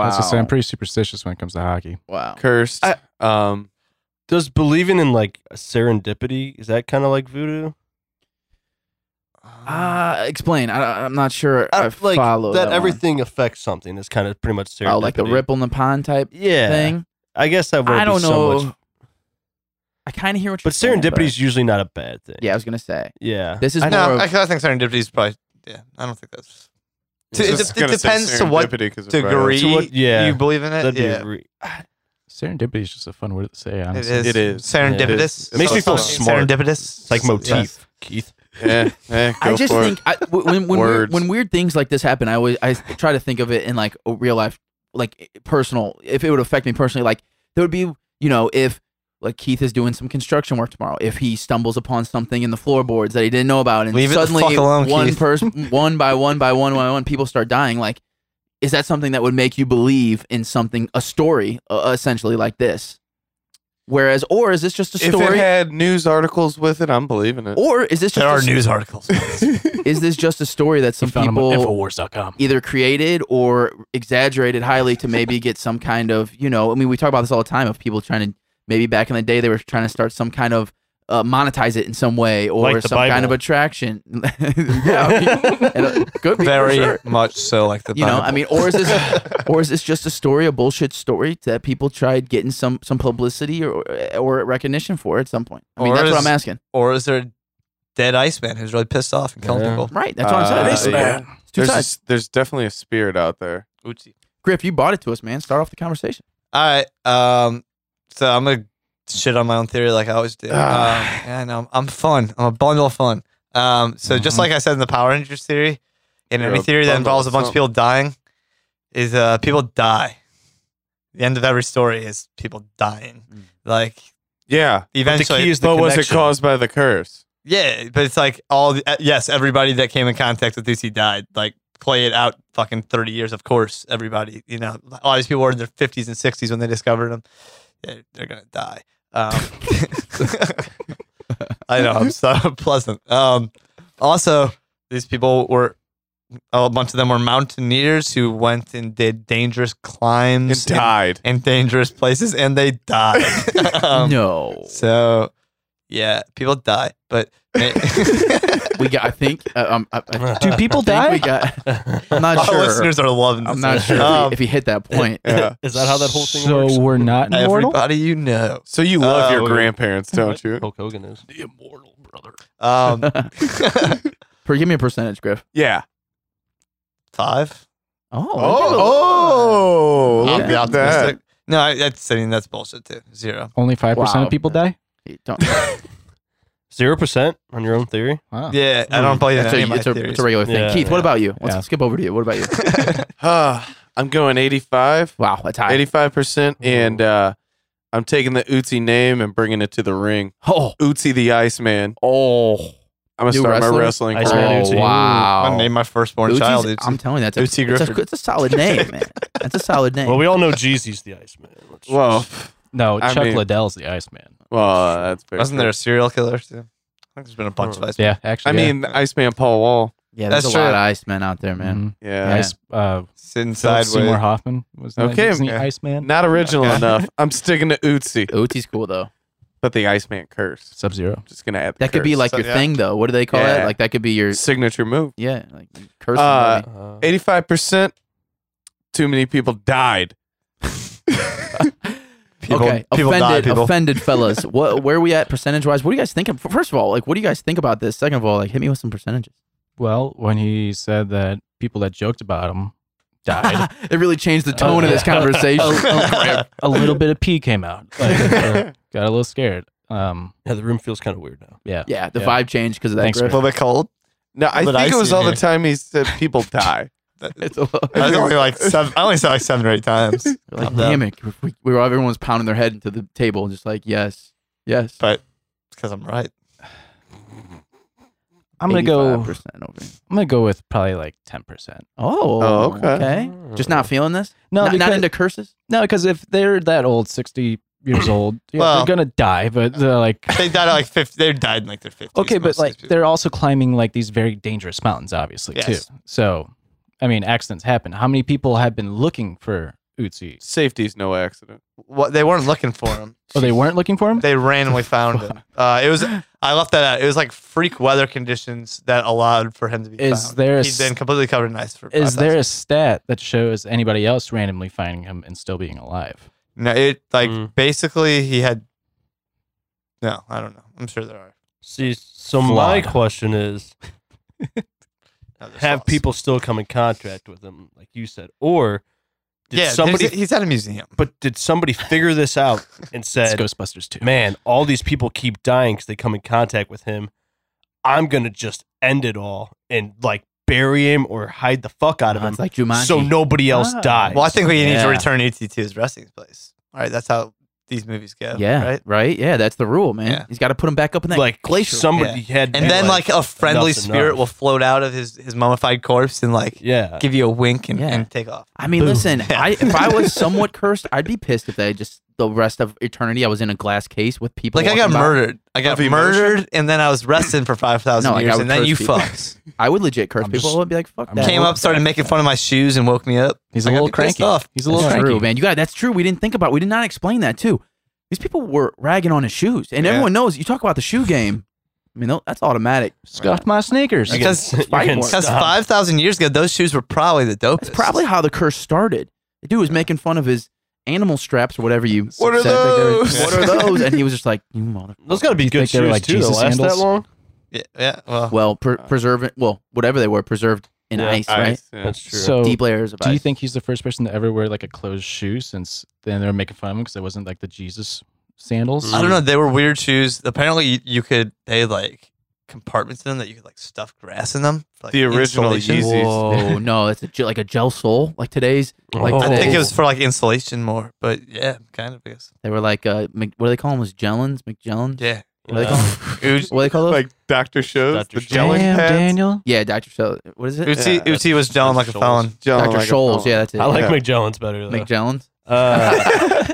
Speaker 4: That's just, I'm pretty superstitious when it comes to hockey.
Speaker 2: Wow.
Speaker 5: Cursed. um,
Speaker 6: Does believing in like serendipity is that kind of like voodoo?
Speaker 2: Uh, explain. I, I'm not sure I,
Speaker 6: Uh, like
Speaker 2: follow
Speaker 6: that,
Speaker 2: that, one.
Speaker 6: everything affects something is kind of pretty much serendipity.
Speaker 2: Oh, like the ripple in the pond type
Speaker 6: yeah
Speaker 2: thing.
Speaker 6: I guess that would.
Speaker 2: I don't
Speaker 6: be so
Speaker 2: know.
Speaker 6: much-
Speaker 2: I kind of hear what you're
Speaker 6: but
Speaker 2: saying.
Speaker 6: serendipity is usually not a bad thing.
Speaker 2: Yeah, I was gonna say
Speaker 6: yeah.
Speaker 2: this is
Speaker 6: I
Speaker 2: more.
Speaker 6: know.
Speaker 1: No,
Speaker 2: of,
Speaker 1: I, I think serendipity is probably. Yeah, I don't think that's.
Speaker 5: I was
Speaker 1: It,
Speaker 5: just
Speaker 1: it- it
Speaker 5: gonna say
Speaker 1: depends to what
Speaker 5: serendipity 'cause it probably-
Speaker 1: degree
Speaker 6: To what- yeah.
Speaker 1: you believe in it.
Speaker 6: That'd
Speaker 1: Yeah,
Speaker 6: be re-
Speaker 4: Serendipity is just a fun word to say.
Speaker 1: it
Speaker 4: Honestly,
Speaker 1: is.
Speaker 5: It is.
Speaker 1: serendipitous.
Speaker 6: It
Speaker 5: is.
Speaker 6: Makes me feel
Speaker 1: Something
Speaker 6: smart.
Speaker 1: Serendipitous.
Speaker 6: it's like motif.
Speaker 1: Yeah.
Speaker 6: Keith,
Speaker 5: Yeah, yeah, go
Speaker 2: I just
Speaker 5: for
Speaker 2: think
Speaker 5: it.
Speaker 2: I, w- when when weird,
Speaker 5: Words.
Speaker 2: when weird things like this happen, I always I try to think of it in like a real life, like eh, personal. If it would affect me personally, like there would be you know if like Keith is doing some construction work tomorrow, if he stumbles upon something in the floorboards that he didn't know about, and
Speaker 1: Leave it the
Speaker 2: suddenly
Speaker 1: fuck alone,
Speaker 2: one
Speaker 1: Keith.
Speaker 2: person, one by one by one by one, people start dying. Like, is that something that would make you believe in something, a story, uh, essentially like this? Whereas, or is this just a
Speaker 5: if it
Speaker 2: story?
Speaker 5: had news articles with it, I'm believing it.
Speaker 2: Or is this just
Speaker 1: There
Speaker 2: a
Speaker 1: are
Speaker 2: s-
Speaker 1: news articles.
Speaker 2: is this just a story that some
Speaker 4: You found 'em
Speaker 2: people
Speaker 4: at Infowars.com.
Speaker 2: either created or exaggerated highly to maybe get some kind of you know i mean we talk about this all the time of people trying to maybe back in the day they were trying to start some kind of uh, monetize it in some way or
Speaker 6: Like the
Speaker 2: some kind of
Speaker 6: Bible.
Speaker 2: attraction yeah I mean, and, uh, could be for
Speaker 1: Very
Speaker 2: sure.
Speaker 1: much so, like the
Speaker 2: you know i
Speaker 1: Bible.
Speaker 2: mean or is this or is this just a story a bullshit story that people tried getting some some publicity or or recognition for at some point i mean
Speaker 1: Or
Speaker 2: that's what
Speaker 1: is-
Speaker 2: i'm asking
Speaker 1: or is there a dead Iceman who's really pissed off and killing
Speaker 6: Yeah.
Speaker 1: people?
Speaker 2: right that's what i'm
Speaker 5: Uh,
Speaker 2: saying
Speaker 5: Iceman.
Speaker 2: Yeah. It's two
Speaker 5: there's, a
Speaker 2: sides.
Speaker 5: s- there's definitely a spirit out there.
Speaker 2: griff you brought it to us man start off the conversation
Speaker 1: All right. Um, so I'm gonna shit on my own theory like I always do. Um, yeah, I know. I'm, I'm fun. I'm a bundle of fun. Um, so just like I said in the Power Rangers theory, in
Speaker 5: You're
Speaker 1: any
Speaker 5: a
Speaker 1: theory that
Speaker 5: Mm-hmm. bundle
Speaker 1: involves a
Speaker 5: of
Speaker 1: bunch of people dying, is uh people die. The end of every story is people dying. Like
Speaker 5: Yeah,
Speaker 1: eventually,
Speaker 6: key is the
Speaker 5: Mm. but was it
Speaker 6: connection.
Speaker 5: caused by the curse?
Speaker 1: yeah. But it's like all the, uh, yes, everybody that came in contact with Lucy died. Like play it out, fucking thirty years. Of course, everybody. You know, all these people were in their fifties and sixties when they discovered them. They're, they're gonna die. Um, I know I'm so pleasant. Um, also, these people were a bunch of them were mountaineers who went and did dangerous
Speaker 5: It
Speaker 1: climbs and,
Speaker 5: died.
Speaker 1: and dangerous places, and they died. Um,
Speaker 2: no
Speaker 1: So, yeah, people die, but they-
Speaker 2: we got. I think. Uh, um, I, I
Speaker 4: Do people
Speaker 2: think we
Speaker 4: die?
Speaker 2: got. I'm not
Speaker 1: our
Speaker 2: sure.
Speaker 1: listeners are loving this.
Speaker 2: I'm not sure if
Speaker 1: Um,
Speaker 2: he, if he hit that point.
Speaker 5: Yeah.
Speaker 6: is that how that whole thing
Speaker 4: so
Speaker 6: works?
Speaker 4: we're not immortal.
Speaker 1: everybody you know.
Speaker 5: So you love
Speaker 1: Uh,
Speaker 5: your grandparents, don't you?
Speaker 6: Hulk Hogan is.
Speaker 1: Um,
Speaker 2: For give me a percentage, Griff.
Speaker 5: Yeah.
Speaker 1: five.
Speaker 2: Oh,
Speaker 5: Oh,
Speaker 1: I'll
Speaker 5: look
Speaker 1: be
Speaker 5: at that.
Speaker 1: optimistic. No, I- that's I mean that's bullshit too. Zero.
Speaker 4: Only five percent
Speaker 2: Wow.
Speaker 4: of people die.
Speaker 2: You don't- it's,
Speaker 6: Zero percent on your own theory.
Speaker 4: Wow.
Speaker 1: Yeah, I don't believe in any of
Speaker 2: a,
Speaker 1: my
Speaker 2: it's, a,
Speaker 1: theories.
Speaker 2: it's a regular thing.
Speaker 6: Yeah,
Speaker 2: Keith, what
Speaker 6: yeah.
Speaker 2: about you? Let's
Speaker 4: Yeah.
Speaker 2: skip over to you. What about you?
Speaker 5: Ah, I'm going 85,
Speaker 2: Wow, that's high.
Speaker 5: 85 percent, and uh, I'm taking the Uzi name and bringing it to the ring.
Speaker 2: Oh,
Speaker 5: Uzi the Iceman.
Speaker 2: oh,
Speaker 5: I'm gonna
Speaker 2: New
Speaker 5: start my
Speaker 2: wrestler?
Speaker 5: wrestling
Speaker 6: Iceman
Speaker 5: career.
Speaker 2: oh
Speaker 6: Uzi.
Speaker 1: I
Speaker 2: wow.
Speaker 1: named my firstborn
Speaker 2: Uzi's-
Speaker 1: child. Uzi.
Speaker 2: I'm telling you, that's a,
Speaker 1: Uzi
Speaker 2: that's, a,
Speaker 1: Griffin.
Speaker 2: that's a solid name, man. That's a solid name.
Speaker 6: Well, we all know Jeezy's the Iceman. Let's just-
Speaker 5: Well,
Speaker 4: No,
Speaker 5: I
Speaker 4: Chuck
Speaker 5: mean-
Speaker 4: Liddell's the Iceman.
Speaker 5: well, that's very
Speaker 1: Wasn't there a serial killer too? I think there's been a bunch of us.
Speaker 4: Yeah, actually.
Speaker 5: I
Speaker 4: yeah.
Speaker 5: mean, Iceman Paul Wall.
Speaker 2: yeah, there's
Speaker 1: that's
Speaker 2: a lot
Speaker 1: true.
Speaker 2: of ice men out there, man.
Speaker 4: Mhm.
Speaker 5: Yeah.
Speaker 4: Ice, uh,
Speaker 1: Sitting
Speaker 4: Philip
Speaker 1: sideways.
Speaker 4: Seymour Hoffman was the
Speaker 5: Okay,
Speaker 4: Isn't he
Speaker 5: okay.
Speaker 4: Iceman.
Speaker 5: Not original enough. I'm sticking to Uzi,
Speaker 2: Uzi's cool though.
Speaker 5: but the Iceman curse.
Speaker 4: Sub Zero.
Speaker 5: Just gonna add the
Speaker 2: That could be
Speaker 5: curse.
Speaker 2: like
Speaker 5: So,
Speaker 2: your
Speaker 5: yeah.
Speaker 2: thing though. What do they call it?
Speaker 5: Yeah.
Speaker 2: Like that could be your Oh.
Speaker 5: signature move.
Speaker 2: yeah, like curse.
Speaker 5: Uh,
Speaker 2: maybe.
Speaker 6: Uh,
Speaker 5: 85%. Too many people died.
Speaker 1: People,
Speaker 2: okay,
Speaker 1: people
Speaker 2: offended,
Speaker 1: die. People.
Speaker 2: offended fellas. What, where are we at percentage wise? What do you guys think? Of, first of all, like, what do you guys think about this? Second of all, like, hit me with some percentages.
Speaker 4: Well, when he said that people that joked about him died,
Speaker 2: it really changed the tone of this conversation.
Speaker 1: Oh,
Speaker 4: a, a little bit of pee came out. Like, uh, got a little scared. Um,
Speaker 6: yeah, the room feels kind of weird now.
Speaker 4: yeah.
Speaker 2: yeah, the
Speaker 4: Yeah.
Speaker 2: vibe changed because of that.
Speaker 4: Thanks,
Speaker 1: a
Speaker 2: Griff.
Speaker 1: little bit cold.
Speaker 5: No, I
Speaker 1: But
Speaker 5: think
Speaker 1: I
Speaker 5: it was
Speaker 1: see
Speaker 5: all
Speaker 1: here.
Speaker 5: the time he said people die.
Speaker 2: It's a little,
Speaker 1: I was only like seven, I only said like seven or eight times.
Speaker 2: like,
Speaker 1: Not that-
Speaker 2: damn it. We, we were, everyone was pounding their head into the table, just like, yes, yes.
Speaker 1: But because I'm right.
Speaker 4: I'm gonna go.
Speaker 2: 85% Over.
Speaker 4: I'm gonna go with probably like ten percent.
Speaker 2: Oh,
Speaker 5: Oh, okay.
Speaker 2: Just not feeling this?
Speaker 4: No,
Speaker 2: not, not
Speaker 4: because-
Speaker 2: into curses?
Speaker 4: No, because if they're that old, sixty years old, yeah,
Speaker 1: Well-
Speaker 4: they're gonna die. But they're like,
Speaker 1: They died at like 50. They died in like their 50s. most
Speaker 4: okay, but
Speaker 1: of these
Speaker 4: like
Speaker 1: people.
Speaker 4: they're also climbing like these very dangerous mountains, obviously
Speaker 1: Yes.
Speaker 4: too. So, I mean, accidents happen. How many people have been looking for Utsi?
Speaker 5: Safety's no accident.
Speaker 1: what they weren't looking for him.
Speaker 4: Oh, they weren't looking for him.
Speaker 1: They randomly found him. Uh, it was I left that out. It was like freak weather conditions that allowed for him to be
Speaker 4: Is
Speaker 1: found.
Speaker 4: there a
Speaker 1: He's been
Speaker 4: s-
Speaker 1: completely covered in ice for.
Speaker 4: Is there
Speaker 1: 5,000.
Speaker 4: a stat that shows anybody else randomly finding him and still being alive?
Speaker 1: No, it like
Speaker 6: Mm.
Speaker 1: basically he had. No, I don't know. I'm sure there are.
Speaker 6: See, so my
Speaker 4: Flawed.
Speaker 6: question is:
Speaker 1: No, there's
Speaker 6: Have
Speaker 1: lots.
Speaker 6: people still come in contact with him, like you said, or did
Speaker 1: Yeah,
Speaker 6: somebody?
Speaker 1: He's, he's at a museum.
Speaker 6: but did somebody figure this out and
Speaker 4: It's
Speaker 6: said,
Speaker 4: Ghostbusters too.
Speaker 6: "Man, all these people keep dying because they come in contact with him. I'm gonna just end it all and like bury him or hide the fuck out of
Speaker 2: Uh,
Speaker 6: him,
Speaker 2: it's like Jumanji.
Speaker 6: so nobody else
Speaker 4: Ah.
Speaker 6: dies."
Speaker 1: Well, I think we need
Speaker 2: Yeah.
Speaker 1: to return ET to his resting place. All right, that's how these movies go.
Speaker 2: yeah,
Speaker 1: right.
Speaker 2: right? Yeah, that's the rule, man.
Speaker 1: Yeah.
Speaker 2: He's got to put him back up in that
Speaker 6: like
Speaker 2: glacier.
Speaker 6: somebody had, to
Speaker 1: And
Speaker 6: be
Speaker 1: then like, a friendly
Speaker 6: enough's
Speaker 1: spirit
Speaker 6: enough.
Speaker 1: will float out of his his mummified corpse and like
Speaker 6: yeah,
Speaker 1: give you a wink and,
Speaker 2: Yeah.
Speaker 1: and take off.
Speaker 2: I mean,
Speaker 1: Boom.
Speaker 2: listen,
Speaker 1: Yeah.
Speaker 2: I, if I was somewhat cursed, I'd be pissed if they just the rest of eternity I was in a glass case with people.
Speaker 1: Like I got
Speaker 2: walking by.
Speaker 1: murdered. I got
Speaker 5: Of emotion?
Speaker 1: murdered, and then I was resting for five thousand
Speaker 2: No, like, I
Speaker 1: years,
Speaker 2: would
Speaker 1: and then
Speaker 2: curse
Speaker 1: you
Speaker 2: people.
Speaker 1: fucks
Speaker 2: I would legit curse
Speaker 4: I'm
Speaker 2: people.
Speaker 4: just-
Speaker 2: I'd be like, fuck
Speaker 4: I'm
Speaker 2: that.
Speaker 4: just-
Speaker 1: came up, started making fun of my shoes, and woke me up.
Speaker 4: He's a
Speaker 1: I got
Speaker 4: little
Speaker 1: me pissed
Speaker 4: cranky.
Speaker 1: off.
Speaker 4: He's a
Speaker 2: That's
Speaker 4: little
Speaker 2: true,
Speaker 4: cranky.
Speaker 2: man. You got that's true. We didn't think about. We did not explain that too. These people were ragging on his shoes, and
Speaker 5: Yeah.
Speaker 2: everyone knows. You talc about the shoe game. I mean, tho- that's automatic.
Speaker 4: Scuffed my sneakers.
Speaker 6: You
Speaker 1: Because-
Speaker 6: can- you
Speaker 2: fight
Speaker 6: can
Speaker 2: more.
Speaker 1: Because
Speaker 6: stop.
Speaker 1: five thousand years ago, those shoes were probably the dopest.
Speaker 2: That's probably how the curse started. The dude was making fun of his animal straps or whatever you.
Speaker 5: What are
Speaker 2: said that they were-
Speaker 5: those?
Speaker 2: What are those? And he was just like, you mother.
Speaker 6: Those got to be
Speaker 4: You
Speaker 6: good
Speaker 4: think they were,
Speaker 6: shoes
Speaker 4: like,
Speaker 6: too. that
Speaker 4: Jesus
Speaker 6: last that
Speaker 4: sandals?
Speaker 6: long?
Speaker 1: Yeah. yeah well,
Speaker 2: Well, pre-
Speaker 4: Uh.
Speaker 2: preserve it. Well, whatever they were, preserved in
Speaker 6: Yeah,
Speaker 2: ice, right?
Speaker 5: Ice, yeah.
Speaker 6: true.
Speaker 4: So,
Speaker 2: Deep layers of
Speaker 4: do you
Speaker 2: ice.
Speaker 4: think he's the first person to ever wear like a closed shoe since then they were making fun of him because it wasn't like the Jesus sandals?
Speaker 1: I don't know. They were weird shoes. Apparently, you, you could they had, like compartments in them that you could like stuff grass in them. for, like,
Speaker 5: The original
Speaker 1: insulation.
Speaker 5: Yeezys.
Speaker 2: Whoa, no, that's a, ge- like a gel sole, like today's. Like
Speaker 1: I think it
Speaker 2: today's-
Speaker 1: was for like insulation more, but yeah, kind of. I guess.
Speaker 2: They were like, uh, Mc, what do they call them? Was Jellins, McJellins?
Speaker 1: Yeah.
Speaker 2: What do they call 'em?
Speaker 1: Uzi
Speaker 2: What do they call those?
Speaker 5: Like Doctor Shows,
Speaker 6: Dr.
Speaker 5: the
Speaker 6: Scholl's.
Speaker 5: gelling
Speaker 4: Damn,
Speaker 5: pads.
Speaker 4: Daniel.
Speaker 2: yeah, Dr. Shell. What is it?
Speaker 1: Uzi,
Speaker 5: Yeah.
Speaker 1: Uzi was gelling like a
Speaker 6: Shoals.
Speaker 1: felon.
Speaker 5: Gelling
Speaker 2: Dr.
Speaker 5: like a
Speaker 2: Scholl's.
Speaker 5: phone.
Speaker 2: Yeah, that's it.
Speaker 6: I like
Speaker 5: Yeah.
Speaker 6: McJones better though.
Speaker 2: McJellins.
Speaker 6: Uh,
Speaker 2: All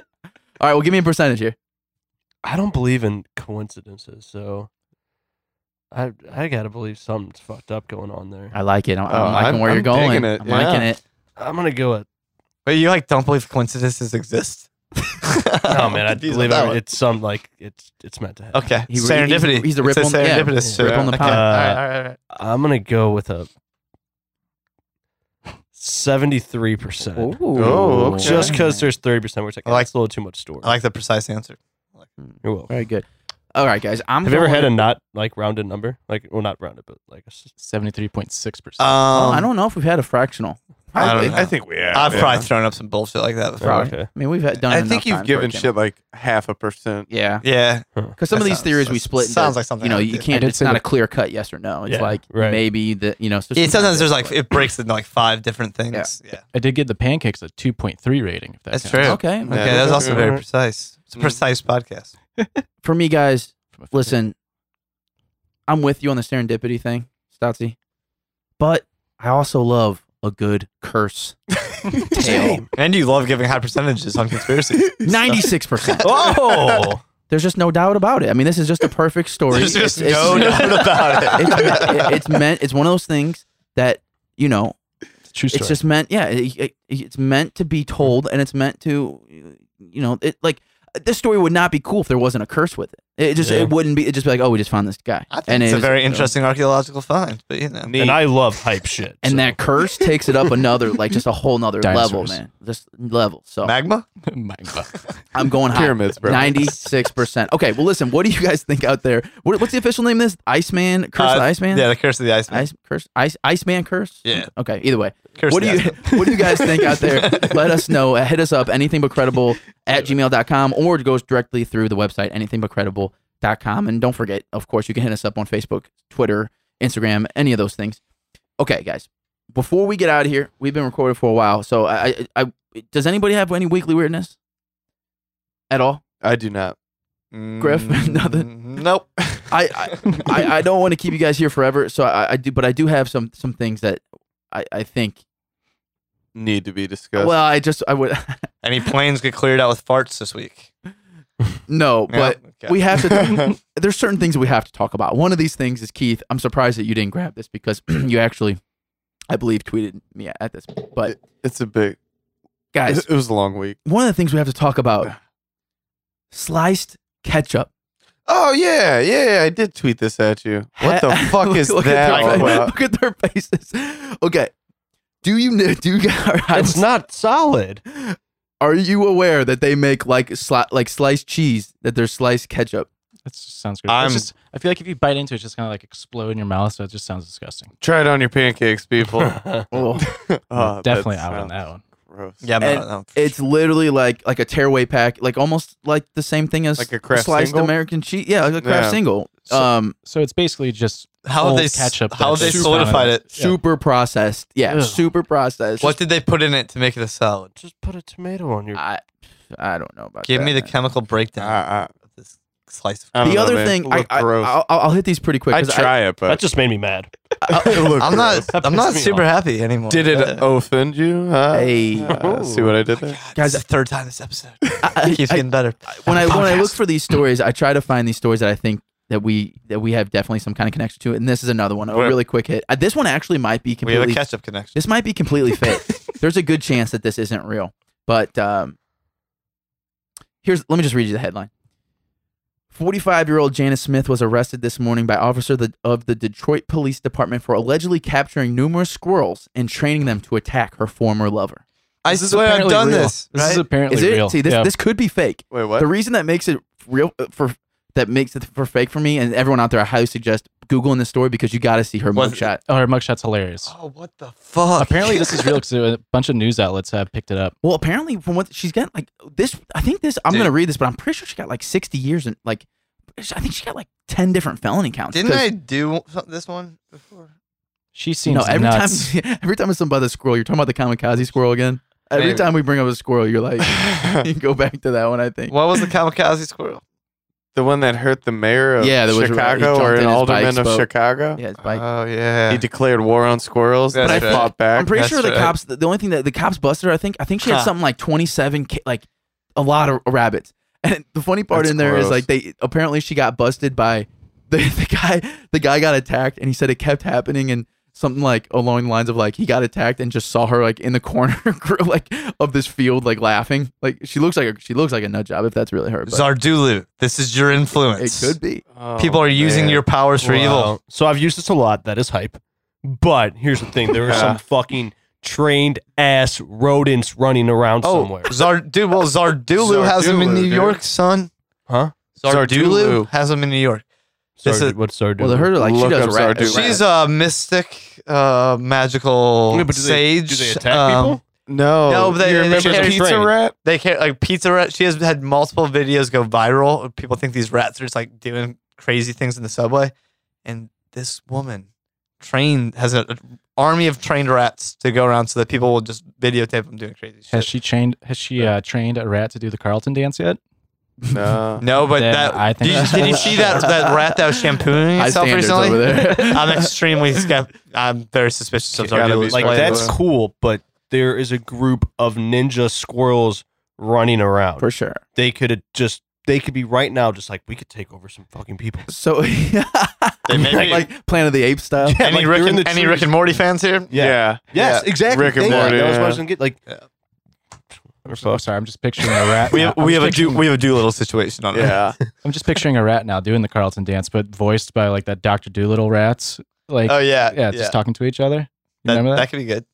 Speaker 2: right, well, give me a percentage here.
Speaker 6: I don't believe in coincidences, so I I gotta believe something's fucked up going on there.
Speaker 2: I like it. I'm, I'm
Speaker 5: Oh,
Speaker 2: liking
Speaker 5: I'm-
Speaker 2: where
Speaker 5: I'm
Speaker 2: you're going.
Speaker 5: digging it,
Speaker 2: I'm liking
Speaker 5: yeah.
Speaker 2: it.
Speaker 6: I'm gonna go at
Speaker 1: Wait, you like don't believe coincidences exist?
Speaker 6: no
Speaker 1: I'm
Speaker 6: oh, man. I
Speaker 1: confused on
Speaker 6: believe
Speaker 1: that
Speaker 6: it-
Speaker 1: one.
Speaker 6: it's some like it's it's meant to happen.
Speaker 1: Okay,
Speaker 2: He-
Speaker 1: serendipity.
Speaker 2: he's- he's the
Speaker 1: It
Speaker 2: rip
Speaker 1: says
Speaker 2: on- yeah,
Speaker 1: serendipitous
Speaker 2: rip
Speaker 1: shit.
Speaker 2: on the
Speaker 1: Okay,
Speaker 2: pie.
Speaker 1: all right, all right, all right.
Speaker 6: I'm gonna go with a seventy three percent.
Speaker 5: Oh, okay.
Speaker 6: Just because there's thirty percent, we're like,
Speaker 1: I like-
Speaker 6: that's a little too much story.
Speaker 1: I like the precise answer.
Speaker 6: You're welcome.
Speaker 2: Very good. All right, guys. I'm
Speaker 6: Have you ever
Speaker 2: going-
Speaker 6: had a not like rounded number? Like, well, not rounded, but like a s-
Speaker 4: Seventy-three point six percent.
Speaker 2: Oh,
Speaker 1: Um,
Speaker 2: I don't know if we've had a fractional.
Speaker 1: I don't
Speaker 5: I, think,
Speaker 1: know.
Speaker 5: I think we have.
Speaker 1: I've
Speaker 5: yeah.
Speaker 1: probably thrown up some bullshit like that before.
Speaker 2: Probably.
Speaker 6: Oh, okay.
Speaker 2: I mean, we've had done.
Speaker 5: I
Speaker 2: enough
Speaker 5: think
Speaker 2: time
Speaker 5: you've
Speaker 2: for
Speaker 5: given
Speaker 2: it, Jim.
Speaker 5: shit like half a percent.
Speaker 2: Yeah,
Speaker 1: Yeah.
Speaker 2: because some
Speaker 1: That
Speaker 2: of these
Speaker 1: sounds-
Speaker 2: theories we
Speaker 1: that
Speaker 2: split. into,
Speaker 1: sounds like something
Speaker 2: You know,
Speaker 1: I
Speaker 2: you
Speaker 1: did.
Speaker 2: can't.
Speaker 4: I did
Speaker 2: It's
Speaker 4: say
Speaker 2: not
Speaker 4: that-
Speaker 2: a clear cut yes or no. It's
Speaker 6: Yeah,
Speaker 2: like
Speaker 6: right.
Speaker 2: maybe the you know. so
Speaker 1: yeah. Sometimes there's like it breaks into like five different things. Yeah.
Speaker 4: I did get the pancakes a two point three rating. If that
Speaker 1: That's
Speaker 4: counts.
Speaker 1: true.
Speaker 2: Okay.
Speaker 1: Okay,
Speaker 5: Yeah.
Speaker 1: that's also very
Speaker 2: Mm-hmm.
Speaker 6: Alright.
Speaker 1: precise. It's a precise podcast.
Speaker 2: For me, guys,
Speaker 4: From a-
Speaker 2: listen, I'm with you on the serendipity thing, Stoutsy, but I also love a good curse tale.
Speaker 1: And you love giving high percentages on conspiracies.
Speaker 2: 96%.
Speaker 6: Oh,
Speaker 2: There's just no doubt about it. I mean, this is just a perfect story.
Speaker 1: There's just
Speaker 2: It's-
Speaker 1: Oh, no
Speaker 2: it's-
Speaker 1: doubt about it.
Speaker 2: It's, it- it's meant, it's one of those things that, you know,
Speaker 4: It's a true story.
Speaker 2: it's just meant, yeah, it, it- it's meant to be told and it's meant to, you know, it like, this story would not be cool if there wasn't a curse with it. It just,
Speaker 6: Yeah.
Speaker 2: it wouldn't be, it'd just be like, oh, we just found this guy.
Speaker 1: I think
Speaker 2: it
Speaker 1: it's a
Speaker 2: was-
Speaker 1: very
Speaker 2: you know.
Speaker 1: interesting archaeological find, but you know.
Speaker 6: and I love hype shit.
Speaker 2: And
Speaker 6: so.
Speaker 2: that curse takes it up another, like just a whole nother level,
Speaker 4: Dinosaurs.
Speaker 2: man. Just level. So
Speaker 1: Magma?
Speaker 4: My God.
Speaker 2: I'm going high.
Speaker 5: Pyramids, bro.
Speaker 2: Ninety-six percent. Okay, well, listen. What do you guys think out there? What, what's the official name? of This Iceman curse,
Speaker 1: Uh,
Speaker 2: of the Iceman,
Speaker 1: Yeah, the curse of the Iceman.
Speaker 2: Ice curse, Ice Iceman curse.
Speaker 1: Yeah.
Speaker 2: Okay. Either way,
Speaker 1: Curse
Speaker 2: what
Speaker 1: of
Speaker 2: do
Speaker 1: the
Speaker 2: you
Speaker 1: Iceman.
Speaker 2: what do you guys think out there? Let us know. Uh, Hit us up anything but credible at gmail.com or it goes directly through the website anything but credible.com. And don't forget, of course, you can hit us up on Facebook, Twitter, Instagram, any of those things. Okay, guys. Before we get out of here, we've been recording for a while. So I, I, I does anybody have any weekly weirdness at all?
Speaker 5: I do not. Griff,
Speaker 2: Griff,
Speaker 1: Mm-hmm.
Speaker 2: nothing?
Speaker 5: Nope.
Speaker 2: I, I, I, I don't want to keep you guys here forever. So I, I do, but I do have some some things that I, I think.
Speaker 5: need to be discussed.
Speaker 2: Well, I just I would
Speaker 1: Any planes get cleared out with farts this week? No?
Speaker 2: no, but
Speaker 1: Okay.
Speaker 2: we have to. there's certain things we have to talk about. One of these things is Keith. I'm surprised that you didn't grab this because you actually, I believe, tweeted me at this. But
Speaker 5: it's a big.
Speaker 2: guys,
Speaker 5: It, it was a long week.
Speaker 2: one of the things we have to talk about sliced ketchup.
Speaker 5: Oh yeah, yeah. I did tweet this at you. What the
Speaker 2: Ha-
Speaker 5: fuck is
Speaker 2: look At
Speaker 5: that all
Speaker 2: their, fa-
Speaker 5: about?
Speaker 2: Look at their faces. Okay. Do you kn- do you guys,
Speaker 6: It's not solid.
Speaker 2: are you aware that they make like sli- like sliced cheese that there's sliced ketchup?
Speaker 4: That just sounds good.
Speaker 1: I'm-
Speaker 4: It's just, I feel like if you bite into it, it's just kind of like explode in your mouth. So it just sounds disgusting.
Speaker 5: Try it on your pancakes, people.
Speaker 2: Oh.
Speaker 5: Oh, that
Speaker 4: Definitely out on
Speaker 5: sounds
Speaker 4: that one.
Speaker 5: Gross.
Speaker 1: Yeah, but
Speaker 2: And It's literally like like a tearaway pack, like almost like the same thing as
Speaker 5: Like a Kraft
Speaker 2: sliced
Speaker 5: single?
Speaker 2: American cheese. Yeah, like a craft
Speaker 5: Yeah.
Speaker 2: single.
Speaker 4: So-
Speaker 2: um,
Speaker 4: So it's basically just
Speaker 1: how
Speaker 4: old
Speaker 1: they
Speaker 4: ketchup
Speaker 1: how
Speaker 4: that's
Speaker 1: they
Speaker 4: just
Speaker 1: solidified
Speaker 4: kinda-
Speaker 1: it.
Speaker 4: Yeah.
Speaker 2: super processed. Yeah,
Speaker 6: Ugh.
Speaker 2: super processed.
Speaker 1: What did they put in it to make it a salad?
Speaker 6: Just put a tomato on your.
Speaker 2: I I don't know about.
Speaker 1: Give me the
Speaker 2: that, man. Um,
Speaker 1: chemical breakdown
Speaker 5: I,
Speaker 1: of this slice of.
Speaker 5: I,
Speaker 2: The
Speaker 5: I don't know,
Speaker 2: other
Speaker 5: man.
Speaker 2: thing,
Speaker 5: It
Speaker 2: I,
Speaker 5: looked
Speaker 2: I,
Speaker 5: gross.
Speaker 2: I'll, I'll hit these pretty quick.
Speaker 5: I'd
Speaker 2: 'cause I-
Speaker 5: try it,
Speaker 6: that
Speaker 5: but
Speaker 6: just made me mad.
Speaker 1: I'm not.
Speaker 6: That
Speaker 1: I'm
Speaker 6: pissed
Speaker 1: not
Speaker 6: me
Speaker 1: super happy anymore.
Speaker 5: did it
Speaker 1: Uh,
Speaker 5: offend you? Huh?
Speaker 2: Hey.
Speaker 5: Uh, see what I did there?
Speaker 1: guys, the third time this episode.
Speaker 2: I-
Speaker 1: It keeps
Speaker 2: I-
Speaker 1: getting better.
Speaker 2: when I when I look
Speaker 1: Podcast.
Speaker 2: for these stories, I try to find these stories that I think that we that we have definitely some kind of connection to. And this is another one, a
Speaker 1: We're-
Speaker 2: really quick hit. Uh, this one actually might be
Speaker 1: we have a
Speaker 2: completely.
Speaker 1: ketchup connection.
Speaker 2: This might be completely fake. There's a good chance that this isn't real. But um, here's let me just read you the headline. 45 year old Janice Smith was arrested this morning by officers of the, of the Detroit Police Department for allegedly capturing numerous squirrels and training them to attack her former lover.
Speaker 1: I
Speaker 4: is
Speaker 1: swear I've
Speaker 4: apparently
Speaker 1: done
Speaker 4: real.
Speaker 1: this.
Speaker 4: This is
Speaker 1: right?
Speaker 4: apparently
Speaker 2: Is it?
Speaker 4: real.
Speaker 2: See, this,
Speaker 4: Yeah.
Speaker 2: this could be fake.
Speaker 5: Wait, what?
Speaker 2: The reason that makes it real uh, for that makes it for fake for me and everyone out there, I highly suggest googling this story because you got to see her
Speaker 1: Was-
Speaker 2: mugshot.
Speaker 4: oh, her mugshot's hilarious.
Speaker 1: oh, what the fuck?
Speaker 4: Apparently, this is real because a bunch of news outlets have picked it up.
Speaker 2: Well, apparently, from what she's got, like this, I think this. I'm
Speaker 1: Dude.
Speaker 2: gonna read this, but I'm pretty sure she got like 60 years and like, I think she got like 10 different felony counts.
Speaker 1: Didn't
Speaker 2: 'cause,
Speaker 1: I do some- this one before?
Speaker 4: She
Speaker 2: You
Speaker 4: seems
Speaker 2: know, every
Speaker 4: nuts.
Speaker 2: time every time it's something about the squirrel, you're talking about the kamikaze squirrel again. Every
Speaker 1: Maybe.
Speaker 2: time we bring up a squirrel, you're like, you go back to that one. I think.
Speaker 1: What was the kamikaze squirrel?
Speaker 5: the one that hurt the mayor of
Speaker 2: Yeah, that was- he
Speaker 5: Chicago
Speaker 2: jumped
Speaker 5: or
Speaker 2: in
Speaker 5: an
Speaker 2: his
Speaker 5: alderman
Speaker 2: bike's
Speaker 5: of
Speaker 2: boat.
Speaker 5: Chicago?
Speaker 2: Yeah, it's bike.
Speaker 1: Oh yeah.
Speaker 5: He declared war on squirrels
Speaker 1: That's
Speaker 5: and they
Speaker 1: right.
Speaker 5: fought back.
Speaker 2: I'm pretty
Speaker 1: That's
Speaker 2: sure the
Speaker 1: right.
Speaker 2: cops. The only thing that the cops busted her, I think, I think she had
Speaker 1: Huh.
Speaker 2: something like 27, ca- like a lot of rabbits. And the funny part
Speaker 5: That's
Speaker 2: in there is
Speaker 5: gross.
Speaker 2: like they apparently she got busted by the, the guy. The guy got attacked, and he said it kept happening, and something like along the lines of like he got attacked and just saw her like in the corner, like of this field, like laughing. Like she looks like a, she looks like a nut job if that's really her. But
Speaker 1: Zardulu. This is your
Speaker 2: it
Speaker 1: influence.
Speaker 2: could be.
Speaker 5: Oh,
Speaker 1: People are using
Speaker 5: man.
Speaker 1: your powers for evil.
Speaker 6: Wow. So I've used this a lot. That is hype. But here's the thing: there are some fucking trained ass rodents running around somewhere.
Speaker 1: Zard, Oh, dude, well, Zardulu has him in
Speaker 5: Zardulu,
Speaker 1: New
Speaker 5: dude.
Speaker 1: York, son.
Speaker 6: Huh?
Speaker 1: Zardulu
Speaker 5: Zardulu.
Speaker 1: has him in New York. This
Speaker 6: Sardu-
Speaker 1: is-
Speaker 6: what's Sardu?
Speaker 2: Well, her like she
Speaker 5: Look
Speaker 2: does
Speaker 5: up
Speaker 2: rat.
Speaker 5: Zardu.
Speaker 1: She's a mystic, uh, magical
Speaker 6: Wait, but do they-
Speaker 1: sage.
Speaker 6: do they attack
Speaker 1: um,
Speaker 6: people?
Speaker 5: No.
Speaker 1: No, but they-
Speaker 5: Oh, you
Speaker 1: they
Speaker 5: remember
Speaker 1: carry-
Speaker 5: Pizza
Speaker 6: train.
Speaker 5: Rat?
Speaker 1: They can't like pizza rat. She has had multiple videos go viral. People think these rats are just like doing crazy things in the subway, and this woman trained has a- an army of trained rats to go around so that people will just videotape them doing crazy shit.
Speaker 4: Has she trained? Has she uh, trained a rat to do the Carlton dance yet?
Speaker 5: No.
Speaker 1: No, but
Speaker 4: Then
Speaker 1: that
Speaker 4: I think
Speaker 1: did,
Speaker 4: that's
Speaker 1: you, did you
Speaker 4: bullshit.
Speaker 1: see that that rat that was shampooing
Speaker 2: High
Speaker 1: itself
Speaker 2: standards
Speaker 1: recently?
Speaker 2: over there.
Speaker 1: I'm extremely skeptical. I'm very suspicious of
Speaker 5: Gotta be
Speaker 1: Zarduli's
Speaker 6: like
Speaker 5: Wait,
Speaker 6: that's
Speaker 5: wait.
Speaker 6: cool, but there is a group of ninja squirrels running around.
Speaker 2: for sure.
Speaker 6: They could just they could be right now just like we could take over some fucking people.
Speaker 2: So
Speaker 1: They may be-
Speaker 2: like Planet of the Apes style.
Speaker 1: any
Speaker 6: like,
Speaker 1: Rick
Speaker 6: they're in
Speaker 1: and,
Speaker 6: the
Speaker 1: any
Speaker 6: trees.
Speaker 1: Rick and Morty fans here?
Speaker 6: Yeah. Yes, exactly.
Speaker 5: Rick and
Speaker 6: Thank you.
Speaker 5: Morty,
Speaker 6: That was what I
Speaker 5: yeah.
Speaker 6: was gonna get. Like
Speaker 4: I'm sorry, I'm just picturing a rat.
Speaker 1: We have,
Speaker 4: I'm
Speaker 1: we
Speaker 4: just
Speaker 1: have a do
Speaker 4: picturing-
Speaker 1: we have a Doolittle situation on it.
Speaker 5: Yeah.
Speaker 4: I'm just picturing a rat now doing the Carlton dance, but voiced by like that Doctor Doolittle rats. Like,
Speaker 1: Oh yeah,
Speaker 4: yeah, just talking to each other. You
Speaker 1: That,
Speaker 4: remember that?
Speaker 1: that could be good.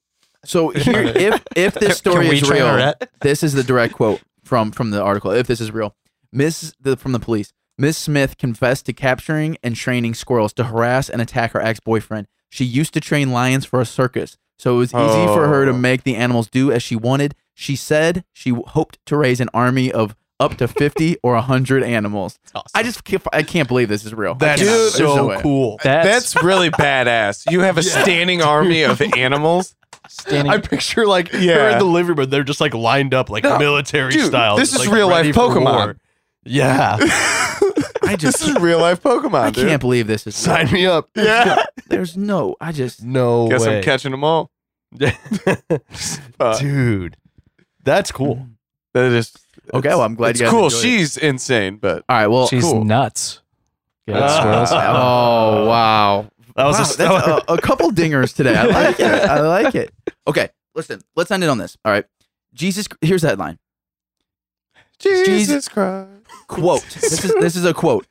Speaker 2: So here, if if this
Speaker 1: Can-
Speaker 2: story
Speaker 1: can we
Speaker 2: is
Speaker 1: train a
Speaker 2: real,
Speaker 1: rat?
Speaker 2: this is the direct quote from from the article. If this is real, Miss the, from the police, Miss Smith confessed to capturing and training squirrels to harass and attack her ex boyfriend. She used to train lions for a circus, so it was easy for her to
Speaker 5: Oh.
Speaker 2: make the animals do as she wanted. She said she hoped to raise an army of up to 50 or 100 animals.
Speaker 1: awesome.
Speaker 2: I just can't, I can't believe this is real. I
Speaker 5: That's
Speaker 2: cannot- there's
Speaker 3: so
Speaker 2: no way.
Speaker 3: cool.
Speaker 5: That's, really badass. You have a standing army of animals.
Speaker 4: standing.
Speaker 3: I picture like her
Speaker 5: Yeah.
Speaker 3: in the living room. They're just like lined up like
Speaker 5: No,
Speaker 3: military
Speaker 5: dude,
Speaker 3: style.
Speaker 5: this
Speaker 3: just,
Speaker 5: is
Speaker 3: like,
Speaker 5: real
Speaker 3: ready
Speaker 5: life
Speaker 3: for
Speaker 5: Pokemon.
Speaker 3: war. Yeah,
Speaker 2: I just
Speaker 5: This is real life Pokemon,
Speaker 2: I
Speaker 5: dude.
Speaker 2: can't believe this is real.
Speaker 3: sign me up.
Speaker 5: yeah.
Speaker 2: There's no, I just,
Speaker 3: No
Speaker 5: Guess
Speaker 3: way,
Speaker 5: I'm catching them all. Fuck.
Speaker 3: dude. That's cool.
Speaker 5: That is
Speaker 2: okay, well, I'm glad
Speaker 5: it's
Speaker 2: you guys
Speaker 5: cool.
Speaker 2: enjoyed it.
Speaker 5: She's insane, but
Speaker 2: All right, well,
Speaker 4: She's
Speaker 5: cool.
Speaker 4: nuts. Yeah, that's
Speaker 3: Ah.
Speaker 4: gross.
Speaker 2: oh, wow.
Speaker 3: That was
Speaker 2: Wow,
Speaker 3: a, that
Speaker 2: that's
Speaker 3: was-
Speaker 2: a, a couple dingers today. I like it. I like it. Okay, listen. Let's end it on this. All right. Jesus. Here's the headline.
Speaker 5: Jesus,
Speaker 2: Jesus
Speaker 5: Christ.
Speaker 2: Quote. This is this is a quote.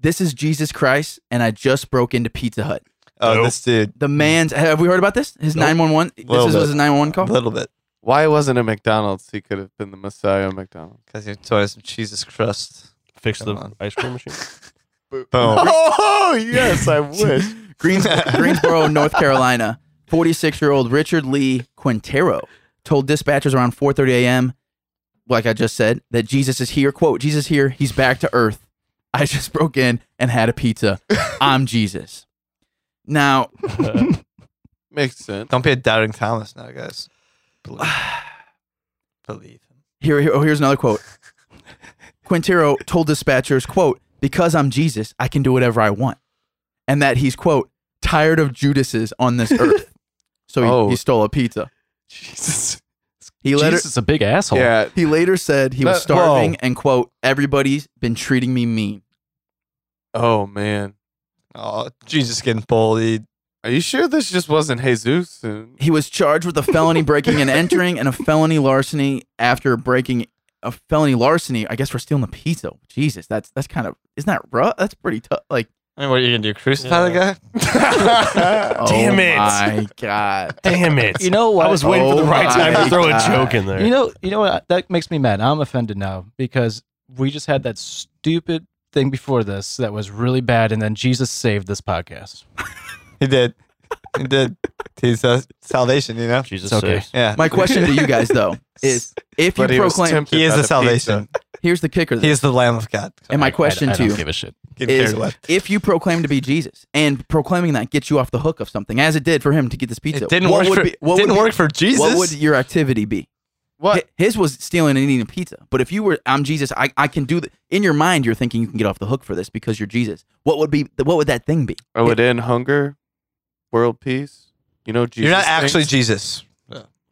Speaker 2: This is Jesus Christ, and I just broke into Pizza Hut.
Speaker 1: oh,
Speaker 3: Nope.
Speaker 1: this dude,
Speaker 2: The man's. Have we heard about this? His
Speaker 1: Nope.
Speaker 2: nine one one. This
Speaker 1: Little
Speaker 2: is
Speaker 1: bit.
Speaker 2: was his nine one one
Speaker 1: a
Speaker 2: call.
Speaker 1: little bit,
Speaker 5: Why wasn't it McDonald's? He could have been the Messiah of McDonald's.
Speaker 1: because you're talking some Jesus crust.
Speaker 6: Fix
Speaker 1: Come
Speaker 6: the
Speaker 1: on.
Speaker 6: ice cream machine.
Speaker 1: Boom.
Speaker 5: Oh yes, I wish.
Speaker 2: Greens, Greensboro, North Carolina. Forty six year old Richard Lee Quintero told dispatchers around four thirty a.m. Like I just said, that Jesus is here. Quote: Jesus is here. He's back to earth. I just broke in and had a pizza. I'm Jesus. Now,
Speaker 5: Makes sense.
Speaker 1: Don't be a doubting Thomas now, guys. Believe. Believe.
Speaker 2: Here, here- oh, here's another quote. Quintero told dispatchers, quote, because I'm Jesus, I can do whatever I want. And that he's, quote, tired of Judases on this earth. So he,
Speaker 5: Oh.
Speaker 2: he stole a pizza.
Speaker 5: Jesus.
Speaker 2: He later,
Speaker 4: Jesus is a big asshole.
Speaker 5: Yeah.
Speaker 2: he later said he was
Speaker 5: That- whoa.
Speaker 2: starving and, quote, everybody's been treating me mean.
Speaker 5: Oh man.
Speaker 1: Oh, Jesus getting bullied.
Speaker 5: Are you sure this just wasn't Jesus? And
Speaker 2: He was charged with a felony breaking and entering and a felony larceny after breaking a felony larceny, I guess, for stealing a pizza. Jesus, that's that's kind of, isn't that rough? That's pretty tough. Like,
Speaker 1: I mean, what are you gonna do? Crucify the guy?
Speaker 6: Damn
Speaker 2: oh
Speaker 6: it.
Speaker 2: my God.
Speaker 6: Damn it!
Speaker 4: You know what?
Speaker 6: I was waiting for the
Speaker 2: Oh
Speaker 6: right time
Speaker 2: my
Speaker 6: to throw a
Speaker 2: God.
Speaker 6: joke in there.
Speaker 4: You know, you know what? That makes me mad. I'm offended now because we just had that stupid thing before this that was really bad, and then Jesus saved this podcast.
Speaker 1: he did. He did. He's uh, salvation, you know.
Speaker 6: Jesus
Speaker 4: It's okay.
Speaker 6: saves.
Speaker 1: Yeah.
Speaker 2: My question to you guys though is if you
Speaker 5: But he was
Speaker 2: proclaim
Speaker 5: tempted
Speaker 1: He is
Speaker 5: by
Speaker 1: the
Speaker 5: pizza.
Speaker 1: salvation.
Speaker 2: here's the kicker
Speaker 1: He
Speaker 2: though,
Speaker 1: is the Lamb of God.
Speaker 2: and my question
Speaker 4: I, I
Speaker 2: to
Speaker 4: don't
Speaker 2: you
Speaker 4: give a shit.
Speaker 1: Getting
Speaker 2: is
Speaker 1: carried away.
Speaker 2: if you proclaim to be Jesus and proclaiming that gets you off the hook of something as it did for him to get this pizza
Speaker 1: It didn't
Speaker 2: what
Speaker 1: work.
Speaker 2: would
Speaker 1: For,
Speaker 2: be- what
Speaker 1: didn't
Speaker 2: would be-
Speaker 1: work for Jesus.
Speaker 2: what would your activity be
Speaker 5: What?
Speaker 2: Hi- his was stealing and eating pizza but if you were I'm Jesus I, I can do the in your mind you're thinking you can get off the hook for this because you're Jesus what would be what would that thing be
Speaker 5: I would end Oh, hunger, world peace. You know Jesus.
Speaker 1: You're not actually
Speaker 5: thinks-
Speaker 1: Jesus.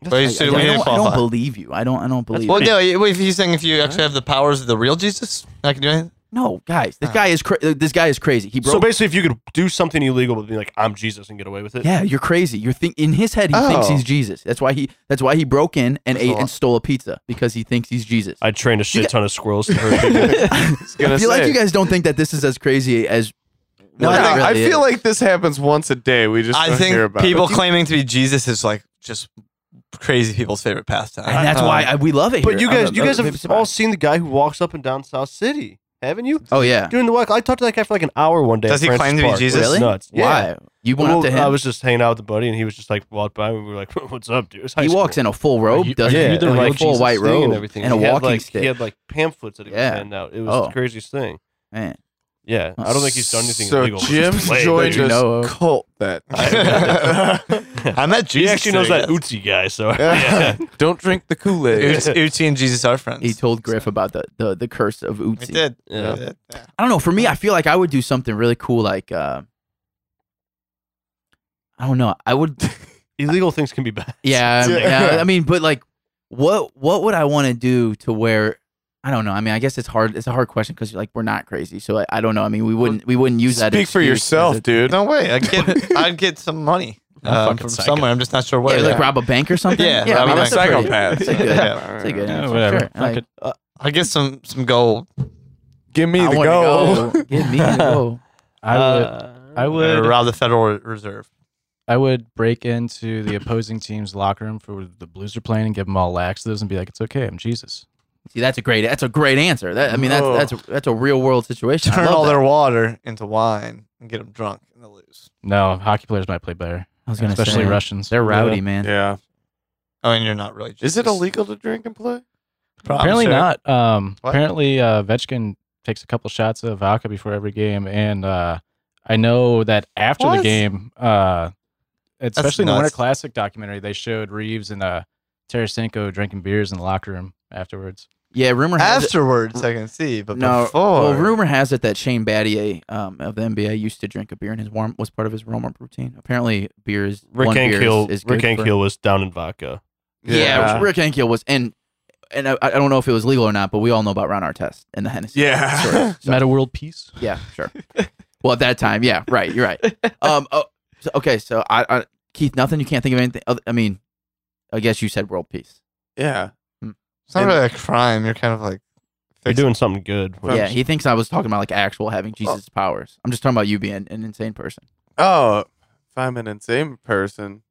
Speaker 1: But you
Speaker 2: I,
Speaker 1: said
Speaker 2: I
Speaker 1: we didn't
Speaker 2: don't, I don't
Speaker 1: qualify.
Speaker 2: believe you I don't I don't believe
Speaker 1: Well,
Speaker 2: you.
Speaker 1: no. If you're saying if you actually have the powers of the real Jesus, I can do anything.
Speaker 2: no guys
Speaker 1: Ah.
Speaker 2: this guy is cra- uh, this guy is crazy he broke
Speaker 6: So basically, if you could do something illegal but be like, "I'm Jesus" and get away with it,
Speaker 2: Yeah, you're crazy. You're think in his head he
Speaker 1: Oh.
Speaker 2: thinks he's Jesus. That's why he that's why he broke in and ate and stole a pizza because he thinks he's Jesus. I,
Speaker 6: I'd train a shit ton of squirrels to hurt people.
Speaker 5: gonna
Speaker 2: feel like
Speaker 5: say.
Speaker 2: you guys don't think that this is as crazy as
Speaker 1: I
Speaker 2: what it
Speaker 5: Yeah,
Speaker 1: think-
Speaker 5: I
Speaker 2: really
Speaker 5: feel
Speaker 2: is.
Speaker 5: like this happens once a day. We just
Speaker 1: I
Speaker 5: don't hear
Speaker 1: think
Speaker 5: about
Speaker 1: people
Speaker 5: it.
Speaker 1: claiming to be Jesus is like just crazy people's favorite pastime.
Speaker 2: and that's
Speaker 1: Um,
Speaker 2: why I, we love it.
Speaker 6: but
Speaker 2: here.
Speaker 6: you
Speaker 2: I'm
Speaker 6: guys,
Speaker 2: a-
Speaker 6: you
Speaker 2: I'm
Speaker 6: guys
Speaker 2: a-
Speaker 6: have all seen the guy who walks up and down South City, haven't you?
Speaker 2: Oh yeah.
Speaker 6: Doing the walk, I talked to that guy for like an hour one day.
Speaker 1: Does
Speaker 6: at
Speaker 1: he
Speaker 6: Francis
Speaker 1: claim to be
Speaker 6: Park.
Speaker 1: Jesus?
Speaker 6: It was
Speaker 2: Really?
Speaker 6: Nuts.
Speaker 2: Why?
Speaker 6: Yeah.
Speaker 2: You went up
Speaker 6: Well,
Speaker 2: to
Speaker 6: I
Speaker 2: him.
Speaker 6: was just hanging out with a buddy, and he was just like walked by, and we were like, "What's up, dude?" It's high
Speaker 2: he
Speaker 6: school.
Speaker 2: walks in a full robe,
Speaker 4: you-
Speaker 2: doesn't
Speaker 4: are
Speaker 2: Uh, he?
Speaker 4: you the
Speaker 2: Like
Speaker 4: real
Speaker 2: a full
Speaker 4: Jesus
Speaker 2: white
Speaker 6: thing and
Speaker 2: robe
Speaker 6: everything.
Speaker 2: and a
Speaker 6: He had,
Speaker 2: walking
Speaker 6: like,
Speaker 2: stick.
Speaker 6: He had like pamphlets that he was
Speaker 2: Yeah.
Speaker 6: handing out. It was
Speaker 2: Oh.
Speaker 6: the craziest thing.
Speaker 2: Man.
Speaker 6: Yeah, I don't think he's done anything
Speaker 5: so
Speaker 6: illegal. but
Speaker 5: Jim
Speaker 6: just lame,
Speaker 5: joined
Speaker 6: dude.
Speaker 5: us
Speaker 2: know of.
Speaker 5: cult that.
Speaker 1: Uh, I met
Speaker 6: He
Speaker 1: Jesus.
Speaker 6: actually knows
Speaker 1: today,
Speaker 6: that Uzi guy, so
Speaker 5: Yeah. Don't drink the Kool Aid.
Speaker 1: guys. Ut- Uti and Jesus are friends.
Speaker 2: He told Griff about the, the, the curse of
Speaker 1: I
Speaker 2: Utsi.
Speaker 1: did.
Speaker 6: Yeah.
Speaker 1: I did. Yeah.
Speaker 2: I don't know. For me, I feel like I would do something really cool like uh I don't know. I would
Speaker 6: illegal things can be bad.
Speaker 2: Yeah, yeah. I mean, but like, what what would I want to do to where? I don't know. I mean, I guess it's hard. It's a hard question because like we're not crazy, so I, I don't know. I mean, we wouldn't we wouldn't use that.
Speaker 5: Speak for
Speaker 2: excuse
Speaker 5: yourself,
Speaker 2: as
Speaker 5: dude.
Speaker 1: No way. I get. I'd get some money
Speaker 4: I'm
Speaker 1: uh,
Speaker 4: fucking
Speaker 1: from
Speaker 4: psycho.
Speaker 1: somewhere. I'm just not sure
Speaker 2: a-
Speaker 1: where.
Speaker 2: yeah, like rob a bank or something.
Speaker 1: Yeah,
Speaker 2: I
Speaker 1: rob
Speaker 2: mean,
Speaker 5: I'm a
Speaker 2: that's pretty-
Speaker 5: psychopath.
Speaker 2: That's a good.
Speaker 1: Yeah.
Speaker 2: That's a good.
Speaker 4: Yeah,
Speaker 2: answer,
Speaker 4: whatever.
Speaker 2: sure.
Speaker 4: Fuck
Speaker 2: Like,
Speaker 4: it.
Speaker 1: I get some some gold. uh,
Speaker 5: Give me
Speaker 2: I
Speaker 5: the
Speaker 2: wanna
Speaker 5: gold.
Speaker 2: go. Give me the go.
Speaker 4: I would.
Speaker 6: Uh,
Speaker 4: I
Speaker 1: Or
Speaker 4: would.
Speaker 1: rob the Federal Reserve.
Speaker 4: I would break into the opposing team's locker room for the Blues are playing and give them all laxatives and be like, "It's okay, I'm Jesus."
Speaker 2: See, that's a great. That's a great answer. That I mean, that's
Speaker 5: Oh.
Speaker 2: that's a, that's a real world situation. I
Speaker 1: Turn
Speaker 2: love
Speaker 1: all
Speaker 2: that.
Speaker 1: their water into wine and get them drunk and they'll lose.
Speaker 4: No, hockey players might play better,
Speaker 2: I was gonna
Speaker 4: especially
Speaker 2: say,
Speaker 4: Russians.
Speaker 2: They're rowdy, man.
Speaker 5: Yeah.
Speaker 1: I mean, Oh, you're not really. Jesus.
Speaker 5: Is it illegal to drink and play?
Speaker 1: Probably.
Speaker 4: apparently
Speaker 1: Sure.
Speaker 4: not. Um,
Speaker 1: What?
Speaker 4: apparently, uh, Vetchkin takes a couple shots of vodka before every game, and uh, I know that after the
Speaker 1: What?
Speaker 4: game, uh, especially in the Winter
Speaker 1: nuts.
Speaker 4: Classic documentary, they showed Reeves and uh, Tarasenko drinking beers in the locker room afterwards.
Speaker 2: Yeah, rumor has it,
Speaker 1: Afterwards, I can see, but
Speaker 2: no,
Speaker 1: before,
Speaker 2: well, rumor has it that Shane Battier um, of the NBA used to drink a beer in his warm was part of his warm up routine. Apparently, beer is
Speaker 6: Rick
Speaker 2: one beer
Speaker 6: Ankiel,
Speaker 2: is, is good
Speaker 6: Rick
Speaker 2: for-
Speaker 6: Ankiel was down in vodka.
Speaker 2: Yeah, Rick Ankiel was and and I, I don't know if it was legal or not, but we all know about Ron Artest and the Hennessy.
Speaker 5: Yeah.
Speaker 2: story. So-
Speaker 4: Meta world peace.
Speaker 2: yeah, sure. well, at that time, yeah, right, you're right. Um, oh, so, okay, so I, I Keith, nothing. You can't think of anything. Other, I mean, I guess you said world peace.
Speaker 5: yeah.
Speaker 1: it's not really a crime. You're kind of like
Speaker 6: You're doing something good.
Speaker 2: yeah, he thinks I was talking about like actual
Speaker 6: Oh.
Speaker 2: having Jesus' powers. I'm just talking about you being an insane person.
Speaker 5: Oh, if I'm an insane person.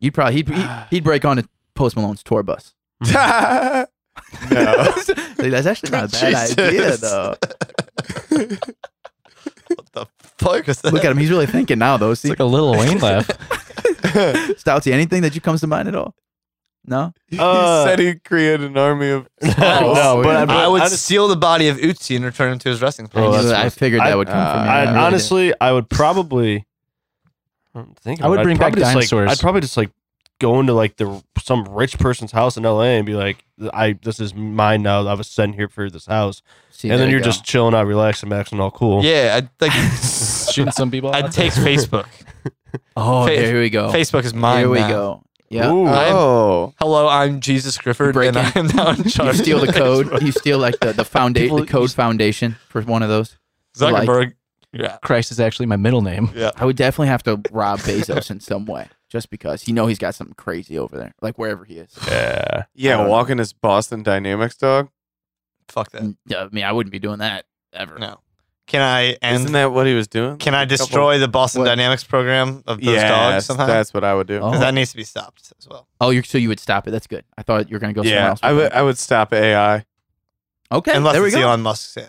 Speaker 2: You'd probably he'd, he'd, he'd break onto Post Malone's tour bus.
Speaker 5: no.
Speaker 2: Like, that's actually not a bad
Speaker 1: Jesus.
Speaker 2: idea, though.
Speaker 1: what the fuck is that?
Speaker 2: Look at him; he's really thinking now, though.
Speaker 4: It's
Speaker 2: See,
Speaker 4: like a little Wayne laugh.
Speaker 2: Uh, Stoutsy, anything that you comes to mind at all? No,
Speaker 5: he
Speaker 6: Uh,
Speaker 5: said he'd create an army of.
Speaker 6: Oh, no, but I,
Speaker 1: I would
Speaker 6: I
Speaker 1: steal the body of Utsi and return him to his wrestling place.
Speaker 6: Oh, that's
Speaker 2: I, knew- I
Speaker 6: what-
Speaker 2: figured that
Speaker 6: I-
Speaker 2: would come
Speaker 5: uh,
Speaker 2: from you.
Speaker 5: I
Speaker 6: I,
Speaker 2: really did.
Speaker 6: honestly, I would probably. I'm thinking
Speaker 4: I would
Speaker 6: about it. I'd
Speaker 4: bring back
Speaker 6: probably just, like-
Speaker 4: dinosaurs.
Speaker 6: I'd probably just like go into like the some rich person's house in L.A. and be like, "I this is mine now. I was sent here for this house."
Speaker 2: See,
Speaker 6: and
Speaker 2: there
Speaker 6: then
Speaker 2: you
Speaker 6: you're
Speaker 2: go.
Speaker 6: just chilling out, relaxing, maxing, all cool.
Speaker 1: Yeah, I'd like
Speaker 4: Shooting some people.
Speaker 1: I'd
Speaker 4: out.
Speaker 1: take Facebook.
Speaker 2: oh,
Speaker 1: Fa-
Speaker 2: there- here we go.
Speaker 1: Facebook is mine.
Speaker 2: here we
Speaker 1: now.
Speaker 2: go. Yeah,
Speaker 6: Ooh.
Speaker 1: I'm-
Speaker 5: Oh.
Speaker 1: Hello, I'm Jesus Grifford,
Speaker 2: Break
Speaker 1: and
Speaker 2: in.
Speaker 1: I am now in
Speaker 2: you
Speaker 1: charge.
Speaker 2: steal the
Speaker 1: of
Speaker 2: code. you steal like the the foundation, the
Speaker 4: People-
Speaker 2: code foundation for one of those.
Speaker 1: Facebook. Zuckerberg. Yeah.
Speaker 4: Christ is actually my middle name.
Speaker 2: I would definitely have to rob Bezos in some way, just because you know he's got something crazy over there, like wherever he is.
Speaker 6: Yeah.
Speaker 2: I
Speaker 5: Yeah,
Speaker 2: don't
Speaker 5: walking his Boston Dynamics dog.
Speaker 1: Fuck that.
Speaker 2: N- I mean, I wouldn't be doing that ever.
Speaker 1: No. Can I and
Speaker 5: Isn't that what he was doing?
Speaker 1: can I
Speaker 5: Like a couple-
Speaker 1: destroy the Boston
Speaker 2: What?
Speaker 1: Dynamics program of those
Speaker 5: Yes,
Speaker 1: dogs somehow?
Speaker 5: That's what I would do.
Speaker 2: Oh.
Speaker 1: 'Cause that needs to be stopped as well.
Speaker 2: Oh, you so you would stop it. That's good. I thought you were gonna go somewhere
Speaker 5: yeah,
Speaker 2: else.
Speaker 5: I
Speaker 2: with
Speaker 5: would.
Speaker 2: that.
Speaker 5: I would stop AI.
Speaker 2: okay,
Speaker 1: Unless
Speaker 2: there we
Speaker 1: it's
Speaker 2: go.
Speaker 1: Elon Musk's AI.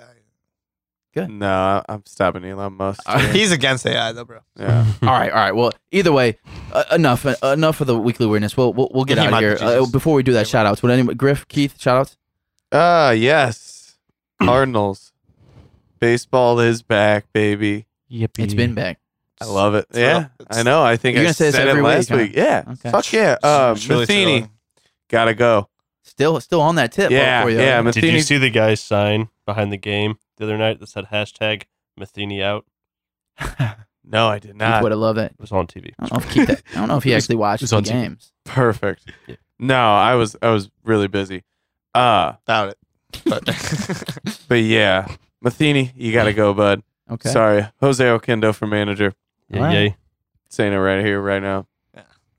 Speaker 5: No, I'm stopping Elon Musk.
Speaker 2: All right.
Speaker 1: He's against AI though, bro.
Speaker 5: Yeah.
Speaker 2: all right, all right. Well, either way, uh, enough uh, enough of the weekly weirdness. We'll we'll, we'll get
Speaker 1: He
Speaker 2: out of
Speaker 1: might be
Speaker 2: here uh,
Speaker 1: Jesus.
Speaker 2: before we do that.
Speaker 1: Yeah,
Speaker 2: Shout outs. Would anyone? Griff, Keith, shout outs.
Speaker 5: Ah, yes. Cardinals. Baseball is back, baby.
Speaker 4: Yippee.
Speaker 2: It's been back.
Speaker 5: I love it.
Speaker 1: It's
Speaker 5: yeah,
Speaker 1: real. It's-
Speaker 5: I know. I think
Speaker 2: You're
Speaker 5: I
Speaker 2: gonna say this
Speaker 5: said
Speaker 2: every
Speaker 5: it
Speaker 2: week,
Speaker 5: last
Speaker 2: huh?
Speaker 5: week. Yeah.
Speaker 2: Okay.
Speaker 5: Fuck yeah. Um,
Speaker 1: It's really
Speaker 5: Matheny,
Speaker 1: thrilling.
Speaker 5: gotta go.
Speaker 2: Still still on that tip.
Speaker 5: yeah,
Speaker 2: for you.
Speaker 5: yeah.
Speaker 6: Did you
Speaker 5: Matheny.
Speaker 6: see the guy's sign behind the game the other night that said hashtag Matheny out?
Speaker 5: No, I did
Speaker 2: Keith
Speaker 5: not.
Speaker 2: would have loved it.
Speaker 6: It was on TV.
Speaker 2: I don't know if Keith, I don't know if he actually watched
Speaker 4: it's
Speaker 2: the
Speaker 4: on TV.
Speaker 2: games.
Speaker 5: Perfect.
Speaker 6: Yeah.
Speaker 5: No, I was. I was really busy. Uh,
Speaker 1: Doubt it. But
Speaker 5: but yeah, Matheny, you gotta go, bud.
Speaker 2: Okay.
Speaker 5: Sorry, Jose Okendo for manager.
Speaker 6: Yeah,
Speaker 2: Wow.
Speaker 6: yay.
Speaker 5: Saying it right here, right now.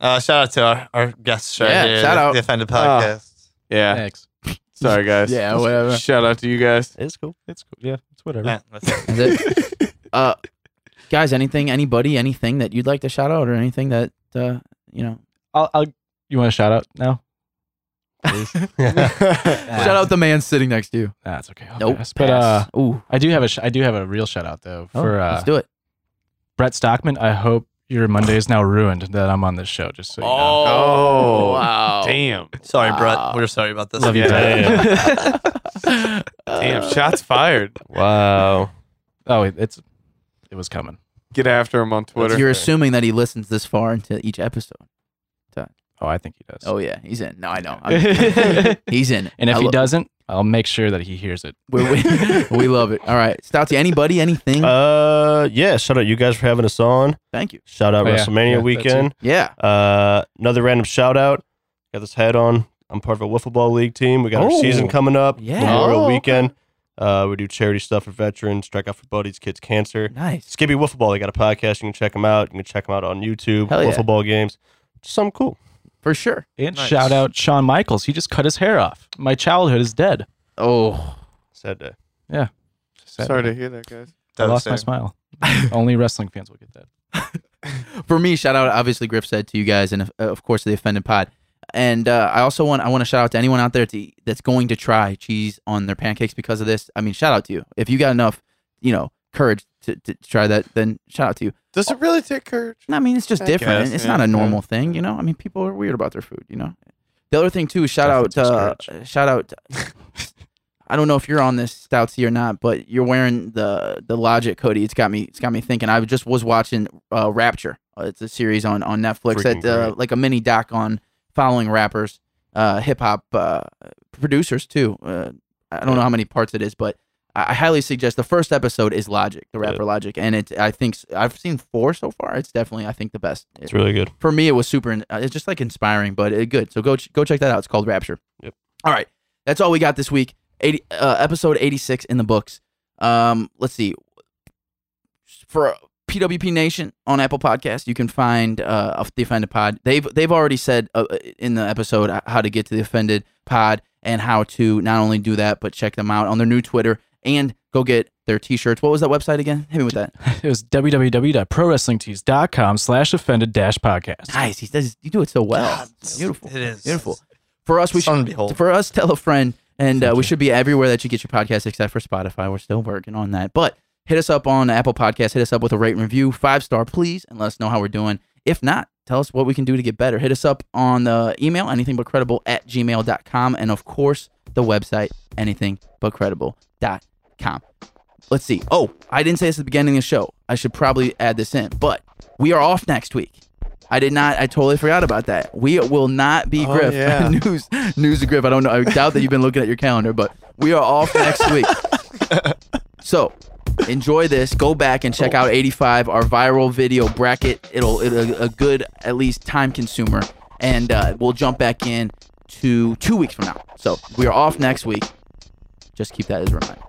Speaker 1: uh, shout out to our, our guests right
Speaker 2: Yeah,
Speaker 1: here,
Speaker 2: shout
Speaker 1: the,
Speaker 2: out.
Speaker 1: the offended
Speaker 5: Uh,
Speaker 1: podcast.
Speaker 5: Yeah.
Speaker 4: Thanks.
Speaker 5: Sorry, guys.
Speaker 2: Yeah, whatever.
Speaker 5: Shout out to you guys.
Speaker 6: It's cool.
Speaker 4: It's cool. Yeah, it's whatever.
Speaker 1: Yeah, that's it.
Speaker 2: Is it? uh, guys, anything, anybody, anything that you'd like to shout out, or anything that uh, you know,
Speaker 4: I'll, I'll. You want a shout out now?
Speaker 2: shout out the man sitting next to you.
Speaker 4: That's okay. I'll
Speaker 2: Nope.
Speaker 4: pass. But uh,
Speaker 2: Pass. ooh,
Speaker 4: I do have a sh- I do have a real shout out though
Speaker 2: oh,
Speaker 4: for uh,
Speaker 2: let's do it.
Speaker 4: Brett Stockman. I hope your Monday is now ruined that I'm on this show. Just so you know.
Speaker 5: Oh,
Speaker 2: wow.
Speaker 5: Damn.
Speaker 1: Sorry,
Speaker 2: Wow.
Speaker 1: Brett. We're sorry about this.
Speaker 4: Love you,
Speaker 5: Yeah.
Speaker 4: Brett.
Speaker 5: Damn. Shots fired.
Speaker 6: Wow.
Speaker 4: oh, it, it's it was coming.
Speaker 5: Get after him on Twitter.
Speaker 2: You're assuming that he listens this far into each episode.
Speaker 4: Oh, I think he does.
Speaker 2: Oh yeah, he's in. No, I know. I'm- he's in.
Speaker 4: and if
Speaker 2: I
Speaker 4: he
Speaker 2: lo-
Speaker 4: doesn't, I'll make sure that he hears it.
Speaker 2: we, we, we love it. All right, Stouty. Anybody, anything?
Speaker 6: Uh, yeah. Shout out you guys for having us on.
Speaker 2: Thank you.
Speaker 6: Shout out
Speaker 4: Oh, yeah.
Speaker 6: WrestleMania
Speaker 4: Yeah, that
Speaker 6: weekend.
Speaker 2: Yeah.
Speaker 6: Uh, another random shout out. Got this hat on. I'm part of a wiffle ball league team. We got
Speaker 2: Oh.
Speaker 6: our season coming up.
Speaker 2: Yeah.
Speaker 6: Memorial
Speaker 2: Oh, okay.
Speaker 6: weekend. Uh, we do charity stuff for veterans. Strike out for buddies, kids, cancer.
Speaker 2: Nice.
Speaker 6: Skippy Wiffle Ball. They got a podcast. You can check them out. You can check them out on YouTube.
Speaker 2: Hell yeah.
Speaker 6: Wiffle Ball games. Something cool.
Speaker 2: For sure.
Speaker 4: And
Speaker 1: Nice.
Speaker 4: shout out Shawn Michaels. He just cut his hair off. My childhood is dead.
Speaker 2: Oh.
Speaker 6: Sad day.
Speaker 4: Sad.
Speaker 5: Sorry to hear that, guys.
Speaker 4: I lost my
Speaker 1: Devastating.
Speaker 4: smile. Only wrestling fans will get that.
Speaker 2: for me, shout out obviously Griff said to you guys, and of, of course the offended pod. And uh, I also want I want to shout out to anyone out there to, that's going to try cheese on their pancakes because of this. I mean, shout out to you if you got enough, you know, courage to, to try that. Then shout out to you.
Speaker 5: Does it really take courage?
Speaker 2: And I mean, it's just
Speaker 5: I
Speaker 2: different.
Speaker 5: guess,
Speaker 2: it's
Speaker 5: yeah,
Speaker 2: not a
Speaker 5: yeah.
Speaker 2: normal thing, you know. I mean, people are weird about their food, you know. The other thing too, shout out, uh,
Speaker 4: Definitely
Speaker 2: shout out. I don't know if you're on this Stoutsy or not, but you're wearing the the Logic Cody. It's got me. It's got me thinking. I just was watching uh, Rapture. Uh, it's a series on on Netflix
Speaker 6: Freaking
Speaker 2: that uh,
Speaker 6: great.
Speaker 2: like a mini doc on following rappers, uh, hip hop uh, producers too. Uh, I don't know how many parts it is, but I I highly suggest the first episode is Logic, the rapper Logic, and it's I think s- I've seen four so far. It's definitely I think the best.
Speaker 6: It's really good.
Speaker 2: for me, it was super. in- uh, It's just like inspiring, but it, good. So go ch- go check that out. It's called Rapture.
Speaker 6: Yep.
Speaker 2: All right, that's all we got this week. 80, uh, episode eighty six in the books. Um, let's see. For PWP Nation on Apple Podcast, you can find uh of the Offended Pod. They've they've already said uh, in the episode h- how to get to the Offended Pod and how to not only do that but check them out on their new Twitter and go get their T-shirts. What was that website again? Hit me with that.
Speaker 4: It was www.prowrestlingtees.com slash offended dash podcast.
Speaker 2: Nice. He does. You do it so well.
Speaker 1: God,
Speaker 2: It's beautiful.
Speaker 1: It is
Speaker 2: Beautiful. For us, we
Speaker 1: Son
Speaker 2: should
Speaker 1: and behold.
Speaker 2: for us tell a friend, and uh, we should be everywhere that you get your podcast except for Spotify. We're still working on that, but hit us up on Apple Podcasts. Hit us up with a rate and review, five star, please, and let us know how we're doing. If not, tell us what we can do to get better. Hit us up on the email, anythingbutcredible at gmail.com, and of course, the website, anythingbutcredible.com. Let's see. Oh, I didn't say this at the beginning of the show. I should probably add this in, but we are off next week. I did not. I totally forgot about that. We will not be
Speaker 5: Oh,
Speaker 2: Griff.
Speaker 5: yeah.
Speaker 2: news, news to Griff. I don't know. I doubt that you've been looking at your calendar, but we are off next week. So enjoy this. Go back and check out 85, our viral video bracket. It'll, it'll a good at least time consumer, and uh, we'll jump back in to two weeks from now. So we are off next week. Just keep that as a reminder.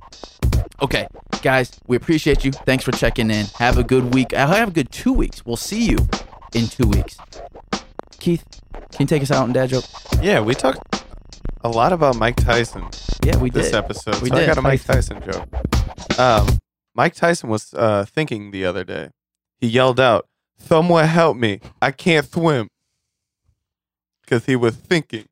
Speaker 2: Okay, guys, we appreciate you. Thanks for checking in. Have a good week. I have a good two weeks. We'll see you in two weeks. Keith, can you take us out on dad joke?
Speaker 5: Yeah, we talked a lot about Mike Tyson
Speaker 2: Yeah, we
Speaker 5: this
Speaker 2: did.
Speaker 5: episode.
Speaker 2: We
Speaker 5: so
Speaker 2: did.
Speaker 5: I got a Mike Tyson joke. Um, Mike Tyson was uh, thinking the other day. He yelled out, "Someone help me! I can't swim." Because he was thinking.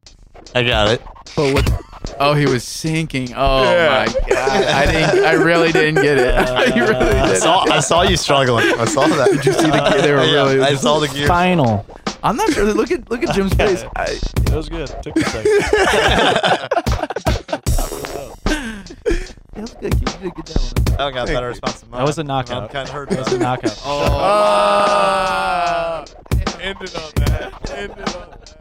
Speaker 1: I got it.
Speaker 2: But what? Oh, he was sinking. Oh
Speaker 5: Yeah.
Speaker 2: my god! I didn't. I really didn't get it. Uh, you really
Speaker 1: I
Speaker 2: did.
Speaker 1: saw, I saw you struggling. I saw that. Did you see
Speaker 2: the gear? They were really-
Speaker 1: I saw the gear.
Speaker 4: Final.
Speaker 2: I'm not sure. Look at look at Jim's face. I,
Speaker 6: That was good. Took me a second.
Speaker 2: that was good. You did a good job. on that.
Speaker 1: I got a better response than mine.
Speaker 4: That was a
Speaker 1: I'm
Speaker 4: knockout.
Speaker 1: kind of hurt.
Speaker 4: That was a knockout.
Speaker 5: Ah! Ended on that. Ended on that.